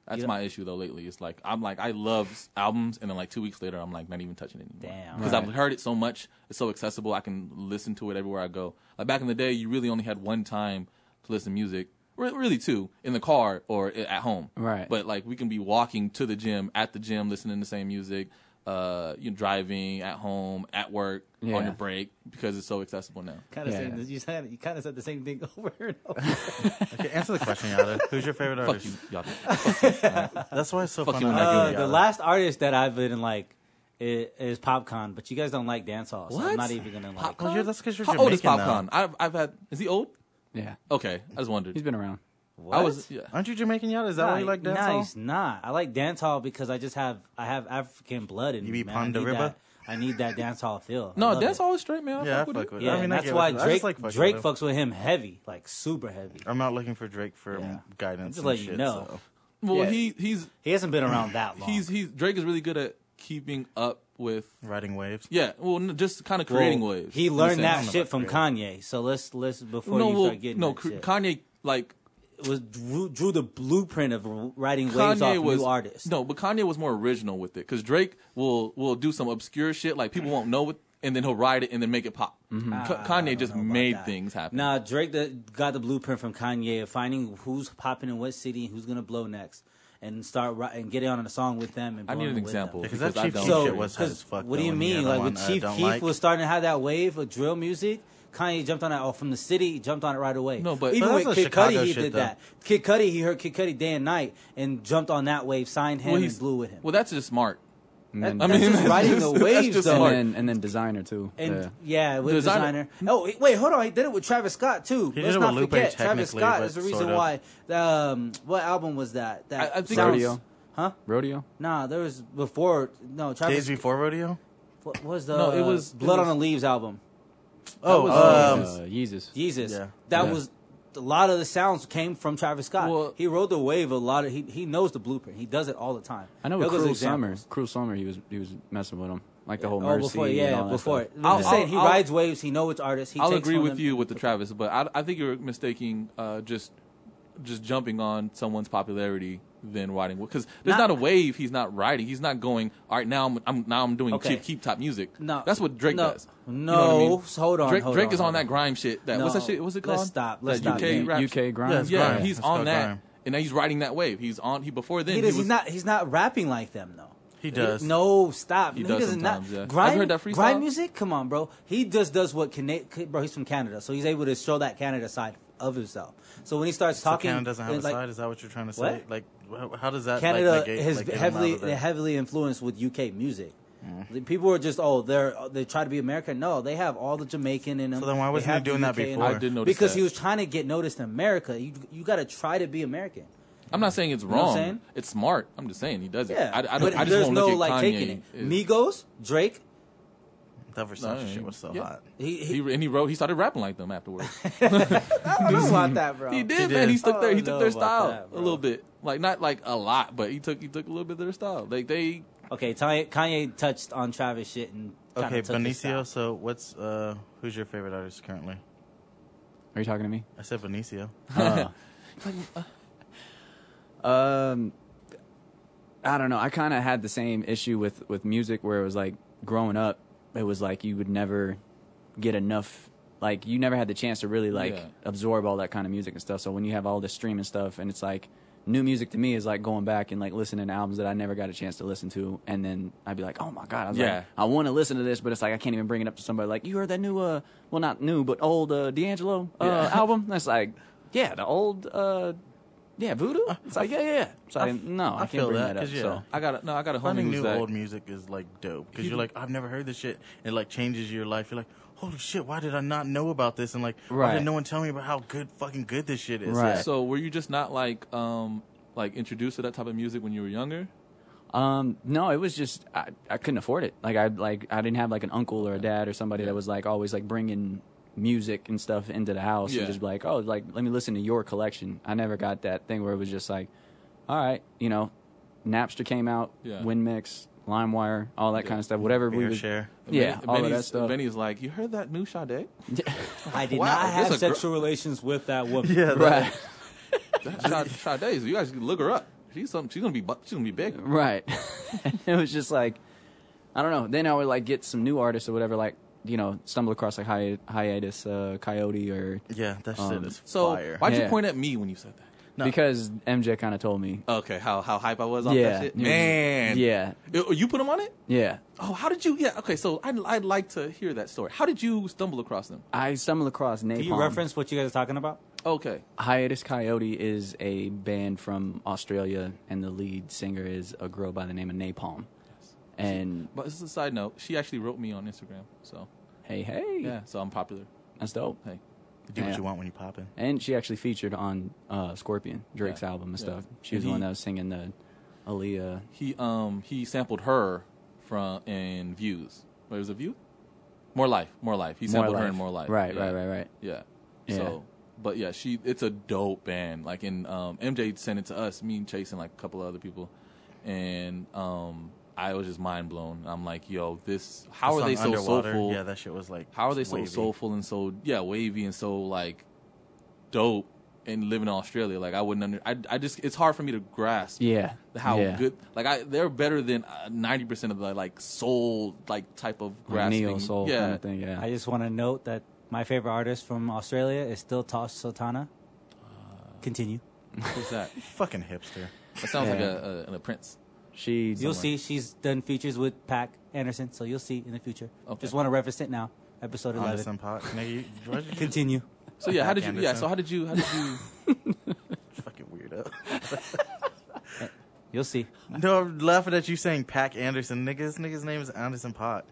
Speaker 1: that's
Speaker 2: Yeah.
Speaker 1: my issue though lately. It's like I'm like I love s- albums, and then like two weeks later I'm like not even touching it anymore.
Speaker 2: Damn.
Speaker 1: because I've
Speaker 4: Right.
Speaker 1: heard it so much. It's so accessible. I can listen to it everywhere I go. Like back in the day, you really only had one time to listen to music. Re- Really, two in the car or i- at home.
Speaker 4: Right.
Speaker 1: But like we can be walking to the gym, at the gym, listening to the same music. Uh, you know, driving at home, at work, on
Speaker 4: Yeah.
Speaker 1: your break because it's so accessible now.
Speaker 2: Kind of
Speaker 4: Yeah.
Speaker 2: saying this, you said you kind of said the same thing over and over.
Speaker 3: Okay, answer the question, Yada. Who's your favorite
Speaker 1: Fuck
Speaker 3: artist?
Speaker 1: you, y'all.
Speaker 3: That's why it's so
Speaker 1: Fuck
Speaker 3: fun.
Speaker 1: you
Speaker 3: to
Speaker 1: when I do
Speaker 3: argue
Speaker 2: Uh,
Speaker 3: with
Speaker 2: the
Speaker 3: Yada.
Speaker 2: last artist that I've been like i- is PopCon, but you guys don't like dancehall, so I'm
Speaker 1: What?
Speaker 2: not even gonna like.
Speaker 3: Well, you're, that's because you're
Speaker 1: How old is
Speaker 3: Jamaican now.
Speaker 1: Popcorn? I've I've had. Is he old?
Speaker 4: Yeah,
Speaker 1: Okay, I just wondered.
Speaker 4: he's been around.
Speaker 1: I was yeah.
Speaker 3: Aren't you Jamaican, Yada? Is that why you like
Speaker 2: Nah, he's
Speaker 3: dancehall?
Speaker 2: not. I like dancehall because I just have I have African blood in
Speaker 3: You
Speaker 2: me.
Speaker 3: be
Speaker 2: man. I need
Speaker 3: Ponderibba?
Speaker 2: that- I need that dancehall feel. I
Speaker 1: No,
Speaker 2: love
Speaker 1: that's
Speaker 2: it.
Speaker 1: all straight, man. I
Speaker 3: Yeah, I
Speaker 1: fuck with
Speaker 3: fuck
Speaker 1: it.
Speaker 3: with
Speaker 2: Yeah,
Speaker 3: I mean,
Speaker 2: and
Speaker 3: I
Speaker 2: that's
Speaker 3: get
Speaker 2: why
Speaker 3: it. I just
Speaker 2: Drake
Speaker 3: like fucking
Speaker 2: Drake
Speaker 3: with him.
Speaker 2: fucks with him heavy, like super heavy.
Speaker 3: I'm not looking for Drake for
Speaker 2: Yeah.
Speaker 3: guidance.
Speaker 2: Just
Speaker 3: and
Speaker 2: let you
Speaker 3: shit,
Speaker 2: know.
Speaker 3: so.
Speaker 1: Well,
Speaker 2: Yeah.
Speaker 1: he he's
Speaker 2: He hasn't been around that long.
Speaker 1: he's he's Drake is really good at keeping up with.
Speaker 3: Riding waves.
Speaker 1: Yeah, well, n- just kind of creating
Speaker 2: Well,
Speaker 1: waves.
Speaker 2: He
Speaker 1: in a
Speaker 2: learned that
Speaker 1: sense.
Speaker 2: shit from
Speaker 3: creating.
Speaker 2: Kanye. So let's let's before
Speaker 1: No,
Speaker 2: you
Speaker 1: well,
Speaker 2: start getting
Speaker 1: no,
Speaker 2: that
Speaker 1: cr-
Speaker 2: shit.
Speaker 1: Kanye like
Speaker 2: It was drew, drew the blueprint of writing waves off
Speaker 1: Kanye was
Speaker 2: new artists.
Speaker 1: no, but Kanye was more original with it because Drake will will do some obscure shit like people won't know it, and then he'll ride it and then make it pop.
Speaker 2: Mm-hmm.
Speaker 1: Ka- Kanye
Speaker 2: Ah,
Speaker 1: just
Speaker 2: know about
Speaker 1: made
Speaker 2: that.
Speaker 1: things happen.
Speaker 2: Nah, Drake that got the blueprint from Kanye of finding who's popping in what city and who's gonna blow next, and start ri- and get on a song with them. And
Speaker 1: I need
Speaker 2: blowing
Speaker 1: an
Speaker 2: with them.
Speaker 1: example
Speaker 3: Because that
Speaker 1: because I
Speaker 3: Chief
Speaker 1: don't.
Speaker 3: Keef shit
Speaker 2: So,
Speaker 3: was hot as
Speaker 2: 'cause
Speaker 3: fuck,
Speaker 2: What do
Speaker 3: though,
Speaker 2: you
Speaker 3: and the
Speaker 2: mean?
Speaker 3: other
Speaker 2: Like
Speaker 3: one
Speaker 2: when
Speaker 3: I
Speaker 2: Chief
Speaker 3: don't
Speaker 2: Keef
Speaker 3: like.
Speaker 2: was starting to have that wave of drill music, Kanye jumped on it. Oh, from the city, jumped on it right away.
Speaker 1: No, but-
Speaker 2: even
Speaker 3: But that's
Speaker 2: with
Speaker 3: a
Speaker 2: Kid
Speaker 3: Chicago
Speaker 2: Cudi, he
Speaker 3: shit,
Speaker 2: did
Speaker 3: though.
Speaker 2: that. Kid Cudi, he heard Kid Cudi day and night and jumped on that wave, signed him,
Speaker 1: Well,
Speaker 2: and blew with him.
Speaker 1: Well, that's just smart.
Speaker 4: And
Speaker 2: That-
Speaker 4: then,
Speaker 2: that's
Speaker 1: mean,
Speaker 2: just
Speaker 1: that's
Speaker 2: riding
Speaker 1: just-
Speaker 2: the
Speaker 1: that's
Speaker 2: waves,
Speaker 1: just
Speaker 2: though.
Speaker 1: smart.
Speaker 4: and then and then designer too.
Speaker 2: And
Speaker 4: yeah.
Speaker 2: yeah, with designer.
Speaker 1: Designer-
Speaker 2: Oh wait, hold on. He did it with Travis Scott too.
Speaker 3: did
Speaker 2: Let's
Speaker 3: it
Speaker 2: not
Speaker 3: with Lupe
Speaker 2: forget Travis
Speaker 3: technically,
Speaker 2: Scott
Speaker 3: but
Speaker 2: is the reason
Speaker 3: sort of.
Speaker 2: why. Um, what album was that? That
Speaker 1: I- I think-
Speaker 2: sounds-
Speaker 4: Rodeo.
Speaker 2: Huh?
Speaker 4: Rodeo.
Speaker 2: Nah, there was before. No, Travis.
Speaker 3: Days before rodeo.
Speaker 2: what was the?
Speaker 1: No, it was-
Speaker 2: Blood
Speaker 1: it
Speaker 2: on
Speaker 1: was-
Speaker 2: the Leaves album.
Speaker 3: Oh,
Speaker 1: was-
Speaker 3: um,
Speaker 4: uh, Yeezus.
Speaker 2: Jesus.
Speaker 3: Yeah.
Speaker 2: That
Speaker 4: Yeah.
Speaker 2: was a lot of the sounds came from Travis Scott.
Speaker 1: Well-
Speaker 2: he rode the wave a lot of. He he knows the blueprint. He does it all the time.
Speaker 4: I know
Speaker 2: There
Speaker 4: with
Speaker 2: goes
Speaker 4: Cruel Summer,
Speaker 2: examples.
Speaker 4: Cruel Summer, he was he was messing with him, like the whole
Speaker 2: Oh,
Speaker 4: mercy.
Speaker 2: before
Speaker 4: and
Speaker 2: yeah,
Speaker 4: all that
Speaker 2: before.
Speaker 4: stuff.
Speaker 2: I'm
Speaker 1: I'll-
Speaker 2: just saying he
Speaker 1: I'll-
Speaker 2: rides waves. He knows it's artists. He
Speaker 1: I'll
Speaker 2: takes
Speaker 1: agree
Speaker 2: from
Speaker 1: with
Speaker 2: them.
Speaker 1: you with the Travis, but I, I think you're mistaking uh, just just jumping on someone's popularity than riding because there's
Speaker 2: Not-
Speaker 1: not, a wave he's not riding. He's not going. All right, now I'm, I'm now I'm doing
Speaker 2: Okay.
Speaker 1: cheap keep top music.
Speaker 2: No.
Speaker 1: that's what Drake
Speaker 2: No.
Speaker 1: does. You know what I mean?
Speaker 2: No. Hold on,
Speaker 1: Drake,
Speaker 2: hold
Speaker 1: Drake
Speaker 2: on,
Speaker 1: is on
Speaker 2: hold on.
Speaker 1: that grime shit. That what's that
Speaker 2: No.
Speaker 1: shit? What's it
Speaker 2: Let's
Speaker 1: called?
Speaker 2: stop, let's
Speaker 1: that
Speaker 2: stop.
Speaker 1: UK
Speaker 2: U-
Speaker 1: rap.
Speaker 4: UK
Speaker 3: Yeah,
Speaker 4: grind.
Speaker 3: it's
Speaker 1: Yeah,
Speaker 3: grime.
Speaker 1: he's
Speaker 3: It's
Speaker 1: on
Speaker 3: called
Speaker 1: that,
Speaker 3: grime.
Speaker 1: and now he's riding that wave. He's on. He before then
Speaker 2: He
Speaker 1: he,
Speaker 2: does,
Speaker 1: was
Speaker 2: he's not. He's not rapping like them though.
Speaker 3: He does.
Speaker 2: no, stop.
Speaker 1: He
Speaker 2: no,
Speaker 1: does
Speaker 2: he does not.
Speaker 1: sometimes, yeah. Have you
Speaker 2: Grime,
Speaker 1: heard that freestyle?
Speaker 2: grime music. Come on, bro. He just does what Cana- bro. He's from Canada, so he's able to show that Canada side of himself. So when he starts
Speaker 3: So
Speaker 2: talking,
Speaker 3: Canada doesn't have a
Speaker 2: it's like,
Speaker 3: side. Is that what you're trying to say?
Speaker 2: What?
Speaker 3: Like, wh- how does that?
Speaker 2: Canada
Speaker 3: like, negate,
Speaker 2: has
Speaker 3: like, get him
Speaker 2: heavily
Speaker 3: out of Mm-hmm. that?
Speaker 2: heavily influenced with UK music. The People are just oh they're they try to be American. No, they have all the Jamaican in them.
Speaker 3: So then why
Speaker 2: They
Speaker 3: wasn't he
Speaker 2: have the
Speaker 3: doing that
Speaker 2: UK in
Speaker 3: before?
Speaker 2: them.
Speaker 1: I did notice
Speaker 2: because
Speaker 1: that.
Speaker 2: he was trying to get noticed in America. You you got to try to be American.
Speaker 1: I'm not saying it's
Speaker 2: what I'm
Speaker 1: wrong.
Speaker 2: saying?
Speaker 1: It's smart. I'm just saying he does it.
Speaker 2: Yeah,
Speaker 1: I, I,
Speaker 2: but
Speaker 1: don't, I just
Speaker 2: there's
Speaker 1: won't
Speaker 2: no
Speaker 1: look at
Speaker 2: like
Speaker 1: Kanye.
Speaker 2: taking it.
Speaker 1: as-
Speaker 2: Migos, Drake.
Speaker 3: That Versace
Speaker 1: No, I mean,
Speaker 3: shit was so
Speaker 1: yeah.
Speaker 3: hot.
Speaker 2: He, he,
Speaker 1: He, and he wrote. He started rapping like them afterwards.
Speaker 2: I don't know about that, bro.
Speaker 1: Oh, He did,
Speaker 3: He
Speaker 1: man.
Speaker 3: did.
Speaker 1: He took their
Speaker 2: I
Speaker 4: Oh,
Speaker 1: he
Speaker 2: don't know
Speaker 1: took their
Speaker 2: about
Speaker 1: style
Speaker 2: that,
Speaker 1: a
Speaker 2: bro.
Speaker 1: little bit, like not like a lot, but he took he took a little bit of their style. Like they,
Speaker 2: Okay, Kanye, Kanye touched on Travis shit and kinda
Speaker 3: Okay,
Speaker 2: took his
Speaker 3: Benicio.
Speaker 2: style.
Speaker 3: So, what's uh, who's your favorite artist currently?
Speaker 4: Are you talking to me?
Speaker 3: I said Benicio.
Speaker 4: Um, I don't know. I kind of had the same issue with with music where it was like growing up, it was like you would never get enough. Like you never had the chance to really like
Speaker 1: Yeah.
Speaker 4: absorb all that kind of music and stuff. So when you have all this streaming stuff, and it's like new music to me is like going back and like listening to albums that I never got a chance to listen to, and then I'd be like, oh my god, I was
Speaker 1: Yeah.
Speaker 4: like, I want to listen to this, but it's like I can't even bring it up to somebody. Like you heard that new, uh, well not new, but old uh, D'Angelo uh,
Speaker 1: Yeah.
Speaker 4: album. That's like, yeah, the old. Uh, Yeah, voodoo. It's like yeah, yeah. yeah. So I,
Speaker 3: I f-
Speaker 4: didn't- no, I,
Speaker 3: I
Speaker 4: can't
Speaker 3: feel
Speaker 4: bring
Speaker 3: that,
Speaker 4: that, up.
Speaker 3: 'cause, yeah.
Speaker 4: So
Speaker 1: I got a, no, I got a homie
Speaker 3: Finding
Speaker 1: who's
Speaker 3: new
Speaker 1: that.
Speaker 3: old music is like dope because
Speaker 1: You-
Speaker 3: you're like, I've never heard this shit. It like changes your life. You're like, holy shit, why did I not know about this? And like, why
Speaker 4: Right.
Speaker 3: did no one tell me about how good fucking good this shit is?
Speaker 4: Right.
Speaker 1: So were you just not like um like introduced to that type of music when you were younger?
Speaker 4: Um, no, it was just I, I couldn't afford it. Like I like I didn't have like an uncle or a dad or somebody that was like always like bringing music and stuff into the house
Speaker 1: Yeah.
Speaker 4: and just be like, oh, like let me listen to your collection. I never got that thing where it was just like, all right, you know, Napster came out,
Speaker 1: Yeah.
Speaker 4: Winmix, LimeWire, all that
Speaker 1: Yeah.
Speaker 4: kind of stuff. Whatever we
Speaker 3: Beer
Speaker 4: was,
Speaker 3: share.
Speaker 4: yeah,
Speaker 1: Benny-
Speaker 4: all of that
Speaker 1: Benny's-
Speaker 4: stuff.
Speaker 1: Benny's like, you heard that new Sade?
Speaker 2: I did
Speaker 1: Wow,
Speaker 2: not
Speaker 1: that's
Speaker 2: have
Speaker 1: a gr-
Speaker 2: sexual relations with that woman.
Speaker 3: Yeah,
Speaker 4: right,
Speaker 1: Sade, Sade's. You guys can look her up. She's some. She's gonna be. bu- She's gonna be big.
Speaker 4: right. it was just like, I don't know. Then I would like get some new artists or whatever, like you know, stumble across like hi- hiatus, uh, Coyote or
Speaker 3: Yeah, that shit
Speaker 4: Um,
Speaker 3: is
Speaker 1: So
Speaker 3: fire.
Speaker 1: why'd you
Speaker 4: Yeah.
Speaker 1: point at me when you said that?
Speaker 3: No.
Speaker 4: because MJ kind of told me.
Speaker 1: Okay, how how hype I was off
Speaker 4: Yeah,
Speaker 1: that shit,
Speaker 4: you-
Speaker 1: man.
Speaker 4: Yeah,
Speaker 1: You- you put him on it.
Speaker 4: yeah.
Speaker 1: Oh, how did you? Yeah. Okay, so I'd I'd like to hear that story. How did you stumble across them?
Speaker 4: I stumbled across Napalm.
Speaker 2: Do you reference what you guys are talking about?
Speaker 1: Okay.
Speaker 4: Hiatus Coyote is a band from Australia, and the lead singer is a girl by the name of Napalm. And
Speaker 1: But this is a side note. She actually wrote me on Instagram, so
Speaker 4: hey, hey,
Speaker 1: yeah, so I'm popular.
Speaker 4: that's dope.
Speaker 1: Hey,
Speaker 3: do what
Speaker 4: Yeah.
Speaker 3: you want when you pop in.
Speaker 4: And she actually featured on uh, Scorpion, Drake's
Speaker 1: Yeah,
Speaker 4: album and
Speaker 1: yeah.
Speaker 4: stuff. She
Speaker 1: And
Speaker 4: was the one
Speaker 1: he-
Speaker 4: that was singing the Aaliyah.
Speaker 1: he um he sampled her from in views. Wait, was it view? More life, more life. He sampled her in more life.
Speaker 4: Right,
Speaker 1: Yeah.
Speaker 4: right, right, right.
Speaker 1: Yeah.
Speaker 4: Yeah.
Speaker 1: So, but yeah, she it's a dope band. Like, and um, MJ sent it to us, me and Chase and like a couple of other people, and um, I was just mind blown. I'm like, yo, this. How
Speaker 3: The
Speaker 1: are they so
Speaker 3: song Underwater,
Speaker 1: soulful?
Speaker 3: Yeah, that shit was like.
Speaker 1: how are they so
Speaker 3: wavy.
Speaker 1: soulful and so yeah wavy and so like dope and living in Australia? Like, I wouldn't under. I I just it's hard for me to grasp
Speaker 4: Yeah.
Speaker 1: how
Speaker 4: yeah.
Speaker 1: good like I they're better than uh, ninety percent of the like soul like type of
Speaker 4: Like
Speaker 1: grasping.
Speaker 4: neo soul
Speaker 1: yeah.
Speaker 4: kind of thing. Yeah.
Speaker 2: I just want to note that my favorite artist from Australia is still Tosh Sultana.
Speaker 1: Uh,
Speaker 2: Continue.
Speaker 1: Who's that?
Speaker 3: Fucking hipster.
Speaker 1: That sounds like
Speaker 4: Yeah.
Speaker 1: a, a, a prince.
Speaker 4: she.
Speaker 2: You'll see she's done features with Pac Anderson, so you'll see in the future.
Speaker 1: Okay.
Speaker 2: Just want to reference it now. Episode
Speaker 3: On
Speaker 2: 11.
Speaker 3: some pot. Nigga, you, why'd you just-
Speaker 2: Continue.
Speaker 1: So yeah, how
Speaker 3: Jack
Speaker 1: did you? Yeah,
Speaker 3: Anderson.
Speaker 1: so how did you? How did you?
Speaker 3: fucking weirdo.
Speaker 2: You'll see.
Speaker 3: No, I'm laughing at you saying Pac Anderson. Nigga, this nigga's name is Anderson Pot.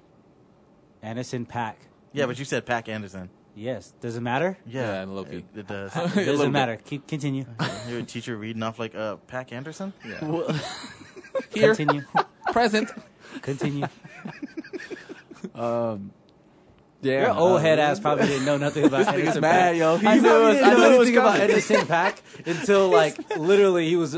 Speaker 2: Anderson Pac.
Speaker 3: Yeah, but you said Pac Anderson.
Speaker 2: Yes. Does it matter?
Speaker 1: Yeah,
Speaker 3: Yeah,
Speaker 1: and Loki.
Speaker 3: It, it does.
Speaker 1: A
Speaker 2: It
Speaker 1: little bit.
Speaker 2: doesn't matter. Keep continue.
Speaker 3: You're a teacher reading off like uh, Pac Anderson.
Speaker 1: Here,
Speaker 2: Continue.
Speaker 1: present.
Speaker 2: continue.
Speaker 4: um, Yeah.
Speaker 2: Your old
Speaker 4: uh,
Speaker 2: head ass probably didn't know nothing about
Speaker 4: nigga's
Speaker 2: Anderson
Speaker 4: mad,
Speaker 2: Paak.
Speaker 4: yo. He
Speaker 2: I knew
Speaker 4: probably
Speaker 2: it-
Speaker 4: didn't
Speaker 2: I
Speaker 4: know
Speaker 2: knew
Speaker 4: this
Speaker 2: nothing
Speaker 4: guy.
Speaker 2: about Anderson Pack until like literally he was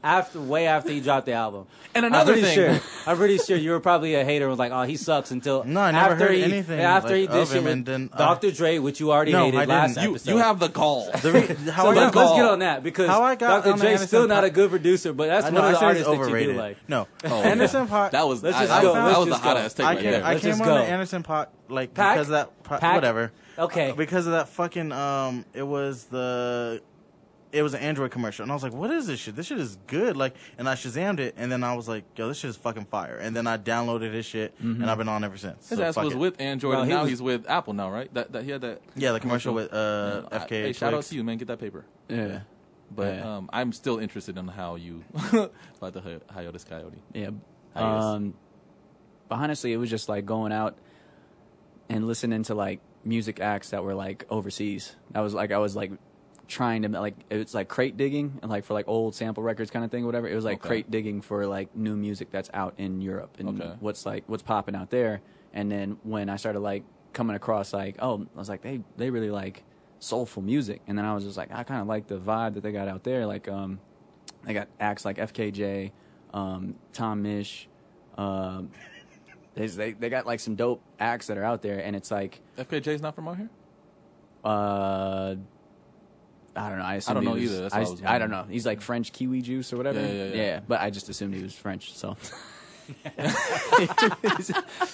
Speaker 2: after way after he dropped the album.
Speaker 1: And another
Speaker 2: I'm pretty sure,
Speaker 1: thing-
Speaker 2: I'm pretty sure you were probably a hater and was like, oh, he sucks until
Speaker 3: No, I never
Speaker 2: after
Speaker 3: heard
Speaker 2: he,
Speaker 3: anything,
Speaker 2: after he
Speaker 3: like,
Speaker 2: did
Speaker 3: of
Speaker 2: shit
Speaker 3: him
Speaker 2: with
Speaker 3: and then, uh,
Speaker 2: Dr. Dre, which you already
Speaker 3: No,
Speaker 2: hated
Speaker 3: I
Speaker 2: last
Speaker 3: didn't.
Speaker 1: You,
Speaker 2: episode.
Speaker 1: you have the gall.
Speaker 3: The re- how
Speaker 2: so
Speaker 3: I
Speaker 2: let's,
Speaker 3: got-
Speaker 2: let's get on that because
Speaker 3: How I got
Speaker 2: Dr.
Speaker 3: on
Speaker 2: Dre's
Speaker 3: Anderson
Speaker 2: still not
Speaker 3: Paak-
Speaker 2: a good producer, but that's
Speaker 3: I
Speaker 2: one
Speaker 3: know,
Speaker 2: of
Speaker 3: I
Speaker 2: the
Speaker 3: said
Speaker 2: artists
Speaker 3: it's
Speaker 2: that you
Speaker 3: overrated.
Speaker 2: do like.
Speaker 3: No,
Speaker 1: Oh,
Speaker 3: Anderson
Speaker 1: yeah.
Speaker 3: Pot.
Speaker 1: That was
Speaker 2: Let's
Speaker 1: I,
Speaker 2: just
Speaker 1: I,
Speaker 2: go.
Speaker 1: That
Speaker 2: Let's
Speaker 1: was the
Speaker 2: just
Speaker 1: hot
Speaker 2: go.
Speaker 1: ass take
Speaker 3: I,
Speaker 1: right
Speaker 3: came,
Speaker 1: there.
Speaker 3: I
Speaker 2: Let's
Speaker 3: came
Speaker 2: just
Speaker 3: on
Speaker 2: go.
Speaker 3: the Anderson Pot like
Speaker 2: Pac?
Speaker 3: because of that po-
Speaker 2: Pac?
Speaker 3: whatever. Uh,
Speaker 2: Okay.
Speaker 3: Because of that fucking um, it was the. It was an Android commercial, and I was like, "What is this shit? This shit is good!" Like, and I shazammed it, and then I was like, "Yo, this shit is fucking fire!" And then I downloaded his shit, and I've been on ever since.
Speaker 1: Mm-hmm. His
Speaker 3: So
Speaker 1: ass
Speaker 3: fuck
Speaker 1: was
Speaker 3: it.
Speaker 1: with Android,
Speaker 2: Well,
Speaker 1: and
Speaker 2: he
Speaker 1: now
Speaker 2: was-
Speaker 1: he's with Apple now, right? That that he had that.
Speaker 3: yeah, the commercial with uh,
Speaker 1: I-
Speaker 3: FK.
Speaker 1: hey, shout out
Speaker 3: Twigs.
Speaker 1: to you, man. Get that paper.
Speaker 4: Yeah.
Speaker 1: But
Speaker 4: Yeah.
Speaker 1: um, I'm still interested in how you about the hi- hiatus coyote.
Speaker 4: Yeah.
Speaker 1: Hiatus.
Speaker 4: Um, but honestly, it was just like going out and listening to like music acts that were like overseas. I was like, I was like trying to like it's like crate digging and like for like old sample records kind of thing, whatever. It was like
Speaker 1: Okay.
Speaker 4: crate digging for like new music that's out in Europe and
Speaker 1: Okay.
Speaker 4: what's like what's popping out there. And then when I started like coming across like oh, I was like they they really like soulful music, and then I was just like I kind of like the vibe that they got out there, like um. They got acts like FKJ, um, Tom Mish. Um, they, they they got like some dope acts that are out there, and it's like
Speaker 1: FKJ's not from out here.
Speaker 4: uh, I don't know. I, assumed
Speaker 1: don't
Speaker 4: he
Speaker 1: know
Speaker 4: was-
Speaker 1: either, that's
Speaker 4: I,
Speaker 1: what I was
Speaker 4: don't know.
Speaker 1: wondering.
Speaker 4: He's like French kiwi juice or whatever.
Speaker 1: Yeah, yeah, yeah.
Speaker 4: but I just assumed he was French. So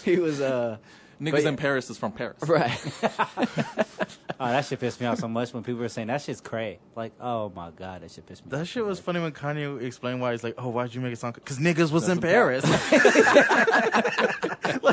Speaker 4: he was uh,
Speaker 1: Niggas
Speaker 4: But-
Speaker 1: in Paris is from Paris.
Speaker 4: Right.
Speaker 2: Oh, that shit pissed me off so much when people were saying that shit's cray. Like, oh my god, that shit pissed me.
Speaker 3: That
Speaker 2: off.
Speaker 3: shit was funny when Kanye explained why he's like, "Oh, why'd you make a song? Because niggas was in
Speaker 1: the
Speaker 3: Paris." like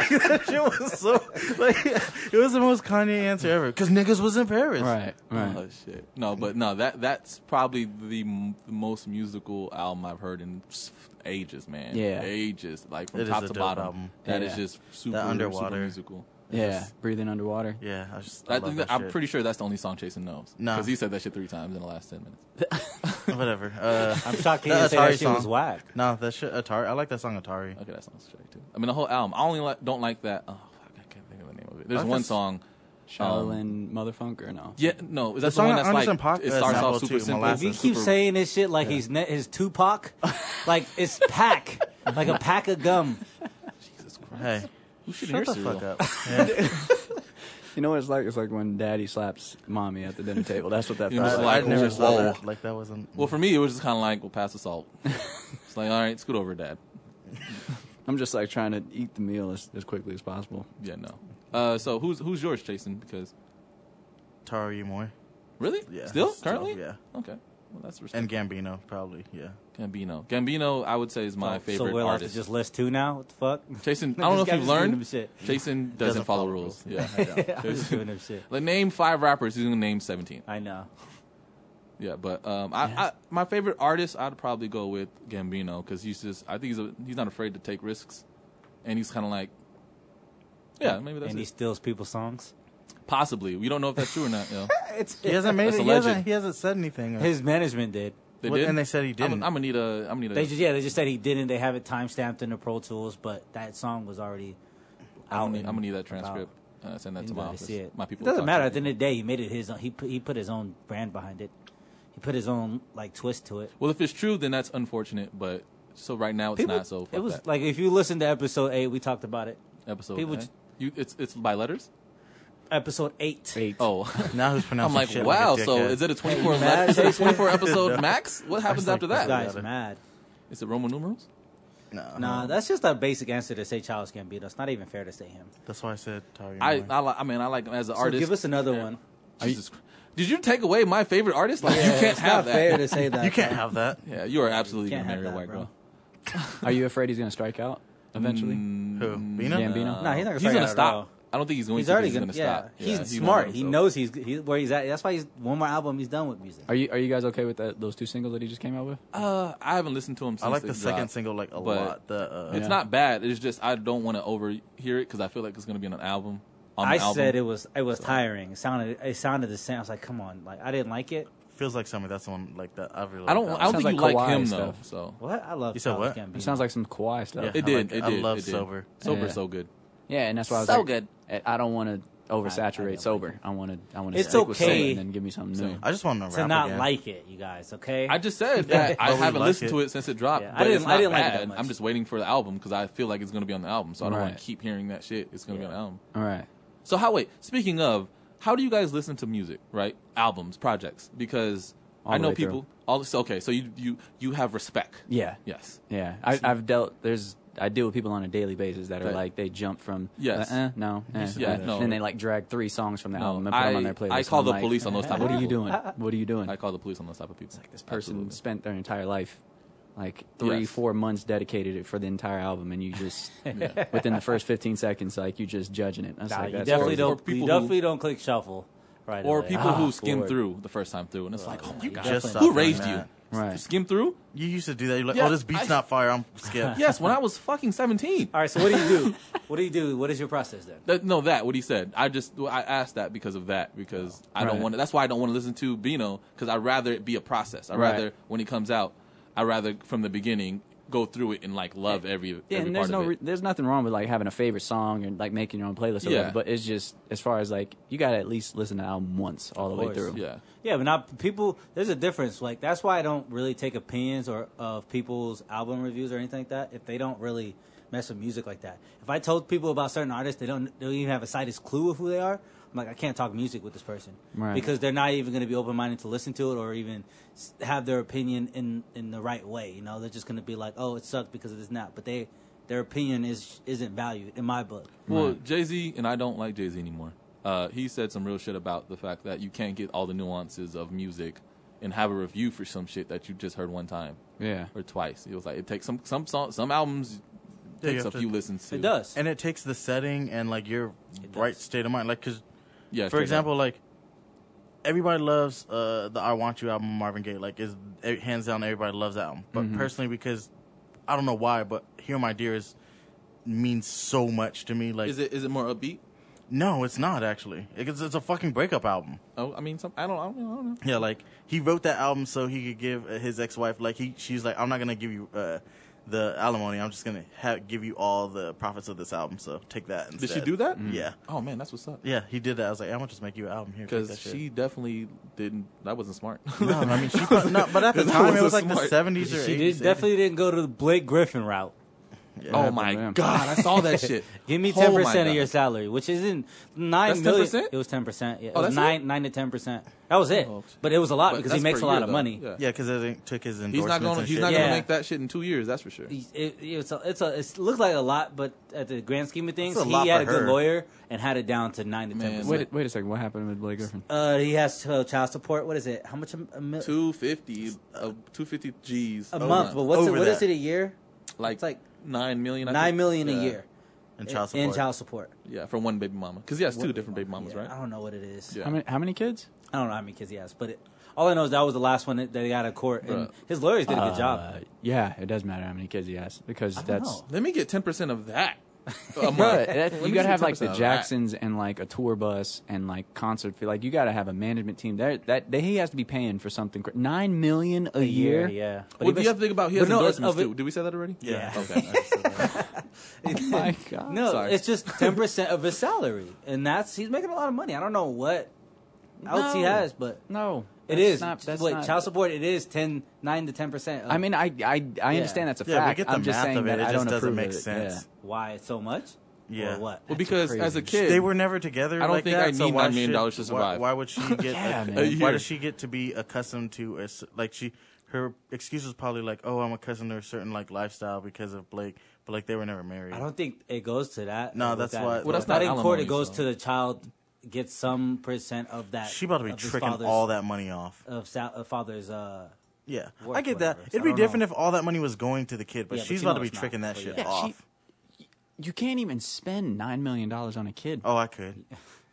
Speaker 3: that shit was so like it was the most Kanye answer ever. Because niggas was in Paris.
Speaker 4: right. Right.
Speaker 1: Oh shit. No, but no, that that's probably the, m- the most musical album I've heard in s- ages, man.
Speaker 4: Yeah.
Speaker 1: ages, like from
Speaker 3: It is
Speaker 1: top
Speaker 3: a
Speaker 1: to
Speaker 3: dope
Speaker 1: bottom.
Speaker 3: album.
Speaker 1: That is
Speaker 4: Yeah.
Speaker 1: just super,
Speaker 3: underwater.
Speaker 1: super musical.
Speaker 4: Yeah.
Speaker 3: just-
Speaker 4: Breathing underwater.
Speaker 3: Yeah. I just. I
Speaker 1: That,
Speaker 3: love that
Speaker 1: I'm
Speaker 3: shit.
Speaker 1: pretty sure that's the only song Jason knows.
Speaker 3: Nah.
Speaker 1: because he said that shit three times in the last ten minutes.
Speaker 3: Whatever. Uh,
Speaker 2: I'm shocked he didn't
Speaker 3: That
Speaker 2: say that
Speaker 3: Atari
Speaker 2: shit was
Speaker 3: song.
Speaker 2: whack.
Speaker 3: no, that shit Atari. I like that song Atari.
Speaker 1: Okay, that sounds straight too. I mean, the whole album. I only li- don't like that. Oh, fuck, I can't think of the name of it. There's
Speaker 3: I
Speaker 1: one
Speaker 3: just-
Speaker 1: song.
Speaker 4: Shaolin Motherfunk or no?
Speaker 1: Um, Yeah, no, is that the,
Speaker 3: song
Speaker 1: one
Speaker 3: on
Speaker 1: that's
Speaker 3: Anderson
Speaker 1: like
Speaker 3: Paak,
Speaker 1: it
Speaker 3: uh,
Speaker 1: starts
Speaker 3: sample
Speaker 1: off super
Speaker 3: too,
Speaker 1: simple.
Speaker 3: Molasses.
Speaker 2: If you
Speaker 1: and
Speaker 2: keep
Speaker 1: super-
Speaker 2: saying this shit like he's ne- his Tupac, like it's pack, like a pack of gum.
Speaker 1: Jesus Christ,
Speaker 3: Hey,
Speaker 1: who should hear
Speaker 3: shut the
Speaker 1: Cyril?
Speaker 3: fuck up. Yeah.
Speaker 4: You know what it's like? It's like when daddy slaps mommy at the dinner table. That's what that
Speaker 1: You
Speaker 4: felt
Speaker 1: must
Speaker 4: like.
Speaker 3: I,
Speaker 1: like,
Speaker 3: I never saw
Speaker 1: whoa.
Speaker 3: that. Like that wasn't.
Speaker 1: Well, for me, it was just kind of like, well, pass the salt. it's like, all right, scoot over, Dad.
Speaker 4: I'm just like trying to eat the meal as, as quickly as possible.
Speaker 1: Yeah, no. Uh, so who's who's yours, Jason? Because
Speaker 3: Tara Umoy.
Speaker 1: really,
Speaker 3: Yeah.
Speaker 1: still
Speaker 3: Still,
Speaker 1: currently,
Speaker 3: yeah.
Speaker 1: Okay, well that's respect.
Speaker 3: and Gambino probably. Yeah.
Speaker 1: Gambino. Gambino, I would say is
Speaker 2: Oh,
Speaker 1: my
Speaker 2: so,
Speaker 1: favorite
Speaker 2: So we're allowed to
Speaker 1: artist.
Speaker 2: just list two now. What the fuck?
Speaker 1: Jason, I don't know
Speaker 2: This
Speaker 1: if
Speaker 2: guy
Speaker 1: you've
Speaker 2: just doing them
Speaker 1: learned.
Speaker 2: shit.
Speaker 1: Jason doesn't, follow, rules. Yeah.
Speaker 2: I'm just doing them shit.
Speaker 1: like name five rappers. He's gonna name seventeen.
Speaker 2: I know.
Speaker 1: Yeah, but um, I, I my favorite artist I'd probably go with Gambino because he's just I think he's a, he's not afraid to take risks, and he's kind of like, yeah, maybe that's
Speaker 2: and he
Speaker 1: it.
Speaker 2: steals people's songs.
Speaker 1: possibly. We don't know if that's true or not. You know.
Speaker 2: It's
Speaker 3: He hasn't made
Speaker 1: That's
Speaker 3: it.
Speaker 1: a
Speaker 3: He
Speaker 1: legend.
Speaker 3: hasn't, he hasn't said anything.
Speaker 2: his management did.
Speaker 1: They
Speaker 3: Well,
Speaker 1: did,
Speaker 3: and they said he
Speaker 1: I'm,
Speaker 3: didn't.
Speaker 1: I'm gonna need a. I'm gonna need a.
Speaker 2: They just yeah, they just said he didn't. They have it time stamped in the Pro Tools, but that song was already
Speaker 1: I'm,
Speaker 2: out.
Speaker 1: gonna need,
Speaker 2: and
Speaker 1: I'm gonna need that
Speaker 2: about.
Speaker 1: transcript. Uh, send that to my
Speaker 2: Anybody
Speaker 1: office.
Speaker 2: see it.
Speaker 1: My people.
Speaker 2: It doesn't
Speaker 1: will talk
Speaker 2: matter. At
Speaker 1: to
Speaker 2: the
Speaker 1: you.
Speaker 2: end of the day, he made it his. Own, he put he put his own brand behind it. He put his own like twist to it.
Speaker 1: Well, if it's true, then that's unfortunate. But so right now it's
Speaker 2: People-
Speaker 1: not. So fuck
Speaker 2: it was
Speaker 1: that.
Speaker 2: like if you listen to episode eight, we talked about it.
Speaker 1: episode.
Speaker 2: people
Speaker 1: eh?
Speaker 2: j-
Speaker 1: you, it's it's by letters.
Speaker 2: Episode eight.
Speaker 4: Eight.
Speaker 1: Oh,
Speaker 3: now who's
Speaker 1: I'm
Speaker 3: pronouncing
Speaker 1: like,
Speaker 3: shit
Speaker 1: wow.
Speaker 3: Like a
Speaker 1: so
Speaker 3: dickhead.
Speaker 1: is it a 24
Speaker 2: Matt,
Speaker 1: le- is it a
Speaker 2: Jason.
Speaker 1: 24 episode max? What happens
Speaker 3: like,
Speaker 1: after
Speaker 2: This
Speaker 1: that?
Speaker 2: guy's
Speaker 3: Yeah.
Speaker 2: mad.
Speaker 1: Is it Roman numerals?
Speaker 3: No,
Speaker 2: Nah, that's just a basic answer to say Charles Gambino. It's not even fair to say him.
Speaker 3: That's why I said Tari.
Speaker 1: I I, li- I mean I like him as an
Speaker 2: So
Speaker 1: artist.
Speaker 2: give us another one.
Speaker 1: Jesus. Christ. Did you take away my favorite artist? Like you can't
Speaker 2: it's not
Speaker 1: have that.
Speaker 2: fair to say that.
Speaker 3: you can't
Speaker 2: bro.
Speaker 3: have that.
Speaker 1: Yeah, you are absolutely
Speaker 2: You
Speaker 1: gonna
Speaker 2: can't
Speaker 1: marry
Speaker 2: have
Speaker 1: a
Speaker 2: that,
Speaker 1: white
Speaker 2: bro.
Speaker 1: girl.
Speaker 4: Are you afraid he's gonna strike out eventually?
Speaker 1: Mm.
Speaker 3: Who? Bino?
Speaker 4: Gambino?
Speaker 2: Nah, he's not gonna start
Speaker 1: he's gonna
Speaker 2: out at all.
Speaker 1: stop. I don't think he's going
Speaker 2: He's
Speaker 1: to. 'cause
Speaker 2: already
Speaker 1: he's
Speaker 2: gonna,
Speaker 1: gonna,
Speaker 2: yeah.
Speaker 1: stop.
Speaker 2: He's
Speaker 1: he
Speaker 2: smart. he
Speaker 1: himself.
Speaker 2: knows he's, he's where he's at. That's why he's one more album. He's done with music.
Speaker 4: Are you Are you guys okay with that, those two singles that he just came out with?
Speaker 1: Uh, I haven't listened to him. Since
Speaker 3: I like
Speaker 1: it
Speaker 3: the second
Speaker 1: dropped.
Speaker 3: single like a
Speaker 1: but
Speaker 3: lot. The uh,
Speaker 1: It's
Speaker 4: Yeah.
Speaker 1: not bad. It's just I don't want to overhear it because I feel like it's going to be on an album. On
Speaker 2: I
Speaker 1: an album.
Speaker 2: said it was it was tiring. It sounded it sounded the same. I was like, come on, like I didn't like it.
Speaker 3: feels like something. That's the one like that I really.
Speaker 1: I don't.
Speaker 3: like
Speaker 1: I don't
Speaker 4: Sounds
Speaker 1: think
Speaker 4: like
Speaker 1: you like
Speaker 4: Kawhi
Speaker 1: him
Speaker 4: stuff.
Speaker 1: though. So
Speaker 2: What I love.
Speaker 3: You said
Speaker 2: Childish
Speaker 3: what?
Speaker 2: Gambino.
Speaker 4: It sounds like some Kawhi stuff.
Speaker 3: Yeah.
Speaker 1: it
Speaker 3: I
Speaker 1: did.
Speaker 3: like-
Speaker 1: it
Speaker 3: I
Speaker 1: did.
Speaker 3: love
Speaker 1: it did.
Speaker 3: Sober.
Speaker 1: Sober,
Speaker 4: Yeah.
Speaker 1: so good.
Speaker 4: Yeah, and that's why I was
Speaker 1: So
Speaker 4: like,
Speaker 1: good.
Speaker 4: I- I don't want to
Speaker 2: I- I
Speaker 4: oversaturate
Speaker 2: don't
Speaker 4: sober. I want to. I want to.
Speaker 2: It's
Speaker 4: stick with sober
Speaker 2: okay
Speaker 4: and then give me something new.
Speaker 1: Same.
Speaker 3: I just want to
Speaker 2: to
Speaker 3: rap
Speaker 2: not
Speaker 3: again.
Speaker 2: like it, you guys. Okay.
Speaker 1: I just said that I
Speaker 3: But we
Speaker 1: haven't
Speaker 3: like
Speaker 1: listened
Speaker 3: it.
Speaker 1: to it since it dropped.
Speaker 2: Yeah, I
Speaker 1: but
Speaker 2: didn't-
Speaker 1: It's
Speaker 2: I
Speaker 1: not
Speaker 2: didn't like it
Speaker 1: bad.
Speaker 2: that much.
Speaker 1: I'm just waiting for the album because I feel like it's going to be on the album. So I don't want
Speaker 4: Right.
Speaker 1: to keep hearing that shit. It's going to be
Speaker 2: Yeah.
Speaker 1: on the album.
Speaker 4: All right.
Speaker 1: So how? Wait. Speaking of, how do you guys listen to music? Right? Albums, projects. Because
Speaker 4: All
Speaker 1: I
Speaker 4: the
Speaker 1: know
Speaker 4: way through.
Speaker 1: people. All so- okay. So you you you have respect.
Speaker 4: Yeah.
Speaker 1: Yes.
Speaker 4: Yeah. I, I've dealt. There's. I deal with people on a daily basis that are
Speaker 1: Right.
Speaker 4: like they jump from
Speaker 1: Yes.
Speaker 4: uh, eh, no eh,
Speaker 1: Yeah,
Speaker 4: eh,
Speaker 1: no.
Speaker 4: then they like drag three songs from the album and put them on their playlist.
Speaker 1: I call
Speaker 4: and
Speaker 1: the
Speaker 4: I'm like,
Speaker 1: police on those type of
Speaker 4: What
Speaker 1: people.
Speaker 4: are you doing? What are you doing?
Speaker 1: I call the police on those type of people. Like
Speaker 4: this person spent their entire life, like three,
Speaker 1: Yes.
Speaker 4: four months dedicated it for the entire album, and you just within the first fifteen seconds, like you just judging it. I was
Speaker 2: Nah,
Speaker 4: like,
Speaker 2: you
Speaker 4: that's
Speaker 2: definitely
Speaker 1: or-
Speaker 4: crazy.
Speaker 1: or
Speaker 2: don't.
Speaker 1: people
Speaker 2: You
Speaker 1: who-
Speaker 2: definitely don't click shuffle. Right.
Speaker 1: Or
Speaker 2: away.
Speaker 1: people
Speaker 2: Ah,
Speaker 1: who skim
Speaker 2: Lord.
Speaker 1: through the first time through, and it's like, oh my god,
Speaker 3: Just
Speaker 1: who
Speaker 3: stop
Speaker 1: raised
Speaker 3: doing
Speaker 1: you?
Speaker 3: that.
Speaker 4: Right.
Speaker 1: Skim through?
Speaker 3: You used to do that. You're like,
Speaker 1: Yeah,
Speaker 3: oh, this beat's
Speaker 1: I-
Speaker 3: not fire. I'm scared.
Speaker 1: Yes, when I was fucking seventeen.
Speaker 2: All right. So what do you do? what do you do? What is your process then?
Speaker 1: That- no, that what he said. I just I asked that because of that because I don't
Speaker 4: Right.
Speaker 1: want. to That's why I don't want to listen to Bino because I rather it be a process. I
Speaker 4: Right.
Speaker 1: rather when it comes out, I rather from the beginning go through it and like love every
Speaker 4: Yeah,
Speaker 1: every
Speaker 4: and
Speaker 1: part
Speaker 4: there's no,
Speaker 1: of
Speaker 4: re-
Speaker 1: it.
Speaker 4: there's nothing wrong with like having a favorite song and like making your own playlist. Or
Speaker 1: Yeah.
Speaker 4: whatever, but it's just as far as like you gotta at least listen to the album once all the way
Speaker 2: course,
Speaker 4: through.
Speaker 1: yeah,
Speaker 2: Yeah, but not people. There's a difference. Like that's why I don't really take opinions or of people's album reviews or anything like that if they don't really mess with music like that. If I told people about certain artists, they don't they don't even have a slightest clue of who they are. I'm like, I can't talk music with this person
Speaker 4: Right.
Speaker 2: because they're not even going to be open minded to listen to it or even s- have their opinion in in the right way. You know, they're just going to be like, oh, it sucked because of this and that. But they their opinion is isn't valued in my book.
Speaker 1: Well, Jay Z, and I don't like Jay Z anymore. Uh, he said some real shit about the fact that you can't get all the nuances of music and have a review for some shit that you just heard one time
Speaker 4: Yeah.
Speaker 1: or twice. It was like it takes some some song, some albums
Speaker 3: Yeah, you
Speaker 1: takes a
Speaker 3: have to-
Speaker 1: few listens to.
Speaker 2: It does.
Speaker 3: and it takes the setting and like your
Speaker 2: does.
Speaker 3: right state of mind. Like, cause
Speaker 1: Yeah.
Speaker 3: for
Speaker 1: straight
Speaker 3: example,
Speaker 1: up.
Speaker 3: like everybody loves uh, the "I Want You" album, of Marvin Gaye. Like, is eh, hands down everybody loves that album.
Speaker 1: Mm-hmm.
Speaker 3: But personally, because I don't know why, but "Here My Dear" is means so much to me. Like,
Speaker 1: is it is it more upbeat?
Speaker 3: no, it's not actually. It's, it's a fucking breakup album.
Speaker 1: Oh, I mean, some I don't I don't, know, I don't know.
Speaker 3: Yeah, like he wrote that album so he could give uh, his ex-wife like he she's like I'm not gonna give you uh, the alimony. I'm just gonna ha- give you all the profits of this album. So take that instead.
Speaker 1: Did she do that?
Speaker 3: Yeah,
Speaker 1: Oh man, that's what's up.
Speaker 3: yeah, he did that. I was like, I'm gonna just make you an album here take
Speaker 1: Because
Speaker 3: that shit."
Speaker 1: she definitely didn't. That wasn't smart.
Speaker 3: No, I mean she. pro- no, but at the
Speaker 1: That
Speaker 3: time it
Speaker 1: wasn't
Speaker 3: was like the
Speaker 1: smart.
Speaker 3: 70s or 80s.
Speaker 2: She did, definitely didn't go to the Blake Griffin route.
Speaker 3: Yeah.
Speaker 1: oh my
Speaker 4: Yeah.
Speaker 1: god, I saw that shit.
Speaker 2: Give me
Speaker 1: Oh,
Speaker 2: ten
Speaker 1: my
Speaker 2: percent of
Speaker 1: God.
Speaker 2: your salary, which isn't nine
Speaker 1: That's
Speaker 2: million.
Speaker 1: 10%?
Speaker 2: It was ten percent. Yeah, it
Speaker 1: Oh,
Speaker 2: was
Speaker 1: that's
Speaker 2: nine nine to ten percent. That was it.
Speaker 1: Oh.
Speaker 2: But it was a lot
Speaker 1: But
Speaker 2: because he
Speaker 1: that's
Speaker 2: makes
Speaker 1: per
Speaker 2: a lot
Speaker 1: year,
Speaker 2: of
Speaker 1: though.
Speaker 2: money.
Speaker 1: Yeah.
Speaker 3: Yeah, because it took his endorsements.
Speaker 1: He's not going.
Speaker 3: and
Speaker 1: to He's
Speaker 3: shit.
Speaker 1: not
Speaker 2: Yeah.
Speaker 1: going to make that shit in two years. That's for sure.
Speaker 2: It, it's a, it's a, it's, it looks like a lot, but at the grand scheme of things,
Speaker 3: It's a
Speaker 2: he
Speaker 3: lot
Speaker 2: had
Speaker 3: for
Speaker 2: a good
Speaker 3: her.
Speaker 2: lawyer and had it down to nine to ten
Speaker 1: Man.
Speaker 2: percent.
Speaker 4: Wait, wait a second. What happened with Blake Griffin?
Speaker 2: Uh, he has uh, child support. What is it? How much a, a, mil-
Speaker 1: Two fifty, uh, two fifty G's
Speaker 2: a month? But what's it,
Speaker 3: Over
Speaker 2: what is
Speaker 3: that.
Speaker 2: it a year?
Speaker 1: like,
Speaker 2: It's like
Speaker 1: nine million. I
Speaker 2: nine
Speaker 1: think.
Speaker 2: million
Speaker 1: yeah.
Speaker 2: a year
Speaker 3: And child
Speaker 2: in-
Speaker 3: support.
Speaker 2: in child support.
Speaker 1: Yeah, for one baby mama. Because he has two different baby mamas,
Speaker 2: Yeah, I
Speaker 1: right?
Speaker 2: don't know what it is.
Speaker 1: Yeah.
Speaker 4: How many? How many kids?
Speaker 2: I don't know how many kids he has, but it, all I know is that was the last one that that he got out of court, and
Speaker 1: Bruh.
Speaker 2: his lawyers did a good
Speaker 4: Uh,
Speaker 2: job.
Speaker 4: yeah, it does matter how many kids he has because
Speaker 2: don't
Speaker 4: that's.
Speaker 2: know.
Speaker 1: Let me get ten percent of that. A month.
Speaker 4: Bro,
Speaker 1: Let
Speaker 4: that,
Speaker 1: me
Speaker 4: you gotta
Speaker 1: see
Speaker 4: have like the
Speaker 1: 10% of that.
Speaker 4: Jacksons and like a tour bus and like concert. fee. Like you gotta have a management team. That that they, he has to be paying for something. cra- Nine million a, year.
Speaker 2: yeah. But
Speaker 1: Well,
Speaker 2: he
Speaker 1: do you have to think about he has
Speaker 2: but no, it's
Speaker 1: endorsements
Speaker 2: of it-
Speaker 1: too? Did we say that already?
Speaker 3: Yeah.
Speaker 1: Okay. I just said that.
Speaker 4: Oh my god.
Speaker 2: No,
Speaker 1: Sorry.
Speaker 2: it's just ten percent of his salary, and that's he's making a lot of money. I don't know what else he
Speaker 4: No.
Speaker 2: has, but
Speaker 4: no.
Speaker 2: it
Speaker 4: that's
Speaker 2: is.
Speaker 4: Not, that's
Speaker 2: Wait,
Speaker 4: not-
Speaker 2: child support. It is 10, 9 to ten percent.
Speaker 4: I mean, I I, I understand that's a
Speaker 3: Yeah, we
Speaker 4: fact.
Speaker 3: get the
Speaker 4: I'm just
Speaker 3: math
Speaker 4: saying
Speaker 3: of it.
Speaker 4: that
Speaker 3: It
Speaker 4: I
Speaker 3: just
Speaker 4: don't
Speaker 3: doesn't
Speaker 4: approve
Speaker 3: make
Speaker 4: of it.
Speaker 3: sense.
Speaker 2: why it's so much?
Speaker 3: Yeah.
Speaker 2: Or what?
Speaker 1: Well, because
Speaker 4: crazy.
Speaker 1: as a kid,
Speaker 3: They were never together.
Speaker 1: don't
Speaker 3: like
Speaker 1: think
Speaker 3: that,
Speaker 1: I
Speaker 3: so
Speaker 1: need
Speaker 3: why
Speaker 1: $9 million
Speaker 3: should-
Speaker 1: to
Speaker 3: why-
Speaker 1: survive.
Speaker 3: Why, would she get?
Speaker 4: Yeah,
Speaker 3: a-
Speaker 4: man.
Speaker 1: A
Speaker 3: Why
Speaker 1: year.
Speaker 3: does she get to be accustomed to a s like she? Her excuse was probably like, "Oh, I'm accustomed to a certain like lifestyle because of Blake," but like they were never married.
Speaker 2: I don't think it goes to that.
Speaker 3: No,
Speaker 2: with
Speaker 3: that's
Speaker 2: that.
Speaker 3: why- Well,
Speaker 1: that's
Speaker 2: not,
Speaker 1: not
Speaker 2: in court.
Speaker 1: alimony,
Speaker 2: It goes
Speaker 1: so.
Speaker 2: to the child gets some percent of that.
Speaker 3: she about to be
Speaker 2: of his
Speaker 3: tricking
Speaker 2: father's-
Speaker 3: all that money off.
Speaker 2: of sal- of father's. Uh,
Speaker 3: Yeah,
Speaker 2: work,
Speaker 3: I get that.
Speaker 2: whatever. So I
Speaker 3: It'd be
Speaker 2: don't
Speaker 3: different
Speaker 2: know.
Speaker 3: if all that money was going to the kid, but
Speaker 2: Yeah, but
Speaker 3: she's
Speaker 2: you know
Speaker 3: about to be
Speaker 2: it's not.
Speaker 3: tricking that
Speaker 2: But
Speaker 3: shit
Speaker 2: yeah.
Speaker 3: off.
Speaker 4: She- you can't even spend nine million dollars on a kid.
Speaker 3: oh, I could.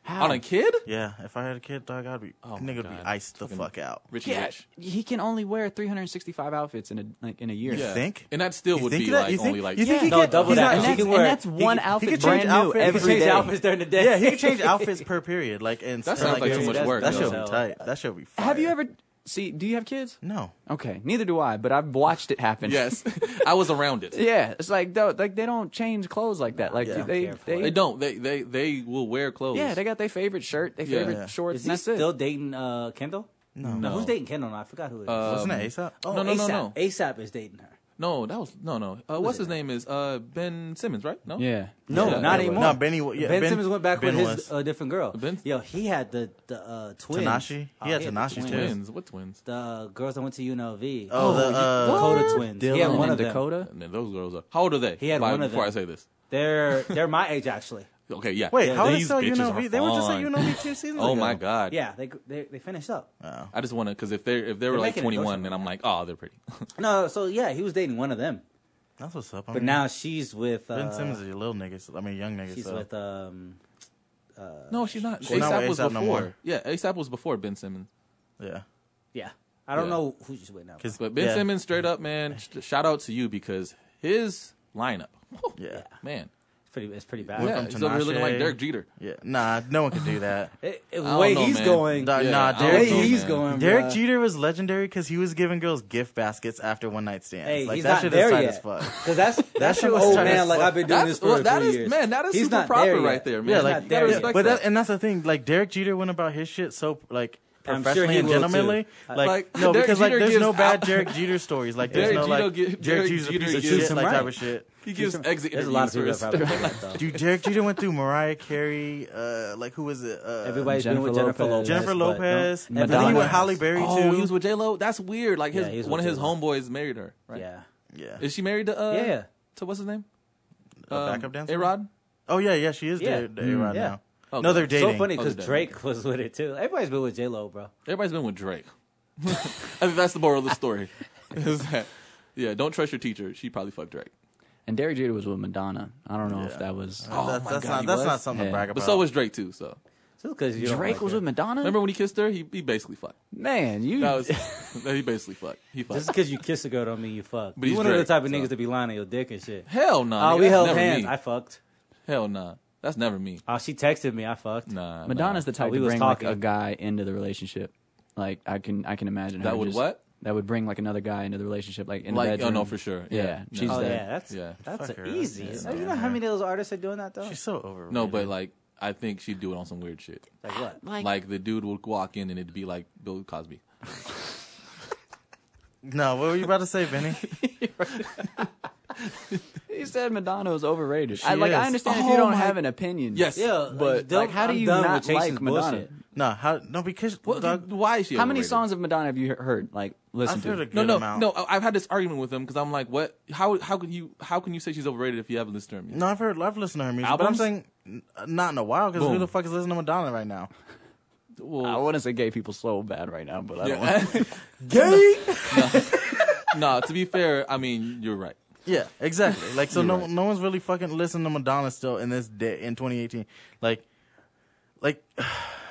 Speaker 4: How?
Speaker 1: on a kid,
Speaker 3: Yeah, if I had a kid, dog, I'd be
Speaker 1: Oh, my
Speaker 3: nigga would be
Speaker 1: God.
Speaker 3: iced the
Speaker 1: Fucking
Speaker 3: fuck out.
Speaker 1: Richie
Speaker 4: Yeah,
Speaker 1: Rich.
Speaker 4: he can only wear 365 outfits in a like in a year.
Speaker 1: Yeah.
Speaker 3: think?
Speaker 1: And that still
Speaker 3: You
Speaker 1: would
Speaker 3: think
Speaker 1: be
Speaker 3: that-
Speaker 1: like
Speaker 3: you think-
Speaker 1: only like
Speaker 3: you think
Speaker 4: Yeah,
Speaker 3: he
Speaker 4: no,
Speaker 3: could-
Speaker 2: double
Speaker 3: he's
Speaker 2: that.
Speaker 3: not-
Speaker 2: And
Speaker 3: he
Speaker 2: that's-
Speaker 3: could-
Speaker 2: and
Speaker 4: that's
Speaker 3: he
Speaker 4: one
Speaker 3: could-
Speaker 4: outfit
Speaker 3: he could
Speaker 4: brand
Speaker 3: change
Speaker 4: new
Speaker 3: outfits.
Speaker 4: every
Speaker 2: he could change
Speaker 4: day.
Speaker 2: outfits during the day.
Speaker 3: Yeah, he could change outfits per period. Like and
Speaker 1: That
Speaker 3: stuff
Speaker 1: sounds like too
Speaker 3: that.
Speaker 1: much work,
Speaker 3: That
Speaker 1: though.
Speaker 3: should be tight. That should be. Fire.
Speaker 4: Have you ever see? Do you have kids?
Speaker 3: No.
Speaker 4: Okay, neither do I, but I've watched it happen.
Speaker 1: yes, I was around it.
Speaker 4: Yeah, it's like though, like they don't change clothes like that. Like
Speaker 3: Yeah.
Speaker 4: they,
Speaker 2: Don't care for
Speaker 4: they,
Speaker 2: it.
Speaker 1: They don't. They they they will wear clothes.
Speaker 4: Yeah, they got their favorite shirt, their
Speaker 1: Yeah.
Speaker 4: favorite
Speaker 1: Yeah.
Speaker 4: shorts.
Speaker 2: is
Speaker 4: and
Speaker 2: he
Speaker 4: that's
Speaker 2: still
Speaker 4: it.
Speaker 2: dating uh, Kendall? No.
Speaker 1: No.
Speaker 2: who's dating Kendall? Now? I forgot who it is.
Speaker 4: Uh,
Speaker 3: Wasn't it ASAP?
Speaker 2: oh,
Speaker 1: Um, no, no, no,
Speaker 2: ASAP.
Speaker 1: no.
Speaker 2: ASAP is dating her.
Speaker 1: No, that was no, no. Uh, what's
Speaker 2: it?
Speaker 1: his name is uh, Ben Simmons, right? No.
Speaker 4: Yeah.
Speaker 2: No,
Speaker 1: Yeah,
Speaker 2: not
Speaker 1: yeah,
Speaker 2: anymore.
Speaker 3: No, Benny. wa- Yeah,
Speaker 2: ben, Simmons went back
Speaker 3: ben
Speaker 2: with
Speaker 3: was.
Speaker 2: his uh, different girl.
Speaker 1: Ben-
Speaker 2: Yo, he had the the uh, twins.
Speaker 3: Tanashi?
Speaker 2: Oh,
Speaker 3: He had
Speaker 2: the
Speaker 3: Tanashi,
Speaker 2: twins.
Speaker 3: too.
Speaker 1: Twins. What twins?
Speaker 2: The uh, girls that went to UNLV.
Speaker 3: Oh, the, uh,
Speaker 2: Dakota twins.
Speaker 4: Dylan
Speaker 2: he had one
Speaker 4: and
Speaker 2: of them.
Speaker 4: Dakota.
Speaker 1: And then those girls are. How old are they?
Speaker 2: He had
Speaker 1: By-
Speaker 2: one of
Speaker 1: Before
Speaker 2: them.
Speaker 1: I say this.
Speaker 2: They're they're my age actually.
Speaker 1: Okay. Yeah.
Speaker 3: Wait, how
Speaker 1: These
Speaker 3: is that
Speaker 1: bitches
Speaker 3: UNLV?
Speaker 1: are
Speaker 3: They were just at
Speaker 1: fine.
Speaker 3: UNLV two seasons ago.
Speaker 1: Oh my god.
Speaker 2: Yeah, they they, they finished up.
Speaker 3: Oh.
Speaker 1: I just want to because if they're if they were
Speaker 2: They're
Speaker 1: like
Speaker 2: making it
Speaker 1: 21,
Speaker 2: go
Speaker 1: then I'm like, oh, they're pretty.
Speaker 2: No, so yeah, he was dating one of them,
Speaker 3: That's what's up. I
Speaker 2: but
Speaker 3: mean,
Speaker 2: now she's with uh,
Speaker 3: Ben Simmons is a little nigga. So, I mean, young nigga.
Speaker 2: She's
Speaker 3: So.
Speaker 2: with um.
Speaker 1: no, she's not.
Speaker 3: She's not
Speaker 1: ASAP
Speaker 3: with
Speaker 1: was
Speaker 3: A$AP no
Speaker 1: before.
Speaker 3: more.
Speaker 1: yeah, ASAP was before Ben Simmons.
Speaker 3: yeah.
Speaker 2: Yeah, I don't
Speaker 1: Yeah.
Speaker 2: know who she's with now.
Speaker 3: Because
Speaker 1: But Ben
Speaker 3: yeah.
Speaker 1: Simmons, straight up, man. sh- Shout out to you because his lineup, whew,
Speaker 3: Yeah.
Speaker 1: man.
Speaker 2: It's pretty, it's pretty bad.
Speaker 3: Went
Speaker 1: Yeah,
Speaker 3: from
Speaker 1: he's over here looking like
Speaker 3: Tinashe.
Speaker 1: Derek Jeter.
Speaker 3: Yeah. Nah, no one could do that.
Speaker 2: It, it,
Speaker 1: I
Speaker 2: the
Speaker 1: don't
Speaker 2: way
Speaker 1: know,
Speaker 2: he's
Speaker 1: man.
Speaker 2: going,
Speaker 3: Nah,
Speaker 1: Yeah,
Speaker 3: nah,
Speaker 1: I don't
Speaker 2: the way
Speaker 3: Derek,
Speaker 1: know,
Speaker 2: he's
Speaker 1: man.
Speaker 2: going,
Speaker 3: Derek
Speaker 2: bruh.
Speaker 3: Jeter was legendary because he was giving girls gift baskets after one night stands.
Speaker 2: Hey,
Speaker 3: like
Speaker 2: he's
Speaker 3: that
Speaker 2: not
Speaker 3: shit
Speaker 2: there
Speaker 3: is tight
Speaker 2: yet.
Speaker 3: as fuck.
Speaker 2: Cause that's that's
Speaker 3: shit
Speaker 2: some
Speaker 3: was
Speaker 2: old
Speaker 3: tight
Speaker 2: man.
Speaker 3: as
Speaker 2: Like
Speaker 3: fuck.
Speaker 2: I've been doing
Speaker 1: That's
Speaker 2: this for
Speaker 1: well,
Speaker 2: a
Speaker 1: that
Speaker 2: few
Speaker 1: is-
Speaker 2: years.
Speaker 1: man, that is
Speaker 2: He's
Speaker 1: super
Speaker 2: not
Speaker 1: proper
Speaker 2: there yet.
Speaker 1: right there, man.
Speaker 3: Yeah,
Speaker 1: He's
Speaker 3: like
Speaker 2: not there
Speaker 3: yeah,
Speaker 2: yet.
Speaker 3: but that, and that's the thing. Like Derek Jeter went about his shit so like
Speaker 2: I'm sure
Speaker 3: professionally
Speaker 2: he
Speaker 3: and
Speaker 2: will, too.
Speaker 3: gentlemanly.
Speaker 2: I-
Speaker 3: Like,
Speaker 1: Like,
Speaker 3: no,
Speaker 1: Derek
Speaker 3: because
Speaker 1: Jeter
Speaker 3: like there's
Speaker 1: gives
Speaker 3: no bad
Speaker 1: out-
Speaker 3: Derek Jeter stories. Like
Speaker 1: Derek
Speaker 3: there's no
Speaker 1: Jeter
Speaker 3: like
Speaker 1: gi- Derek
Speaker 3: Derek Jeter's a
Speaker 1: Jeter
Speaker 3: piece of
Speaker 1: gives
Speaker 3: shit like
Speaker 2: him
Speaker 3: type
Speaker 2: right.
Speaker 3: of shit.
Speaker 1: He gives exit
Speaker 2: There's
Speaker 1: interviews
Speaker 2: a lot of
Speaker 1: for
Speaker 2: people that
Speaker 1: his
Speaker 2: probably like that, though.
Speaker 3: Dude, Derek Jeter went through Mariah Carey. Uh, like who was it? Uh,
Speaker 2: Everybody's
Speaker 4: Jennifer
Speaker 2: been with Jennifer
Speaker 4: Lopez.
Speaker 2: Lopez.
Speaker 3: Jennifer
Speaker 2: but
Speaker 3: Lopez.
Speaker 2: no-
Speaker 3: And then he
Speaker 4: Madonna.
Speaker 3: went Halle Berry
Speaker 1: Oh,
Speaker 3: too.
Speaker 1: he was with J Lo. That's weird. Like his
Speaker 2: Yeah, he was
Speaker 1: one of
Speaker 2: with
Speaker 1: his
Speaker 2: J-Lo.
Speaker 1: homeboys married her. Right?
Speaker 2: Yeah.
Speaker 3: yeah.
Speaker 1: Is she married to? Uh,
Speaker 2: Yeah.
Speaker 1: To what's his name?
Speaker 3: a
Speaker 1: um,
Speaker 3: backup dancer.
Speaker 1: A Rod.
Speaker 3: Oh yeah, yeah, she is
Speaker 2: Yeah.
Speaker 3: the, the A Rod
Speaker 2: Mm, yeah.
Speaker 3: now.
Speaker 1: Oh,
Speaker 3: no, they're
Speaker 1: God.
Speaker 3: dating.
Speaker 2: So funny
Speaker 1: Oh,
Speaker 2: because
Speaker 1: they're
Speaker 2: Drake was with it too. Everybody's been with J Lo, bro.
Speaker 1: Everybody's been with Drake. I think that's the moral of the story. is that yeah? Don't trust your teacher. She probably fucked Drake.
Speaker 4: And Derek Jeter was with Madonna. I don't know
Speaker 3: Yeah.
Speaker 4: if that was.
Speaker 1: Oh,
Speaker 3: that's
Speaker 1: my
Speaker 3: that's
Speaker 1: God,
Speaker 3: not
Speaker 1: he
Speaker 3: that's
Speaker 1: was?
Speaker 3: not something
Speaker 4: Yeah.
Speaker 3: to brag about.
Speaker 1: But so was Drake too. So
Speaker 2: Just because you don't
Speaker 4: Drake
Speaker 2: like
Speaker 4: was
Speaker 2: her.
Speaker 4: with Madonna.
Speaker 1: remember when he kissed her? He he basically fucked.
Speaker 4: man, you.
Speaker 1: That was that he basically fucked. He fucked.
Speaker 2: Just because you kiss a girl don't mean you fuck.
Speaker 1: But
Speaker 2: you
Speaker 1: he's
Speaker 2: one of
Speaker 1: Drake,
Speaker 2: the type of
Speaker 1: so.
Speaker 2: niggas to be lying on your dick and shit.
Speaker 1: Hell no.
Speaker 2: Oh,
Speaker 1: nigga,
Speaker 2: we
Speaker 1: that's
Speaker 2: held
Speaker 1: never
Speaker 2: hands.
Speaker 1: Me.
Speaker 2: I fucked.
Speaker 1: Hell nah. That's never me.
Speaker 2: Oh, she texted me. I fucked.
Speaker 1: Nah.
Speaker 4: Madonna's
Speaker 1: nah.
Speaker 4: the type
Speaker 2: we
Speaker 4: to
Speaker 2: was
Speaker 4: bring like a
Speaker 2: talking.
Speaker 4: guy into the relationship. Like I can, I can imagine her
Speaker 1: That would
Speaker 4: just-
Speaker 1: what?
Speaker 4: That would bring like another guy into the relationship, like in the
Speaker 1: Like, oh
Speaker 4: bedroom.
Speaker 1: no, for sure.
Speaker 4: Yeah,
Speaker 1: Yeah.
Speaker 4: she's
Speaker 1: no.
Speaker 2: Oh
Speaker 4: the-
Speaker 2: yeah, that's
Speaker 1: Yeah.
Speaker 2: that's
Speaker 3: Fuck her.
Speaker 2: easy.
Speaker 3: Yeah,
Speaker 2: you know
Speaker 3: man.
Speaker 2: how many of those artists are doing that though?
Speaker 3: She's so overrated.
Speaker 1: no, but like, I think she'd do it on some weird shit.
Speaker 2: like what?
Speaker 4: Like,
Speaker 1: Like, the dude would walk in and it'd be like Bill Cosby.
Speaker 3: no, what were you about to say, Benny?
Speaker 4: he said, Madonna was overrated.
Speaker 3: She
Speaker 4: I, like I
Speaker 3: is.
Speaker 4: understand if
Speaker 1: Oh
Speaker 4: you don't
Speaker 1: my-
Speaker 4: have an opinion.
Speaker 1: Yes.
Speaker 2: Yeah,
Speaker 4: but
Speaker 2: don't-
Speaker 4: like, how do
Speaker 2: I'm
Speaker 4: you
Speaker 2: done
Speaker 4: not
Speaker 2: with Chase's
Speaker 4: like Madonna?
Speaker 2: bullshit.
Speaker 3: no, how? No, because
Speaker 1: What,
Speaker 3: dog,
Speaker 1: why is she?
Speaker 4: How many
Speaker 1: overrated?
Speaker 4: songs of Madonna have you he- heard? Like listen
Speaker 3: I've heard
Speaker 4: to.
Speaker 3: a good
Speaker 1: No, no,
Speaker 3: amount.
Speaker 1: no. I- I've had this argument with him because I'm like, what? How how can you how can you say she's overrated if you haven't listened to her music?
Speaker 3: No, I've heard, I've listened to her music,
Speaker 1: Albums?
Speaker 3: but I'm saying n- not in a while because who
Speaker 1: Boom.
Speaker 3: the fuck is listening to Madonna right now?
Speaker 1: Well,
Speaker 4: I want to say gay people so bad right now, but I don't.
Speaker 1: yeah.
Speaker 3: Gay.
Speaker 1: no, to be fair, I mean you're right.
Speaker 3: yeah, exactly. Like, so
Speaker 1: You're
Speaker 3: no,
Speaker 1: right.
Speaker 3: no one's really fucking listening to Madonna still in this day in 2018. Like, like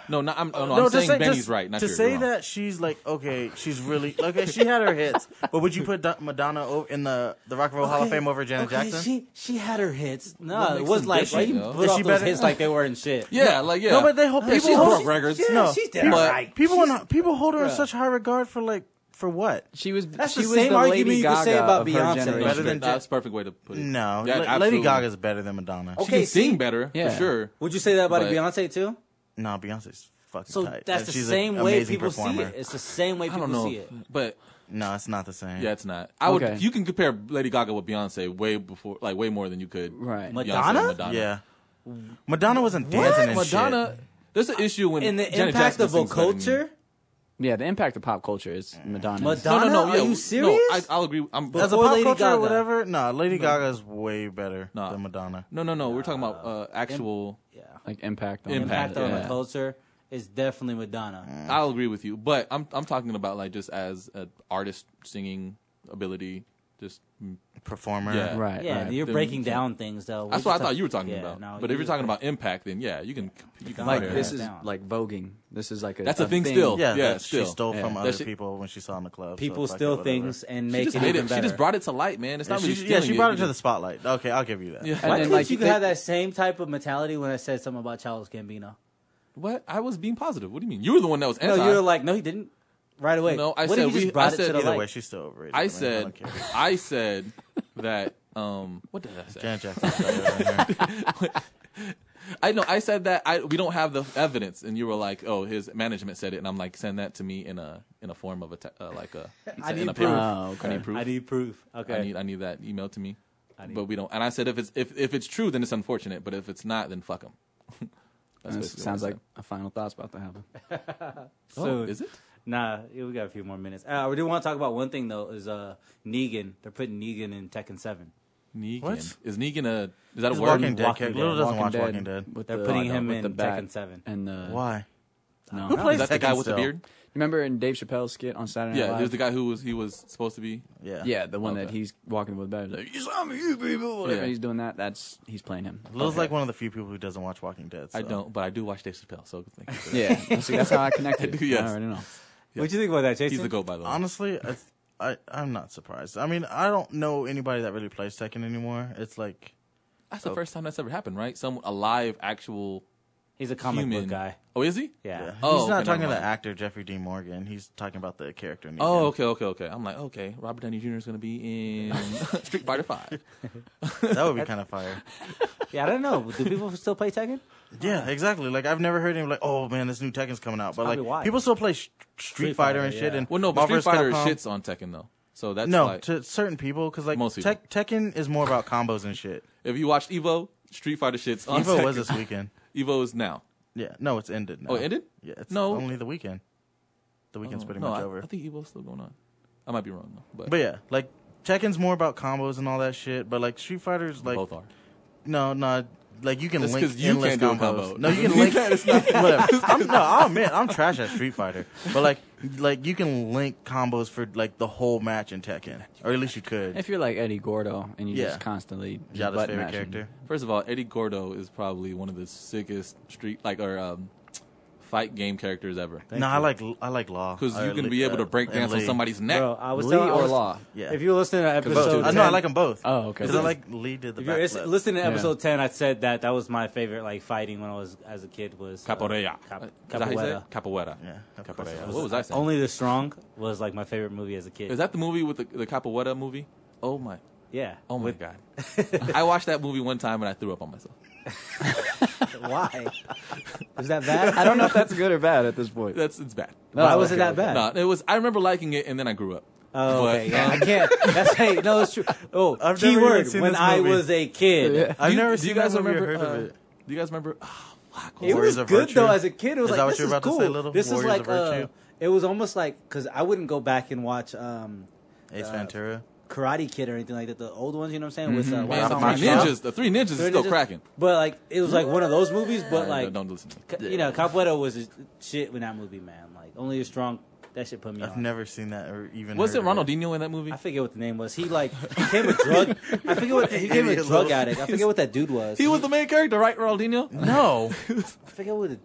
Speaker 1: No, not, I'm, oh, no,
Speaker 3: no,
Speaker 1: I'm
Speaker 3: to
Speaker 1: saying
Speaker 3: say,
Speaker 1: Benny's
Speaker 3: just-
Speaker 1: right. Not
Speaker 3: to
Speaker 1: yours,
Speaker 3: say
Speaker 1: you're wrong.
Speaker 3: that she's like okay, she's really okay. She had her hits, but would you put Do- Madonna o- in the the Rock and Roll Hall of
Speaker 2: Okay,
Speaker 3: Fame over Janet
Speaker 2: okay,
Speaker 3: Jackson?
Speaker 2: She she had her hits.
Speaker 1: What
Speaker 2: No, it
Speaker 1: makes
Speaker 2: was
Speaker 1: them
Speaker 2: like
Speaker 1: different,
Speaker 2: she
Speaker 1: though?
Speaker 2: put
Speaker 3: Is
Speaker 2: off
Speaker 3: she
Speaker 2: those
Speaker 3: better?
Speaker 2: hits like they weren't shit.
Speaker 1: Yeah, like yeah.
Speaker 3: No, but they hold
Speaker 1: Yeah,
Speaker 3: people
Speaker 1: she
Speaker 3: hold
Speaker 1: broke records.
Speaker 2: Yeah,
Speaker 3: no,
Speaker 2: she's did
Speaker 3: people,
Speaker 2: alright.
Speaker 3: people, in, people hold her in
Speaker 1: Bruh.
Speaker 3: such high regard for like for what?
Speaker 4: She was.
Speaker 2: That's
Speaker 4: she
Speaker 2: the
Speaker 4: was
Speaker 2: same
Speaker 4: the
Speaker 2: argument
Speaker 4: Lady
Speaker 2: you could say
Speaker 4: Gaga
Speaker 2: about
Speaker 4: of her
Speaker 2: Beyonce.
Speaker 4: generation.
Speaker 3: Better than
Speaker 1: that's a perfect way to put it.
Speaker 3: No,
Speaker 1: Yeah,
Speaker 3: La-
Speaker 1: absolutely.
Speaker 3: Lady Gaga's better than Madonna.
Speaker 1: She
Speaker 2: Okay,
Speaker 1: can sing
Speaker 2: see?
Speaker 1: better
Speaker 4: Yeah.
Speaker 1: for sure.
Speaker 2: Would you say that about
Speaker 1: But-
Speaker 2: Beyonce too?
Speaker 3: No, Beyonce's fucking
Speaker 2: So
Speaker 3: tight.
Speaker 2: that's the
Speaker 3: She's an
Speaker 2: same way
Speaker 3: amazing
Speaker 2: people see
Speaker 3: performer.
Speaker 2: it. It's the same way
Speaker 1: I don't
Speaker 2: people
Speaker 1: know,
Speaker 2: see it.
Speaker 1: but
Speaker 3: No, it's not the same.
Speaker 1: yeah, it's not. I would.
Speaker 4: Okay.
Speaker 1: You can compare Lady Gaga with Beyonce way before, like way more than you could.
Speaker 4: Right.
Speaker 1: Beyonce
Speaker 2: Madonna?
Speaker 1: and Madonna.
Speaker 3: yeah. Madonna wasn't dancing and
Speaker 1: Madonna. There's an issue when
Speaker 2: And the
Speaker 1: Janet
Speaker 2: impact
Speaker 1: Jackson
Speaker 2: of a
Speaker 1: sings better than me.
Speaker 2: culture.
Speaker 4: Yeah, the impact of pop culture is Madonna.
Speaker 2: Madonna-
Speaker 1: No, no, no.
Speaker 2: Donna,
Speaker 1: yeah,
Speaker 2: are you
Speaker 1: w-
Speaker 2: serious?
Speaker 1: No, I, I'll agree. I'm,
Speaker 3: shit. As a
Speaker 2: Or
Speaker 3: pop
Speaker 2: Lady
Speaker 3: culture
Speaker 2: Gaga.
Speaker 3: or whatever, no, Lady Gaga's way better
Speaker 1: Nah.
Speaker 3: than Madonna.
Speaker 1: no, no, no. We're talking about uh, actual.
Speaker 2: Yeah,
Speaker 4: like impact. On
Speaker 1: Impact,
Speaker 2: impact
Speaker 4: Madonna.
Speaker 2: on
Speaker 1: yeah.
Speaker 2: the culture is definitely Madonna.
Speaker 1: I'll agree with you, but I'm I'm talking about like just as an artist singing ability. Just
Speaker 3: Performer.
Speaker 1: Yeah.
Speaker 4: Right.
Speaker 2: yeah,
Speaker 4: right.
Speaker 2: you're
Speaker 1: Then-
Speaker 2: breaking down things though. We're
Speaker 1: that's what I
Speaker 2: just
Speaker 1: thought
Speaker 2: talk-
Speaker 1: you were talking
Speaker 2: Yeah,
Speaker 1: about.
Speaker 2: no,
Speaker 1: but if you're talking about impact, then yeah, you can you can
Speaker 4: Like
Speaker 1: compare.
Speaker 4: this is
Speaker 2: Down.
Speaker 4: like voguing. This is like a.
Speaker 1: That's a thing still.
Speaker 3: Yeah,
Speaker 1: Yeah,
Speaker 3: that
Speaker 1: still.
Speaker 3: she stole from
Speaker 4: Yeah.
Speaker 3: other
Speaker 1: That she-
Speaker 3: people when she saw in the club. so
Speaker 2: people
Speaker 3: fuck it,
Speaker 2: steal
Speaker 3: whatever.
Speaker 2: things and
Speaker 1: She
Speaker 2: make
Speaker 1: just
Speaker 2: it
Speaker 1: made
Speaker 2: even
Speaker 1: it. She
Speaker 2: better.
Speaker 1: just brought it to light, man. It's
Speaker 3: Yeah,
Speaker 1: not
Speaker 3: she,
Speaker 1: really
Speaker 3: yeah,
Speaker 1: stealing
Speaker 3: she brought it
Speaker 1: you
Speaker 3: to the spotlight. Okay, I'll give you that.
Speaker 1: Yeah.
Speaker 4: And
Speaker 2: Why
Speaker 4: then
Speaker 2: couldn't
Speaker 4: like
Speaker 2: you
Speaker 4: they-
Speaker 2: have that same type of mentality when I said something about Charles Gambino?
Speaker 1: What? I was being positive. What do you mean? You were the one that was
Speaker 2: No,
Speaker 1: anti.
Speaker 2: you were like, no, he didn't. Right away.
Speaker 1: No, I
Speaker 2: what
Speaker 1: said
Speaker 2: if he just
Speaker 1: we-
Speaker 2: brought
Speaker 1: I
Speaker 2: it
Speaker 1: said
Speaker 2: to the
Speaker 3: Either
Speaker 2: light?
Speaker 3: way, she's still overrated.
Speaker 1: I
Speaker 3: mean,
Speaker 1: said,
Speaker 3: don't care.
Speaker 1: I said that. Um, what did I say?
Speaker 3: Janet Jackson's better than her.
Speaker 1: I know I said that. I we don't have the evidence, and you were like, "Oh, his management said it," and I'm like, "Send that to me in a in a form of a te- uh, like a
Speaker 2: I
Speaker 1: in
Speaker 2: need
Speaker 1: a paper.
Speaker 2: proof.
Speaker 4: Oh, okay.
Speaker 1: I need proof.
Speaker 2: I need proof. Okay.
Speaker 1: I need I need that email to me." But we don't. And I said, if it's if if it's true, then it's unfortunate. But if it's not, then fuck him.
Speaker 4: That
Speaker 1: basically what
Speaker 4: sounds
Speaker 1: I
Speaker 4: like
Speaker 1: said.
Speaker 4: a final thought's about to happen.
Speaker 1: Oh,
Speaker 2: Soon.
Speaker 1: is it?
Speaker 2: Nah, yeah, we got a few more minutes. Uh, we do want to talk about one thing though. Is uh Negan? They're putting Negan in Tekken Seven.
Speaker 1: Negan.
Speaker 3: What?
Speaker 1: is Negan a is that a
Speaker 3: He's
Speaker 1: word?
Speaker 3: Walking Dead.
Speaker 2: Walking
Speaker 3: kid.
Speaker 2: Dead.
Speaker 3: Little doesn't watch Walking Dead.
Speaker 4: with
Speaker 2: They're
Speaker 4: the-
Speaker 2: putting
Speaker 4: I know,
Speaker 2: him
Speaker 4: with the
Speaker 2: in
Speaker 4: bat
Speaker 2: Tekken 7.
Speaker 4: And the
Speaker 3: Why?
Speaker 4: No,
Speaker 3: Who
Speaker 4: no.
Speaker 1: Is
Speaker 3: plays
Speaker 1: that the
Speaker 3: Tekken
Speaker 1: guy with the
Speaker 3: still?
Speaker 1: beard?
Speaker 4: Remember in Dave Chappelle's skit on Saturday Night
Speaker 1: Yeah,
Speaker 4: Live?
Speaker 1: there's the guy who was he was supposed to be.
Speaker 3: Yeah.
Speaker 4: Yeah, the one that
Speaker 1: Okay.
Speaker 4: he's walking with back. He's like, you saw me, you people. Whatever.
Speaker 1: Yeah.
Speaker 4: He's doing that. That's he's playing him.
Speaker 3: Lil's like one of the few people who doesn't watch Walking Dead.
Speaker 1: I
Speaker 3: so.
Speaker 1: don't, but I do watch Dave Chappelle, so thank you. for that.
Speaker 4: Yeah, see, that's how I connected.
Speaker 1: Yes.
Speaker 4: I already know.
Speaker 2: What do you think about that, Jason?
Speaker 1: He's the goat, by the way.
Speaker 3: Honestly, I, I I'm not surprised. I mean, I don't know anybody that really plays Tekken anymore. It's like
Speaker 1: That's the first time that's ever happened, right? Some a live actual
Speaker 2: He's a comic
Speaker 1: human
Speaker 2: book guy.
Speaker 1: Oh, is he?
Speaker 2: Yeah.
Speaker 3: yeah.
Speaker 1: Oh,
Speaker 3: he's not
Speaker 1: okay,
Speaker 3: talking
Speaker 1: never mind.
Speaker 3: about the actor Jeffrey Dean Morgan. He's talking about the character. Negan.
Speaker 1: Oh, okay, okay, okay. I'm like, okay, Robert Downey Jr. is going to be in Street Fighter Five.
Speaker 3: that would be kind of fire.
Speaker 2: Yeah, I don't know. Do people still play Tekken?
Speaker 3: Yeah, exactly. Like I've never heard him like, oh man, this new Tekken's coming out. But like,
Speaker 2: probably why.
Speaker 3: people still play sh- Street Fighter and
Speaker 2: Fighter,
Speaker 3: shit.
Speaker 2: yeah.
Speaker 3: And
Speaker 1: Well, no, but
Speaker 3: Marvel
Speaker 1: Street Fighter
Speaker 3: Capcom.
Speaker 1: shits on Tekken though, so that's
Speaker 3: No,
Speaker 1: like,
Speaker 3: to certain people, because like
Speaker 1: Most people.
Speaker 3: Tek- Tekken is more about combos and shit.
Speaker 1: if you watched Evo, Street Fighter shits on
Speaker 3: Evo
Speaker 1: Tekken.
Speaker 3: was this weekend.
Speaker 1: Evo is now.
Speaker 3: Yeah, no, it's ended now.
Speaker 1: Oh, it ended?
Speaker 3: Yeah, it's
Speaker 1: No. Oh,
Speaker 3: only the weekend. The weekend's pretty
Speaker 1: no,
Speaker 3: much
Speaker 1: I,
Speaker 3: over.
Speaker 1: I think Evo's still going on. I might be wrong though, but,
Speaker 3: But yeah, like Tekken's more about combos and all that shit. But like Street Fighter's like
Speaker 1: both are.
Speaker 3: No, no. Like you can
Speaker 1: That's
Speaker 3: link
Speaker 1: 'cause you
Speaker 3: endless
Speaker 1: can't do a
Speaker 3: combos.
Speaker 1: combo.
Speaker 3: No, you can
Speaker 1: You
Speaker 3: link.
Speaker 1: can't, it's not-
Speaker 3: whatever. I'm, no, I'll admit I'm trash at Street Fighter, but like, like you can link combos for like the whole match in Tekken, or at least you could.
Speaker 4: If you're like Eddie Gordo and you
Speaker 3: Yeah.
Speaker 4: just constantly just
Speaker 3: Jada's
Speaker 4: button
Speaker 3: favorite
Speaker 4: mashing.
Speaker 3: character.
Speaker 1: First of all, Eddie Gordo is probably one of the sickest street like or um, fight game characters ever.
Speaker 3: no, I like I like Law
Speaker 1: Because
Speaker 3: Or
Speaker 1: you can
Speaker 3: Lee-
Speaker 1: be able
Speaker 3: uh,
Speaker 1: to break
Speaker 3: and
Speaker 1: dance on
Speaker 3: Lee.
Speaker 1: somebody's neck.
Speaker 2: Bro, I was
Speaker 4: Lee
Speaker 2: telling, I
Speaker 4: or
Speaker 2: was-
Speaker 4: Law?
Speaker 3: Yeah.
Speaker 2: If you listen to episode,
Speaker 1: both.
Speaker 3: I
Speaker 2: 10,
Speaker 3: know I like them both.
Speaker 4: Oh, okay.
Speaker 3: Because I like Lee did the
Speaker 2: If you're
Speaker 3: back
Speaker 2: is-
Speaker 3: flip.
Speaker 2: listening to
Speaker 4: Yeah.
Speaker 2: episode ten, I said that that was my favorite like fighting when I was as a kid was uh,
Speaker 1: Capoeira.
Speaker 2: cap-
Speaker 1: Is that how you say
Speaker 2: capoeira.
Speaker 1: it? Capoeira.
Speaker 3: Yeah, of course it
Speaker 1: Capoeira.
Speaker 3: was.
Speaker 1: What was I saying?
Speaker 2: Only the Strong was like my favorite movie as a kid.
Speaker 1: Is that the movie with the, the Capoeira movie? Oh my,
Speaker 2: yeah.
Speaker 1: oh my god! I watched that movie one time and I threw up on myself.
Speaker 2: Why? Is that bad?
Speaker 4: I don't know if that's good or bad at this point.
Speaker 1: That's it's bad.
Speaker 4: No,
Speaker 2: Why was it
Speaker 4: okay,
Speaker 2: that
Speaker 4: okay.
Speaker 2: bad?
Speaker 1: No, it was. I remember liking it and then I grew up.
Speaker 2: Oh,
Speaker 1: But,
Speaker 2: okay, yeah,
Speaker 1: um,
Speaker 2: I can't. That's hey, no, it's true. Oh,
Speaker 3: I've never even
Speaker 2: keyword
Speaker 3: seen
Speaker 2: when
Speaker 3: this
Speaker 2: I
Speaker 3: movie.
Speaker 2: was a kid.
Speaker 4: Yeah.
Speaker 1: do
Speaker 3: I've
Speaker 1: you-
Speaker 3: never
Speaker 1: do
Speaker 3: seen
Speaker 1: you guys
Speaker 3: that movie or
Speaker 1: remember?
Speaker 3: heard of
Speaker 1: uh,
Speaker 3: it.
Speaker 1: Do you guys remember? Oh, fuck, what
Speaker 2: It
Speaker 1: was
Speaker 2: was
Speaker 3: Warriors
Speaker 2: good
Speaker 3: of
Speaker 2: though
Speaker 3: Virtue.
Speaker 2: as a kid. It was
Speaker 3: Is
Speaker 2: like
Speaker 3: that what
Speaker 2: this
Speaker 3: you're
Speaker 2: is
Speaker 3: about to
Speaker 2: cool.
Speaker 3: say, Little?
Speaker 2: This is
Speaker 3: Warriors
Speaker 2: like
Speaker 3: of
Speaker 2: uh,
Speaker 3: Virtue?
Speaker 2: it was almost like because I wouldn't go back and watch um,
Speaker 3: Ace Ventura.
Speaker 2: Karate Kid or anything like that. The old ones, you know what I'm saying? With uh,
Speaker 1: Man,
Speaker 2: Ralph
Speaker 1: the
Speaker 3: Wow.
Speaker 1: three
Speaker 2: Macchio.
Speaker 1: ninjas. The three ninjas is
Speaker 2: Three
Speaker 1: still
Speaker 2: Ninjas.
Speaker 1: cracking.
Speaker 2: But like it was like one of those movies. But
Speaker 1: Uh,
Speaker 2: like
Speaker 1: don't listen to me.
Speaker 2: ca- you know, Capoeira was a shit when that movie, man. Like only a strong that shit put me
Speaker 3: I've
Speaker 2: on.
Speaker 3: never seen that or even.
Speaker 1: Was
Speaker 3: heard
Speaker 1: it
Speaker 3: of
Speaker 1: Ronaldinho in that movie?
Speaker 2: I forget what the name was. He like became a drug. I forget what he became a
Speaker 3: Idiot
Speaker 2: drug
Speaker 3: little-
Speaker 2: addict. I forget what that dude was.
Speaker 1: He was the main character, right, Ronaldinho?
Speaker 3: No,
Speaker 2: I forget what the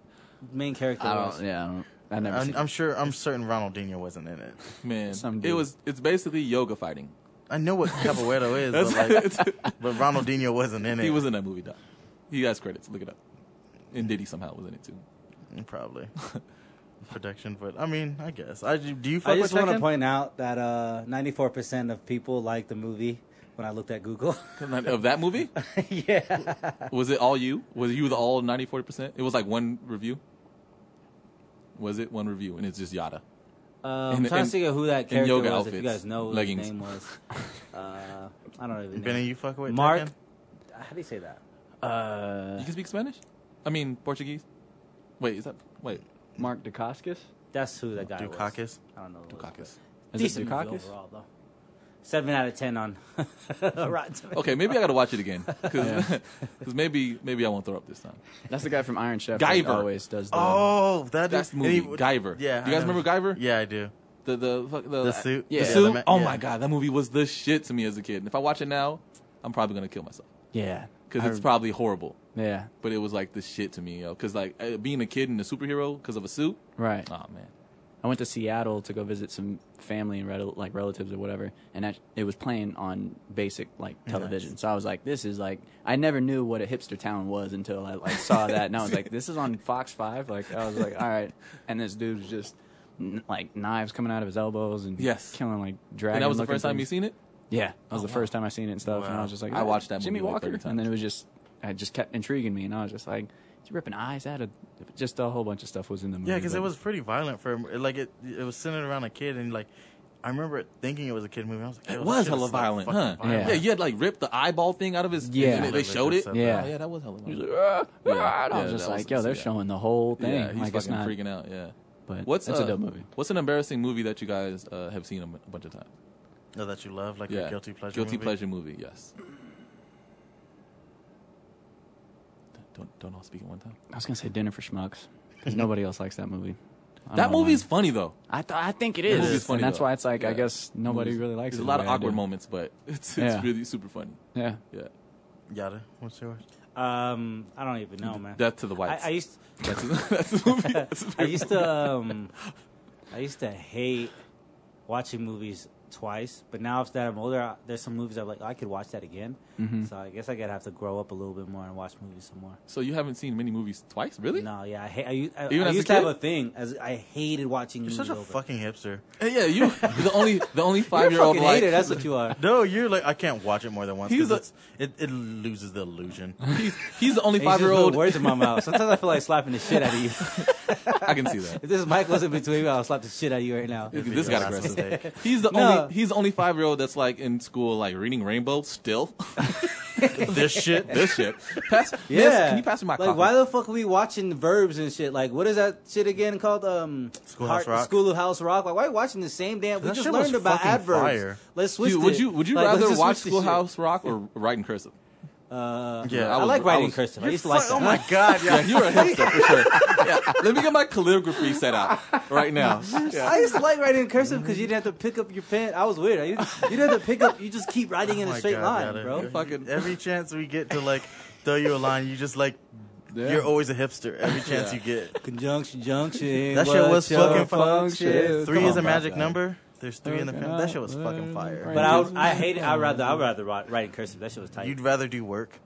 Speaker 2: main character
Speaker 4: I
Speaker 2: was.
Speaker 4: don't. Yeah, I don't. I never.
Speaker 3: I'm,
Speaker 4: seen
Speaker 3: I'm sure. I'm certain Ronaldinho wasn't in it.
Speaker 1: Man,
Speaker 4: Some
Speaker 1: it
Speaker 4: dude.
Speaker 1: was. It's basically yoga fighting.
Speaker 3: I know what Capoeira is,
Speaker 1: That's,
Speaker 3: but, like,
Speaker 1: it's-
Speaker 3: but Ronaldinho wasn't in it.
Speaker 1: he was in that movie, though. He has credits. Look it up. And Diddy somehow was in it too.
Speaker 3: probably production, but I mean, I guess. I do. You fuck
Speaker 2: I just
Speaker 3: with
Speaker 2: want to
Speaker 3: Tekken?
Speaker 2: point out that uh, 94% of people like the movie when I looked at Google.
Speaker 1: Of that movie,
Speaker 2: yeah.
Speaker 1: was it all you? Was you the all ninety four percent? It was like one review. Was it one review? And it's just Yada.
Speaker 2: Uh, I'm
Speaker 1: In-
Speaker 2: trying
Speaker 1: in-
Speaker 2: to figure out who that
Speaker 1: in
Speaker 2: character was,
Speaker 1: yoga
Speaker 2: if you
Speaker 1: outfits,
Speaker 2: guys know who
Speaker 1: leggings.
Speaker 2: his name was. Uh, I don't even know.
Speaker 3: Benny, you fuck with
Speaker 2: Mark.
Speaker 3: Tekken?
Speaker 2: How do you say that?
Speaker 1: You
Speaker 4: Uh,
Speaker 1: can speak Spanish? I mean Portuguese. Wait, is that wait?
Speaker 4: Mark Dukakis.
Speaker 2: That's who that guy was.
Speaker 3: Dukakis.
Speaker 2: I don't know. who it was,
Speaker 1: Dukakis.
Speaker 2: but
Speaker 4: Is
Speaker 2: Decent
Speaker 4: it
Speaker 2: movie
Speaker 4: Dukakis?
Speaker 2: overall, though. 7 out of 10 on Rotten Tomatoes.
Speaker 1: Okay, maybe I gotta watch it again because maybe maybe I won't throw up this time.
Speaker 4: That's the guy from Iron Chef.
Speaker 1: Guyver.
Speaker 4: that Always does. The,
Speaker 3: Oh, that
Speaker 1: That's
Speaker 3: is-
Speaker 1: the movie
Speaker 3: and he-
Speaker 1: Guyver.
Speaker 3: Yeah,
Speaker 1: Do you guys
Speaker 3: I know.
Speaker 1: remember Guyver?
Speaker 3: Yeah, I do.
Speaker 1: The the fuck- the,
Speaker 3: The suit?
Speaker 1: The
Speaker 4: Yeah.
Speaker 1: suit.
Speaker 4: Yeah,
Speaker 3: the ma-
Speaker 1: oh
Speaker 3: yeah.
Speaker 1: my god, that movie was the shit to me as a kid. And if I watch it now, I'm probably gonna kill myself
Speaker 4: Yeah.
Speaker 1: because
Speaker 4: I
Speaker 1: it's
Speaker 4: rem-
Speaker 1: probably horrible.
Speaker 4: Yeah.
Speaker 1: But it was like the shit to me, yo. Because like uh, being a kid and a superhero because of a suit.
Speaker 4: Right.
Speaker 1: Oh man.
Speaker 4: I went to Seattle to go visit some family and rel- like relatives or whatever, and that, it was playing on basic like television. So I was like, "This is like I never knew what a hipster town was until I like saw that, and I was like, "This is on Fox 5? Like I was like, "All right," and this dude was just n- like knives coming out of his elbows and
Speaker 1: Yes.
Speaker 4: killing like dragons.
Speaker 1: And that was the first time you seen it. Oh,
Speaker 4: Yeah, that was the first time I seen it and stuff, and
Speaker 3: Wow.
Speaker 4: I was just like,
Speaker 1: I watched that
Speaker 4: Jimmy
Speaker 1: movie, like,
Speaker 4: Walker,
Speaker 1: 30
Speaker 4: and then it was just it just kept intriguing me, and I was just like, "He's ripping eyes out of just a whole bunch of stuff was in the movie."
Speaker 3: Yeah, because it
Speaker 4: but-
Speaker 3: was pretty violent for like it. It was centered around a kid, and like I remember thinking it was a kid movie. I was like, yo,
Speaker 1: It
Speaker 3: this
Speaker 1: was
Speaker 3: shit
Speaker 1: hella
Speaker 3: is so
Speaker 1: violent,
Speaker 3: fucking
Speaker 1: huh?
Speaker 3: violent.
Speaker 1: Yeah. yeah, you had like ripped the eyeball thing out of his.
Speaker 4: Yeah.
Speaker 1: and they showed it.
Speaker 3: Yeah.
Speaker 4: yeah.
Speaker 1: Oh, yeah, that was hella.
Speaker 4: He
Speaker 1: Violent.
Speaker 4: was like, "Ah,
Speaker 1: Yeah.
Speaker 4: ah," and I
Speaker 1: Yeah,
Speaker 4: was just
Speaker 1: that
Speaker 4: like,
Speaker 1: was-
Speaker 4: yo, they're
Speaker 1: yeah.
Speaker 4: showing the whole thing.
Speaker 1: Yeah, he's
Speaker 4: like, it's
Speaker 1: fucking
Speaker 4: not.
Speaker 1: freaking out. Yeah.
Speaker 4: But
Speaker 1: What's
Speaker 4: it's
Speaker 1: uh,
Speaker 4: a dope movie.
Speaker 1: What's an embarrassing movie that you guys uh, have seen a m- a bunch of times?
Speaker 3: Oh, that you love, like
Speaker 1: Yeah.
Speaker 3: a guilty pleasure.
Speaker 1: Guilty
Speaker 3: movie?
Speaker 1: pleasure movie. Yes. Don't don't all speak at one time.
Speaker 4: I was gonna say Dinner for Schmucks because nobody else likes that movie. I don't
Speaker 1: That
Speaker 4: know why.
Speaker 1: movie's funny though.
Speaker 4: I th- I think it
Speaker 1: That
Speaker 4: is.
Speaker 1: movie's funny,
Speaker 4: and that's
Speaker 1: though.
Speaker 4: why it's like
Speaker 1: Yeah.
Speaker 4: I guess nobody
Speaker 1: Movies-
Speaker 4: really likes
Speaker 1: There's
Speaker 4: it.
Speaker 1: a
Speaker 4: the
Speaker 1: lot
Speaker 4: way
Speaker 1: of
Speaker 4: I
Speaker 1: awkward
Speaker 4: do.
Speaker 1: moments, but it's it's
Speaker 4: Yeah.
Speaker 1: really super funny.
Speaker 4: Yeah.
Speaker 1: Yeah.
Speaker 3: Yada, what's yours?
Speaker 2: Um, I don't even know, man.
Speaker 1: Death to the
Speaker 2: I,
Speaker 1: whites.
Speaker 2: I used
Speaker 1: that's, that's the movie. That's the
Speaker 2: I used to um, I used to hate watching movies twice, but now that I'm older, I, there's some movies I'm like "Oh, I could watch that again.
Speaker 1: Mm-hmm.
Speaker 2: So I guess I gotta have to grow up a little bit more and watch movies some more.
Speaker 1: So you haven't seen many movies twice, really?
Speaker 2: No, yeah, I hate. I, u- I,
Speaker 1: Even
Speaker 2: I
Speaker 1: as a
Speaker 2: used to have
Speaker 1: kid?
Speaker 2: a thing as I hated watching
Speaker 3: You're
Speaker 2: movies
Speaker 3: such a
Speaker 2: over.
Speaker 3: fucking hipster.
Speaker 1: Uh, Yeah, you the only the only
Speaker 2: You're a
Speaker 1: five year old
Speaker 2: fucking
Speaker 1: like
Speaker 2: hater. That's what you are.
Speaker 3: No, you're like I can't watch it more than once.
Speaker 1: He's
Speaker 3: He's
Speaker 1: a-
Speaker 3: it, it loses the illusion.
Speaker 1: he's he's the only
Speaker 2: Five
Speaker 1: five year old.
Speaker 2: words in my mouth. Sometimes I feel like slapping the shit out of you.
Speaker 1: I can see that.
Speaker 2: if this mic wasn't between me, I'll slap the shit out of you right now.
Speaker 1: This this
Speaker 3: Your
Speaker 1: got
Speaker 3: last
Speaker 1: aggressive.
Speaker 3: mistake.
Speaker 1: He's the
Speaker 2: No.
Speaker 1: only he's the only five year old that's like in school like reading Rainbow still.
Speaker 3: this shit.
Speaker 1: this shit. Pass.
Speaker 2: Yeah,
Speaker 1: Yes, can you pass me my
Speaker 2: like?
Speaker 1: coffee?
Speaker 2: Why the fuck are we watching verbs and shit? Like, what is that shit again called? Um,
Speaker 3: Schoolhouse Rock.
Speaker 2: Schoolhouse Rock. Like, why are you watching the same damn? We
Speaker 3: That
Speaker 2: just
Speaker 3: shit was
Speaker 2: learned about
Speaker 3: fucking
Speaker 2: adverbs.
Speaker 3: fire.
Speaker 2: Let's switch.
Speaker 1: Dude,
Speaker 2: it.
Speaker 1: would you would you
Speaker 2: Like, let's
Speaker 1: rather
Speaker 2: just
Speaker 1: watch
Speaker 2: switch the shit.
Speaker 1: Schoolhouse Rock or Writing Cursive?
Speaker 2: Uh,
Speaker 3: Yeah,
Speaker 2: I,
Speaker 3: I
Speaker 1: was-
Speaker 2: like
Speaker 1: I
Speaker 2: writing
Speaker 1: was-
Speaker 2: cursive. I used to like that.
Speaker 3: oh my god, yeah.
Speaker 1: Yeah, you were a hipster for sure. Yeah, let me get my calligraphy set out right now.
Speaker 2: I used to like writing in cursive because you didn't have to pick up your pen. I was weird. I used, you didn't have to pick up. You just keep writing in
Speaker 3: Oh
Speaker 2: a
Speaker 3: my
Speaker 2: straight
Speaker 3: God,
Speaker 2: line,
Speaker 3: Ryder.
Speaker 2: bro.
Speaker 3: You-
Speaker 1: Fucking-
Speaker 3: Every chance we get to like throw you a line, you just like
Speaker 1: Yeah.
Speaker 3: you're always a hipster. Every
Speaker 1: Yeah.
Speaker 3: chance you get.
Speaker 2: Conjunction, junction.
Speaker 3: That shit was
Speaker 2: what's your
Speaker 3: fucking
Speaker 2: function?
Speaker 4: function?
Speaker 3: Three
Speaker 1: Come
Speaker 3: is
Speaker 1: on,
Speaker 3: a magic
Speaker 1: Brad.
Speaker 3: number. There's three in the family. That shit was
Speaker 4: Okay.
Speaker 3: fucking fire.
Speaker 2: Uh, But I, would- I hate it. I rather, I rather write, write in cursive. That shit was tight.
Speaker 3: You'd rather do work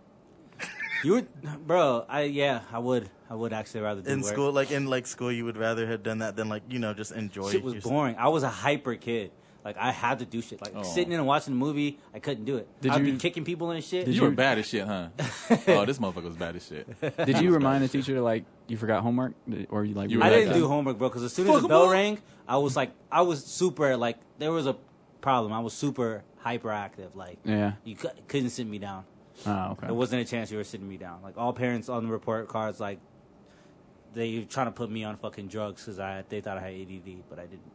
Speaker 2: You would, bro. I yeah, I would. I would actually rather do
Speaker 3: in
Speaker 2: work.
Speaker 3: school, like in like school, you would rather have done that than like you know just enjoy.
Speaker 2: Shit was
Speaker 3: yourself.
Speaker 2: boring. I was a hyper kid. Like I had to do shit. Like
Speaker 1: Oh.
Speaker 2: sitting in and watching a movie, I couldn't do it.
Speaker 4: Did
Speaker 2: I'd be
Speaker 4: you-
Speaker 2: kicking people and shit.
Speaker 4: Did
Speaker 1: you
Speaker 4: you-
Speaker 1: were bad as shit, huh? oh, this motherfucker was bad as shit.
Speaker 4: Did you remind the teacher like you forgot homework or you like?
Speaker 1: You
Speaker 4: were
Speaker 2: I
Speaker 1: were
Speaker 4: like
Speaker 2: didn't
Speaker 1: that.
Speaker 2: do homework, bro. Because as soon as the
Speaker 1: Fuck
Speaker 2: bell
Speaker 1: boy.
Speaker 2: rang, I was like, I was super like there was a problem. I was super hyperactive. Like
Speaker 4: Yeah.
Speaker 2: you cou- couldn't sit me down.
Speaker 4: Oh, okay.
Speaker 2: There wasn't a chance you were sitting me down. Like all parents on the report cards, like they trying to put me on fucking drugs because I they thought I had ADD, but I didn't.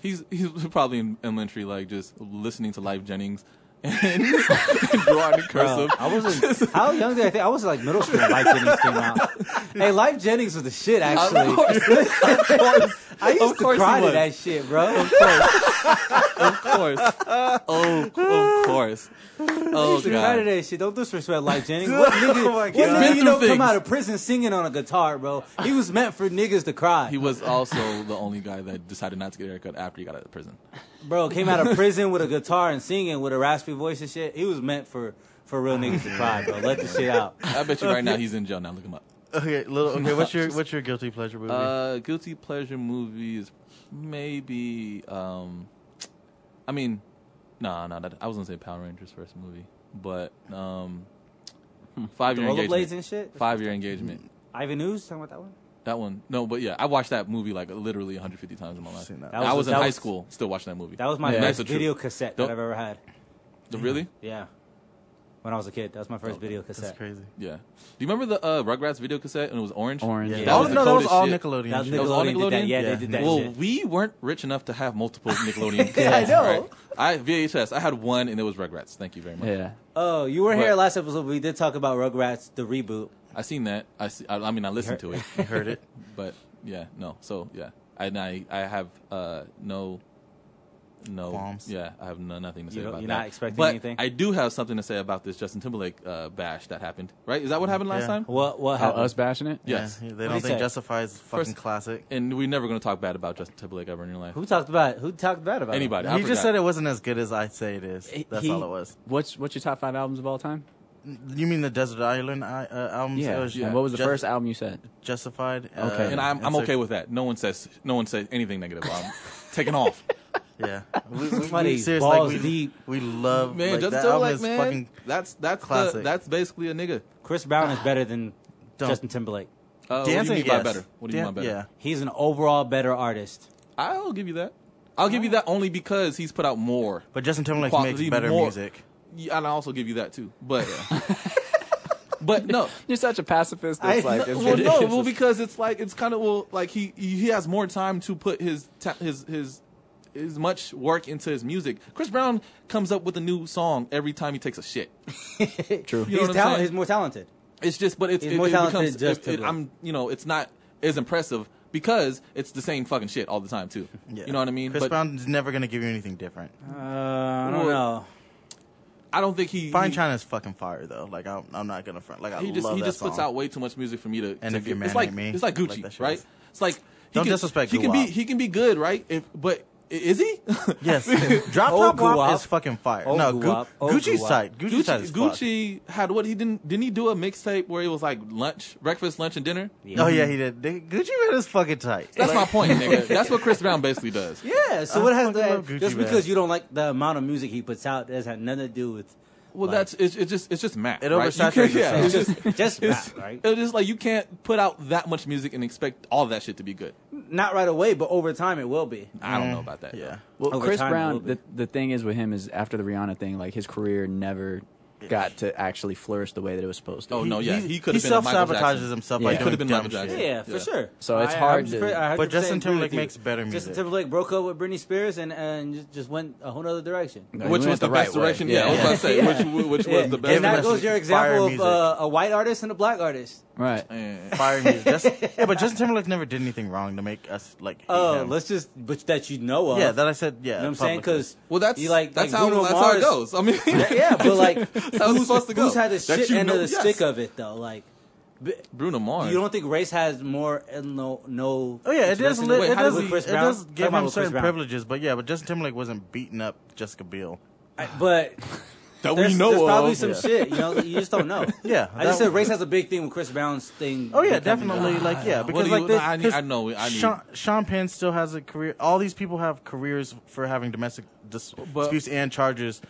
Speaker 1: He's he's probably in elementary, like just listening to Live Jennings and drawing in cursive.
Speaker 2: I wasn't. How young did I think? I was like middle school when Life Jennings came out. Hey, Life Jennings was the shit, actually.
Speaker 1: Of course, of course,
Speaker 2: I used
Speaker 1: of
Speaker 2: to
Speaker 1: course he
Speaker 2: cry to
Speaker 1: was.
Speaker 2: that shit, bro.
Speaker 1: of course, oh, of course.
Speaker 2: I
Speaker 1: Oh
Speaker 2: used to cry to
Speaker 1: god,
Speaker 2: that shit. Don't disrespect Life Jennings. What
Speaker 1: Oh
Speaker 2: nigga,
Speaker 3: my
Speaker 2: what
Speaker 3: God.
Speaker 1: He's
Speaker 2: nigga
Speaker 1: been
Speaker 2: you don't
Speaker 1: through
Speaker 2: come out
Speaker 1: things.
Speaker 2: of prison singing on a guitar, bro? He was meant for niggas to cry.
Speaker 1: he was also the only guy that decided not to get a haircut after he got out of prison.
Speaker 2: bro came out of prison with a guitar and singing with a raspy voice and shit. He was meant for, for real niggas to cry, bro. Let the shit out.
Speaker 1: I bet you right now he's in jail now. Look him up.
Speaker 3: Okay, little. Okay, what's your what's your guilty pleasure movie?
Speaker 1: Uh, guilty pleasure movies, maybe. Um, I mean, no, no, that, I was gonna say Power Rangers first movie, but um,
Speaker 2: Hmm.
Speaker 1: five year
Speaker 2: Rollerblades
Speaker 1: engagement.
Speaker 2: and shit.
Speaker 1: Five year engagement.
Speaker 2: Ivan News talking about that one.
Speaker 1: That one, no, but yeah, I watched that movie like literally 150 times in my life.
Speaker 3: seen that.
Speaker 2: That
Speaker 1: I
Speaker 2: was-
Speaker 1: was in
Speaker 2: that
Speaker 1: high
Speaker 2: was-
Speaker 1: school, still watching that movie.
Speaker 2: That was my
Speaker 4: Yeah.
Speaker 1: That's
Speaker 2: first
Speaker 1: the
Speaker 2: video
Speaker 1: truth.
Speaker 2: cassette
Speaker 1: Don't-
Speaker 2: that I've ever had.
Speaker 1: really?
Speaker 2: Yeah. When I was a kid, that was my first video
Speaker 3: That's
Speaker 2: cassette.
Speaker 3: crazy.
Speaker 1: Yeah. Do you remember the uh, Rugrats video cassette and it was orange?
Speaker 4: Orange. Yeah.
Speaker 1: That
Speaker 3: Oh,
Speaker 1: was the
Speaker 3: no, that was
Speaker 1: coldest
Speaker 3: all
Speaker 1: shit.
Speaker 3: Nickelodeon.
Speaker 2: That was
Speaker 3: shit.
Speaker 1: That was all
Speaker 2: Nickelodeon did that.
Speaker 1: Nickelodeon?
Speaker 2: Yeah,
Speaker 3: Yeah.
Speaker 2: they did that
Speaker 1: well,
Speaker 2: shit.
Speaker 1: we weren't rich enough to have multiple Nickelodeon.
Speaker 2: Yeah, I
Speaker 1: cassettes,
Speaker 2: know.
Speaker 1: right? I VHS. I had one, and it was Rugrats. Thank you very much.
Speaker 4: Yeah.
Speaker 2: Oh, you were here
Speaker 1: But-
Speaker 2: last episode. We did talk about Rugrats, the reboot.
Speaker 1: I seen that. I see, I, I mean, I listened to it,
Speaker 3: You heard it.
Speaker 1: but yeah, no. So yeah, and I I have uh no. No,
Speaker 3: Qualms.
Speaker 1: yeah, I have no, nothing to say
Speaker 2: You don't-
Speaker 1: about
Speaker 2: you're
Speaker 1: that.
Speaker 2: not expecting
Speaker 1: but
Speaker 2: anything?
Speaker 1: I do have something to say about this Justin Timberlake uh, bash that happened. Right? Is that what happened last
Speaker 3: Yeah.
Speaker 1: time?
Speaker 2: What? What
Speaker 4: How
Speaker 2: happened?
Speaker 4: Oh, us bashing it?
Speaker 1: Yes.
Speaker 3: Yeah,
Speaker 1: And
Speaker 3: they
Speaker 2: he
Speaker 3: don't
Speaker 2: say?
Speaker 3: think Justifies is fucking
Speaker 1: First-
Speaker 3: classic.
Speaker 1: And we're never going to talk bad about Justin Timberlake ever in your life.
Speaker 2: Who talked about? Who talked bad about? it?
Speaker 1: Anybody? I
Speaker 3: He just
Speaker 1: forgot.
Speaker 3: said it wasn't as good as I say it is. That's
Speaker 4: He-
Speaker 3: all it was.
Speaker 4: What's what's your top five albums of all time?
Speaker 3: You mean the Desert Island I- uh, albums? It was
Speaker 4: And what was the
Speaker 3: Ju-
Speaker 4: first album you said?
Speaker 3: Justified. uh,
Speaker 4: Okay.
Speaker 1: and I'm, I'm
Speaker 3: Insur-
Speaker 1: okay with that. No one says no one says anything negative. I'm taking off.
Speaker 3: Yeah. We, we,
Speaker 2: Somebody
Speaker 3: serious,
Speaker 2: balls
Speaker 3: like, we,
Speaker 2: deep.
Speaker 3: We love
Speaker 1: Man,
Speaker 3: like,
Speaker 1: Justin
Speaker 3: that album
Speaker 1: Timberlake,
Speaker 3: is
Speaker 1: man, Oh,
Speaker 3: fucking
Speaker 1: that's that's the,
Speaker 3: classic.
Speaker 1: that's basically a nigga.
Speaker 2: Chris Brown is better than
Speaker 3: Don't.
Speaker 2: Justin Timberlake.
Speaker 1: Uh,
Speaker 3: dancing.
Speaker 1: what do you mean
Speaker 3: yes.
Speaker 1: by better? What do you
Speaker 3: Dan-
Speaker 1: mean by better?
Speaker 3: Yeah.
Speaker 2: He's an overall better artist.
Speaker 1: I'll give you that. I'll give you that only because he's put out more.
Speaker 3: But Justin Timberlake
Speaker 1: Quality
Speaker 3: makes better
Speaker 1: more-
Speaker 3: music.
Speaker 1: Yeah, and I also give you that too. But uh, but no.
Speaker 4: You're such a pacifist. It's
Speaker 2: I-
Speaker 4: like
Speaker 1: No,
Speaker 4: it's
Speaker 1: well, no,
Speaker 4: ridiculous.
Speaker 1: well, because it's like it's kind of well, like he he has more time to put his ta- his his as much work into his music. Chris Brown comes up with a new song every time he takes a shit.
Speaker 4: True.
Speaker 1: You know
Speaker 2: he's
Speaker 1: what I'm
Speaker 2: talent.
Speaker 1: saying?
Speaker 2: He's more talented.
Speaker 1: It's just, but it's
Speaker 2: He's
Speaker 1: it,
Speaker 2: more
Speaker 1: it
Speaker 2: talented
Speaker 1: becomes.
Speaker 2: than Justin
Speaker 1: it- it-
Speaker 2: Timberlake.
Speaker 1: I'm, you know, it's not as impressive because it's the same fucking shit all the time too.
Speaker 3: Yeah.
Speaker 1: You know what I mean?
Speaker 3: Chris
Speaker 1: but
Speaker 3: Brown's never gonna give you anything different.
Speaker 2: Uh, I don't
Speaker 1: Well,
Speaker 2: know.
Speaker 1: I don't think he.
Speaker 3: Fine
Speaker 1: he,
Speaker 3: China's fucking fire though. Like I'm, I'm not gonna front. Like I
Speaker 1: He just
Speaker 3: love
Speaker 1: he
Speaker 3: that
Speaker 1: just puts
Speaker 3: song.
Speaker 1: out way too much music for me to.
Speaker 3: And
Speaker 1: to
Speaker 3: if you're
Speaker 1: get-
Speaker 3: mad
Speaker 1: it's like
Speaker 3: at me,
Speaker 1: it's like
Speaker 3: I like
Speaker 1: Gucci,
Speaker 3: that shit.
Speaker 1: right? It's like he
Speaker 3: Don't
Speaker 1: can,
Speaker 3: disrespect
Speaker 1: He can be
Speaker 3: Guwap.
Speaker 1: he can be good, right? If but i- is he?
Speaker 3: Yes, drop
Speaker 2: Old
Speaker 3: top
Speaker 2: Guwap.
Speaker 3: Guap is fucking fire.
Speaker 2: Old
Speaker 3: no, Gu-
Speaker 2: Guwap. Old
Speaker 3: Gucci's
Speaker 2: Guwap.
Speaker 3: tight. Gucci's tight
Speaker 1: Gucci,
Speaker 3: as fuck.
Speaker 1: Gucci had what he didn't didn't he do a mixtape where it was like lunch, breakfast, lunch, and dinner?
Speaker 3: Oh yeah, he did. They- Gucci man is fucking tight.
Speaker 1: That's my point, nigga. That's what Chris Brown basically does.
Speaker 2: Yeah. So
Speaker 3: I
Speaker 2: what has
Speaker 3: fucking
Speaker 2: that?
Speaker 3: love Gucci
Speaker 2: just
Speaker 3: Mane.
Speaker 2: because you don't like the amount of music he puts out, that has had nothing to do with.
Speaker 1: Well,
Speaker 2: like,
Speaker 1: that's it's, it's just it's just math.
Speaker 3: It
Speaker 1: right? You
Speaker 3: oversaturates
Speaker 1: can't-
Speaker 3: the
Speaker 1: yeah, it's
Speaker 3: sound.
Speaker 1: just
Speaker 2: just
Speaker 1: it's,
Speaker 2: rap, right.
Speaker 1: it's just like you can't put out that much music and expect all that shit to be good.
Speaker 2: Not right away, but over time it will be.
Speaker 1: I don't know about that.
Speaker 3: Mm. yeah.
Speaker 1: though.
Speaker 4: Well,
Speaker 2: Over
Speaker 4: Chris
Speaker 2: time, it will
Speaker 4: Brown,
Speaker 2: be.
Speaker 4: the, the thing is with him is after the Rihanna thing, like his career never got to actually flourish the way that it was supposed to.
Speaker 1: Oh no, yeah, he, could have
Speaker 3: he
Speaker 1: been a
Speaker 3: self
Speaker 1: Michael
Speaker 3: sabotages
Speaker 1: Jackson.
Speaker 3: himself
Speaker 4: Yeah.
Speaker 3: by
Speaker 4: He
Speaker 3: doing
Speaker 1: could've been
Speaker 3: dumb
Speaker 1: Michael Jackson.
Speaker 3: shit.
Speaker 2: Yeah, for
Speaker 1: Yeah.
Speaker 2: sure.
Speaker 4: So it's
Speaker 2: I-
Speaker 4: hard
Speaker 2: I'm
Speaker 4: to-
Speaker 2: fr- I 100%
Speaker 3: But Justin
Speaker 2: agree
Speaker 3: Timberlake
Speaker 2: with you.
Speaker 3: makes better
Speaker 2: Justin
Speaker 3: music.
Speaker 2: Timberlake broke up with Britney Spears and and just- just went a whole other direction.
Speaker 4: No, he
Speaker 1: Which
Speaker 4: went
Speaker 1: was the,
Speaker 4: right
Speaker 1: best
Speaker 4: way.
Speaker 1: direction? Yeah, I was about to say which, which
Speaker 2: Yeah.
Speaker 1: was the
Speaker 2: And that
Speaker 1: best.
Speaker 3: Everybody-
Speaker 2: goes your example
Speaker 3: Fire
Speaker 2: of uh, a white artist and a black artist.
Speaker 4: right.
Speaker 1: direction?
Speaker 3: Fire music. That's- yeah, but Justin Timberlake never did anything wrong to make us like. hate
Speaker 2: Oh,
Speaker 3: him.
Speaker 2: let's just but that you know of.
Speaker 3: Yeah, that I said. Yeah,
Speaker 2: you know what I'm saying
Speaker 3: publicly.
Speaker 2: because
Speaker 1: Well, that's
Speaker 2: you like
Speaker 1: that's
Speaker 2: like
Speaker 1: how
Speaker 2: Bruno
Speaker 1: that's
Speaker 2: Mars,
Speaker 1: how it goes. I mean,
Speaker 2: Yeah, but like
Speaker 1: that's how it's supposed to go.
Speaker 2: who's had the
Speaker 1: That
Speaker 2: shit
Speaker 1: you
Speaker 2: end
Speaker 1: know-
Speaker 2: of the
Speaker 1: yes.
Speaker 2: stick of it though? Like b-
Speaker 1: Bruno Mars.
Speaker 2: you don't think race has more uh, no no?
Speaker 3: Oh yeah, it does.
Speaker 2: interest
Speaker 3: Li-
Speaker 2: in
Speaker 3: it
Speaker 2: how
Speaker 3: does.
Speaker 2: with
Speaker 3: It
Speaker 2: Chris Brown?
Speaker 3: does
Speaker 2: Talking
Speaker 3: give
Speaker 2: about
Speaker 3: him
Speaker 2: with Chris
Speaker 3: certain
Speaker 2: Brown.
Speaker 3: privileges, but yeah, but Justin Timberlake wasn't beating up Jessica Biel.
Speaker 2: I- But
Speaker 1: that
Speaker 2: there's,
Speaker 1: we know
Speaker 2: there's
Speaker 1: of.
Speaker 2: probably some
Speaker 1: Yeah.
Speaker 2: shit. You know, you just don't know.
Speaker 3: Yeah,
Speaker 2: I just
Speaker 3: that-
Speaker 2: said race has a big thing with Chris Brown's thing.
Speaker 3: Oh yeah,
Speaker 2: becoming-
Speaker 3: definitely. Like yeah,
Speaker 1: What
Speaker 3: because
Speaker 1: do
Speaker 3: like
Speaker 1: you-
Speaker 3: this,
Speaker 1: I need-
Speaker 3: 'cause
Speaker 1: I know, I need-
Speaker 3: Sean, Sean Penn still has a career. All these people have careers for having domestic dis-
Speaker 1: But-
Speaker 3: disputes and charges.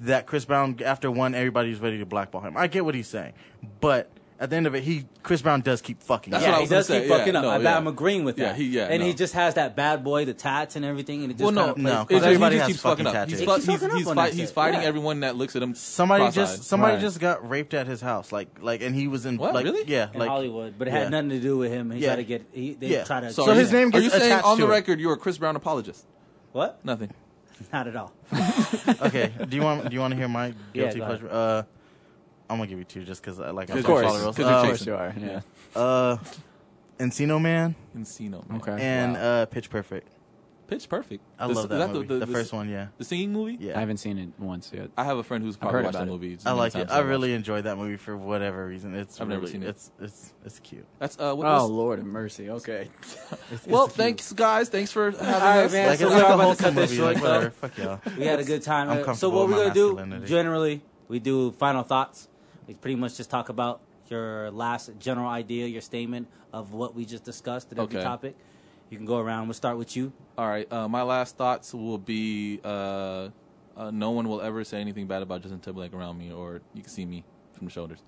Speaker 3: That Chris Brown, after one, everybody's ready to blackball him. I get what he's saying, but at the end of it, he Chris Brown does keep fucking.
Speaker 1: That's
Speaker 3: up.
Speaker 1: what
Speaker 2: yeah,
Speaker 1: I
Speaker 2: he
Speaker 1: was gonna
Speaker 2: does keep
Speaker 1: say. Yeah,
Speaker 2: fucking up.
Speaker 1: no,
Speaker 2: I,
Speaker 1: yeah.
Speaker 2: I'm agreeing with
Speaker 1: Yeah,
Speaker 2: that.
Speaker 1: he- yeah,
Speaker 2: and he
Speaker 1: no.
Speaker 2: just has that bad boy, the tats and everything, and it just
Speaker 1: Well,
Speaker 2: kinda
Speaker 1: no,
Speaker 2: plays-
Speaker 3: no,
Speaker 1: It's just,
Speaker 3: everybody
Speaker 1: he just
Speaker 3: has
Speaker 1: keeps fucking
Speaker 3: fucking
Speaker 1: up. He's,
Speaker 3: tattoos.
Speaker 1: fu-
Speaker 2: He keeps
Speaker 1: he's,
Speaker 2: fucking up
Speaker 1: he's,
Speaker 2: on
Speaker 1: fight-
Speaker 2: that
Speaker 1: he's
Speaker 2: shit.
Speaker 1: fighting
Speaker 2: Yeah.
Speaker 1: everyone that looks at him.
Speaker 3: Somebody just
Speaker 1: cross-eyed.
Speaker 3: somebody
Speaker 4: Right.
Speaker 3: just got raped at his house, like like, and he was in
Speaker 1: What,
Speaker 3: like
Speaker 1: really?
Speaker 3: yeah,
Speaker 2: in
Speaker 3: like
Speaker 2: Hollywood, but it
Speaker 3: yeah.
Speaker 2: had nothing to do with him. He
Speaker 3: Yeah.
Speaker 2: tried to get. He, they
Speaker 3: Yeah.
Speaker 2: tried to.
Speaker 3: So his
Speaker 1: yeah.
Speaker 3: name
Speaker 1: Are
Speaker 3: gets
Speaker 1: you saying
Speaker 3: attached
Speaker 1: on the
Speaker 3: to it.
Speaker 1: record you're a Chris Brown apologist?
Speaker 2: what?
Speaker 1: Nothing.
Speaker 2: Not at all.
Speaker 3: okay. Do you want Do you want to hear my
Speaker 2: Yeah,
Speaker 3: guilty
Speaker 2: go ahead.
Speaker 3: pleasure? Uh, I'm gonna give you two just because I like. I
Speaker 1: Of
Speaker 3: follow
Speaker 1: course,
Speaker 3: the rules.
Speaker 1: 'cause you're
Speaker 3: Um,
Speaker 1: Jason.
Speaker 4: Of course you are. Yeah.
Speaker 3: Uh, Encino Man
Speaker 1: Encino. Man.
Speaker 4: Okay.
Speaker 3: and
Speaker 4: Wow.
Speaker 3: uh, Pitch Perfect.
Speaker 1: Pitch Perfect.
Speaker 3: I
Speaker 1: This-
Speaker 3: love
Speaker 1: is
Speaker 3: that, movie. The,
Speaker 1: this-
Speaker 3: first one, yeah,
Speaker 1: The singing movie.
Speaker 3: yeah.
Speaker 4: I haven't seen it once yet.
Speaker 1: I have a friend who's probably
Speaker 4: heard
Speaker 1: watched
Speaker 4: about
Speaker 1: that
Speaker 4: it.
Speaker 1: movie.
Speaker 3: I
Speaker 1: many
Speaker 3: like it.
Speaker 1: times
Speaker 3: I
Speaker 1: I've
Speaker 3: really
Speaker 1: watched
Speaker 3: enjoyed that movie for whatever reason. It's
Speaker 1: I've
Speaker 3: really,
Speaker 1: never seen it.
Speaker 3: It's it's it's cute.
Speaker 1: it. That's uh. What,
Speaker 4: Oh
Speaker 1: what's-
Speaker 4: Lord of mercy. Okay.
Speaker 1: well, thanks guys. Thanks for having
Speaker 2: right,
Speaker 1: us.
Speaker 2: man. Yeah,
Speaker 3: like
Speaker 2: so
Speaker 3: it's
Speaker 2: we're
Speaker 3: like
Speaker 2: about
Speaker 3: a
Speaker 2: to
Speaker 3: wholesome
Speaker 2: cut this
Speaker 3: movie.
Speaker 2: short,
Speaker 3: Like
Speaker 2: though.
Speaker 3: whatever. Fuck y'all.
Speaker 2: We had a good time.
Speaker 3: I'm
Speaker 2: so
Speaker 3: comfortable
Speaker 2: what we're
Speaker 3: with my
Speaker 2: gonna do
Speaker 3: masculinity.
Speaker 2: generally, we do final thoughts. We pretty much just talk about your last general idea, your statement of what we just discussed at every
Speaker 1: Okay.
Speaker 2: topic. You can go around. We'll start with you.
Speaker 1: All right. Uh, my last thoughts will be: uh, uh, no one will ever say anything bad about Justin Timberlake around me, or you can see me from the shoulders.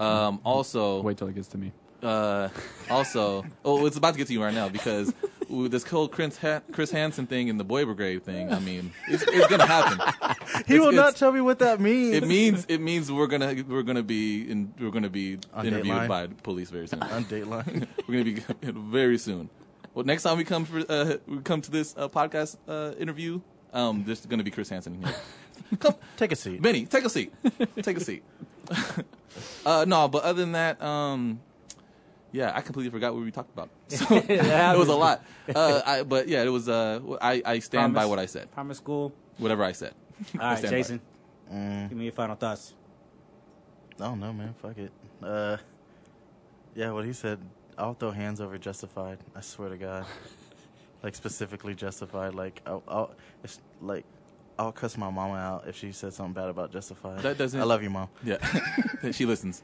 Speaker 1: Um, also,
Speaker 4: Wait till it gets to me.
Speaker 1: uh, also, oh, it's about to get to you right now because ooh, this whole Chris, Han- Chris Hansen thing and the Boy Brigade thing. I mean, it's, it's gonna happen.
Speaker 3: He
Speaker 1: It's-
Speaker 3: will not
Speaker 1: it's-
Speaker 3: tell me what that means.
Speaker 1: It means it means we're gonna we're gonna be in, we're gonna be
Speaker 3: On
Speaker 1: interviewed
Speaker 3: Dateline?
Speaker 1: by police very soon.
Speaker 3: on Dateline.
Speaker 1: We're gonna be very soon. Well, next time we come for uh, we come to this uh, podcast uh, interview, um, there's gonna be Chris Hansen in here.
Speaker 3: Take a seat.
Speaker 1: Benny, take a seat. Take a seat. uh, no, but other than that, um, yeah, I completely forgot what we talked about. So, it was a lot. Uh, I, but yeah, it was. Uh, I I stand by
Speaker 2: Promise.
Speaker 1: what I said.
Speaker 2: Primary school.
Speaker 1: Whatever I said.
Speaker 2: All
Speaker 1: I
Speaker 2: right,
Speaker 1: stand by it.
Speaker 2: Jason.
Speaker 3: Mm.
Speaker 2: Give me your final thoughts.
Speaker 3: I don't know, man. Fuck it. Uh, yeah, what he said. I'll throw hands over Justified. I swear to God, like specifically Justified. Like I'll, I'll if, like I'll cuss my mama out if she said something bad about Justified.
Speaker 1: That doesn't-
Speaker 3: I love you, mom.
Speaker 1: Yeah, she listens.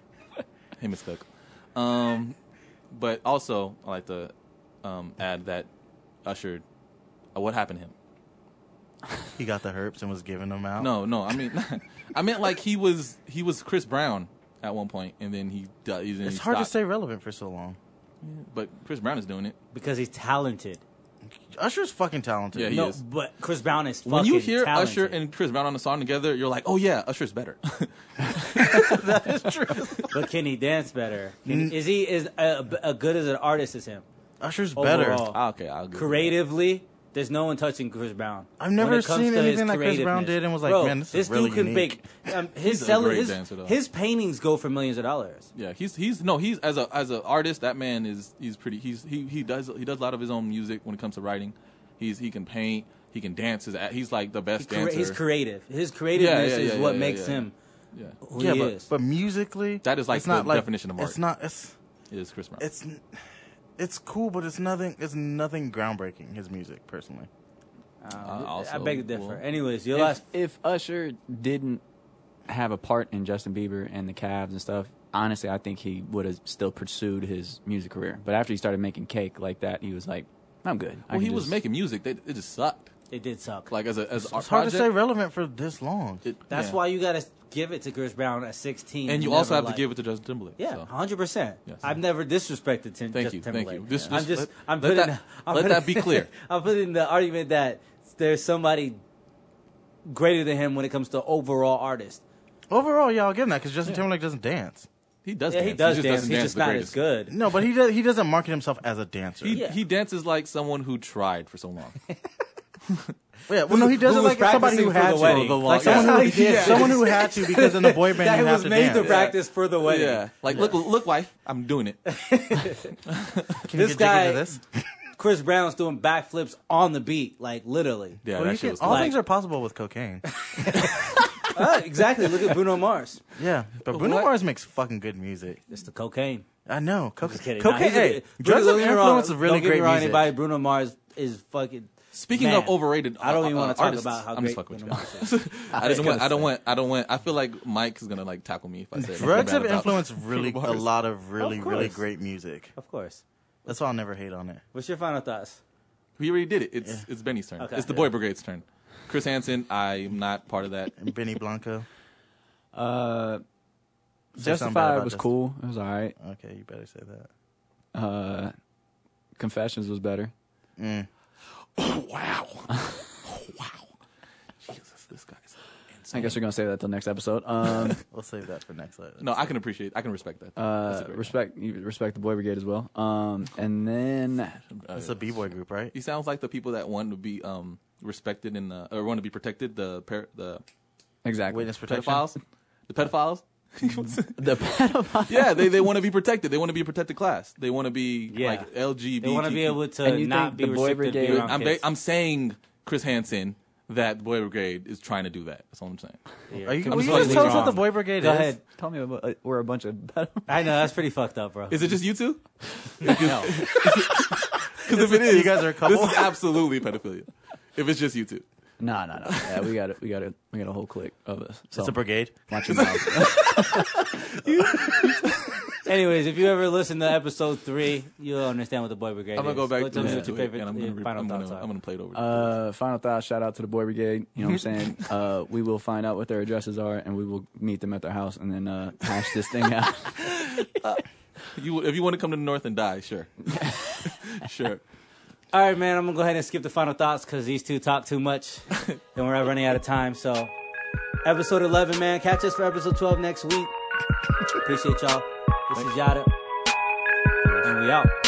Speaker 1: Hey, Miss Cook. Um, but also, I like to um, add that Usher. Uh, what happened to him?
Speaker 3: He got the herpes and was giving them out.
Speaker 1: No, no. I mean, I meant like he was he was Chris Brown at one point, and then he di- he's
Speaker 3: it's hard to stay relevant for so long.
Speaker 1: But Chris Brown is doing it.
Speaker 2: Because he's talented.
Speaker 3: Usher's fucking talented.
Speaker 1: Yeah, he
Speaker 2: no,
Speaker 1: is.
Speaker 2: but Chris Brown is fucking
Speaker 1: When you hear
Speaker 2: talented.
Speaker 1: Usher and Chris Brown on a song together, you're like, oh yeah, Usher's better.
Speaker 2: but can he dance better? Can, is he is uh, b- uh, good as an artist as him?
Speaker 3: Usher's better.
Speaker 2: Overall.
Speaker 1: Ah, okay, I'll give you that.
Speaker 2: creatively, there's no one touching Chris Brown.
Speaker 3: I've never
Speaker 2: When it comes
Speaker 3: seen
Speaker 2: to his
Speaker 3: anything that Chris Brown
Speaker 2: creativeness.
Speaker 3: did and was like,
Speaker 2: Bro,
Speaker 3: "Man, this is
Speaker 2: dude
Speaker 3: really
Speaker 2: can
Speaker 3: unique."
Speaker 2: make- um, his
Speaker 1: He's a
Speaker 2: seller,
Speaker 1: great
Speaker 2: his,
Speaker 1: dancer, though.
Speaker 2: his paintings go for millions of dollars.
Speaker 1: Yeah, he's he's no he's as a as an artist that man is he's pretty he's he he does he does a lot of his own music when it comes to writing. He's he can paint, he can dance. His he's like the
Speaker 2: He
Speaker 1: best
Speaker 2: cre-
Speaker 1: dancer.
Speaker 2: he's creative. His creativeness
Speaker 1: yeah,
Speaker 2: is
Speaker 1: yeah,
Speaker 2: what
Speaker 1: yeah,
Speaker 2: makes
Speaker 1: yeah.
Speaker 2: him
Speaker 1: yeah,
Speaker 2: who
Speaker 3: Yeah,
Speaker 2: he
Speaker 3: but,
Speaker 2: is.
Speaker 3: but musically,
Speaker 1: That is like
Speaker 3: it's not
Speaker 1: the
Speaker 3: like,
Speaker 1: definition of
Speaker 3: It's
Speaker 1: art.
Speaker 3: not. It's
Speaker 1: it is Chris Brown.
Speaker 3: it's n- it's cool, but it's nothing. It's nothing groundbreaking. His music, personally.
Speaker 2: Um,
Speaker 1: Uh, also,
Speaker 2: I beg to differ.
Speaker 1: well-
Speaker 2: Anyways, your
Speaker 4: If,
Speaker 2: last.
Speaker 4: if Usher didn't have a part in Justin Bieber and the Cavs and stuff, honestly, I think he would have still pursued his music career. But after he started making cake like that, he was like, "I'm good." I
Speaker 1: well,
Speaker 4: can
Speaker 1: he was
Speaker 4: just-
Speaker 1: making music. They, it just sucked.
Speaker 2: It did suck.
Speaker 1: Like as a as art
Speaker 3: It's hard to
Speaker 1: project,
Speaker 3: stay relevant for this long.
Speaker 1: it-
Speaker 2: That's
Speaker 1: yeah.
Speaker 2: why you gotta give it to Chris Brown at 16.
Speaker 1: And you
Speaker 2: never,
Speaker 1: also have
Speaker 2: like-
Speaker 1: to give it to Justin Timberlake.
Speaker 2: Yeah,
Speaker 1: so.
Speaker 2: hundred percent.
Speaker 1: Yes.
Speaker 2: I've never disrespected Tim.
Speaker 1: Thank
Speaker 2: Justin
Speaker 1: you, thank
Speaker 2: Timberlake.
Speaker 1: you. This-
Speaker 2: I'm
Speaker 1: this-
Speaker 2: just.
Speaker 1: let-
Speaker 2: I'm
Speaker 1: let
Speaker 2: putting.
Speaker 1: that-
Speaker 2: I'm
Speaker 1: let
Speaker 2: putting-
Speaker 1: that be clear.
Speaker 2: I'm putting the argument that there's somebody greater than him when it comes to overall artist.
Speaker 3: Overall, y'all getting that because Justin Timberlake doesn't dance.
Speaker 1: He does.
Speaker 2: Yeah,
Speaker 1: dance.
Speaker 2: he does
Speaker 1: just
Speaker 2: dance.
Speaker 1: doesn't
Speaker 2: He's
Speaker 1: dance
Speaker 2: just
Speaker 1: the
Speaker 2: not
Speaker 1: greatest.
Speaker 2: as good.
Speaker 3: No, but he does, he doesn't market himself as a dancer.
Speaker 1: He
Speaker 2: Yeah.
Speaker 1: he dances like someone who tried for so long.
Speaker 3: yeah, well, no, he does
Speaker 2: who
Speaker 3: it
Speaker 2: was
Speaker 3: like somebody
Speaker 2: practicing
Speaker 3: who
Speaker 2: for
Speaker 3: had
Speaker 2: the
Speaker 3: to.
Speaker 2: wedding.
Speaker 3: Like
Speaker 2: Like
Speaker 3: someone,
Speaker 2: someone
Speaker 3: who,
Speaker 2: who did.
Speaker 3: someone who had to because in the boy band
Speaker 2: That
Speaker 3: you have
Speaker 2: was
Speaker 3: to
Speaker 2: made
Speaker 3: dance.
Speaker 2: to practice for the wedding.
Speaker 1: yeah, like look look, wife, I'm doing it.
Speaker 3: Can you
Speaker 2: This
Speaker 3: get jiggy
Speaker 2: guy-
Speaker 3: to this?
Speaker 2: Chris Brown's doing backflips on the beat, like literally.
Speaker 1: Yeah,
Speaker 3: Well, you
Speaker 1: that shit
Speaker 3: can-
Speaker 1: was.
Speaker 3: all
Speaker 1: cool.
Speaker 3: things are possible with cocaine.
Speaker 2: Ah, exactly. Look at Bruno Mars.
Speaker 3: yeah, but Bruno
Speaker 1: What?
Speaker 3: Mars makes fucking good music.
Speaker 2: It's the cocaine.
Speaker 3: I know. Coca-
Speaker 2: Just kidding.
Speaker 3: Cocaine.
Speaker 2: Nah, he's a-
Speaker 3: hey,
Speaker 2: Bruno-
Speaker 3: drugs
Speaker 2: don't
Speaker 3: of
Speaker 2: get me wrong-
Speaker 3: influence is really
Speaker 2: don't get me
Speaker 3: great
Speaker 2: wrong,
Speaker 3: music.
Speaker 2: Anybody, Bruno Mars is fucking.
Speaker 1: Speaking
Speaker 2: man.
Speaker 1: of overrated,
Speaker 2: I don't even
Speaker 1: uh,
Speaker 2: want to talk
Speaker 1: artists,
Speaker 2: about how
Speaker 1: I'm
Speaker 2: great
Speaker 1: just fucking with
Speaker 2: Bruno
Speaker 1: you.
Speaker 2: Mars is.
Speaker 1: I
Speaker 2: I
Speaker 1: just want.
Speaker 2: gotta
Speaker 1: I don't
Speaker 2: say.
Speaker 1: want. I don't want. I feel like Mike is gonna like tackle me if I say it. I feel
Speaker 3: Drugs
Speaker 1: bad
Speaker 3: have
Speaker 1: about-
Speaker 3: influenced really a
Speaker 1: Mars.
Speaker 3: lot of really
Speaker 2: Of
Speaker 3: really
Speaker 2: course.
Speaker 3: great music.
Speaker 2: Of course.
Speaker 3: That's why I'll never hate on it.
Speaker 2: What's your final thoughts?
Speaker 1: We already did it. It's it's Benny's turn.
Speaker 2: Okay.
Speaker 1: It's the Boy Brigade's turn. Chris Hansen, I'm not part of that.
Speaker 3: And Benny Blanco.
Speaker 4: Uh,
Speaker 3: Say something bad
Speaker 4: Justified
Speaker 3: about
Speaker 4: was
Speaker 3: Justin.
Speaker 4: cool. It was all right.
Speaker 3: Okay, you better say that.
Speaker 4: Uh, Confessions was better.
Speaker 3: Mm,
Speaker 1: Wow. wow. Jesus, this guy's.
Speaker 4: I guess we're gonna say that till next episode. Um,
Speaker 3: We'll save that for next time.
Speaker 1: No, I can appreciate. I can respect that.
Speaker 4: uh,
Speaker 1: That's a great-
Speaker 4: respect you respect the Boy Brigade as well. Um, and then
Speaker 3: It's a b boy group, right?
Speaker 1: He sounds like the people that want to be um respected and uh, or want to be protected. The par- the
Speaker 4: exactly
Speaker 3: Witness protection.
Speaker 1: pedophiles, the pedophiles.
Speaker 4: the pedophile.
Speaker 1: yeah, they they want to be protected. They want to be a protected class. They want to be
Speaker 2: Yeah.
Speaker 1: like LGBT.
Speaker 2: They want to be able to
Speaker 4: And you
Speaker 2: not
Speaker 4: think
Speaker 2: be
Speaker 4: the boy
Speaker 2: restricted to be
Speaker 4: brigade-
Speaker 2: around
Speaker 1: I'm
Speaker 2: kids.
Speaker 1: ba- I'm saying Chris Hansen that Boy Brigade is trying to do that. That's all I'm saying.
Speaker 2: Yeah.
Speaker 3: Are you,
Speaker 2: I'm
Speaker 3: will you
Speaker 2: totally
Speaker 3: just tell us
Speaker 2: wrong.
Speaker 3: what the boy brigade
Speaker 2: Go
Speaker 3: is?
Speaker 2: ahead.
Speaker 4: Tell me about, uh, we're a bunch of pedophiles.
Speaker 2: I know that's pretty fucked up, bro.
Speaker 1: Is it just you two?
Speaker 2: no.
Speaker 1: Because if it is,
Speaker 3: You guys are a couple?
Speaker 1: This is absolutely pedophilia. If it's just you two,
Speaker 4: No, no, no. Yeah, we got it. We got it. We got a whole clique of us. So
Speaker 3: It's a brigade.
Speaker 4: watch your mouth.
Speaker 2: Anyways, if you ever listen to episode three, you'll understand what the boy brigade
Speaker 1: I'm gonna
Speaker 2: is.
Speaker 1: go back
Speaker 2: Well,
Speaker 1: to
Speaker 2: tell me
Speaker 1: listen
Speaker 2: what
Speaker 1: to
Speaker 2: your
Speaker 1: it,
Speaker 2: favorite
Speaker 1: and I'm
Speaker 2: uh,
Speaker 1: gonna, re-
Speaker 2: final
Speaker 1: I'm, gonna,
Speaker 2: thoughts are.
Speaker 1: I'm gonna play it over.
Speaker 4: Uh, final thought, shout out to the Boy Brigade. You know what I'm saying? uh, we will find out what their addresses are and we will meet them at their house and then uh, hash this thing out.
Speaker 1: you, if you want to come to the north and die, sure, sure.
Speaker 2: All right, man. I'm gonna go ahead and skip the final thoughts because these two talk too much, and we're running out of time. So, episode 11, man. Catch us for episode 12 next week. Appreciate y'all. This is Yada, and we out.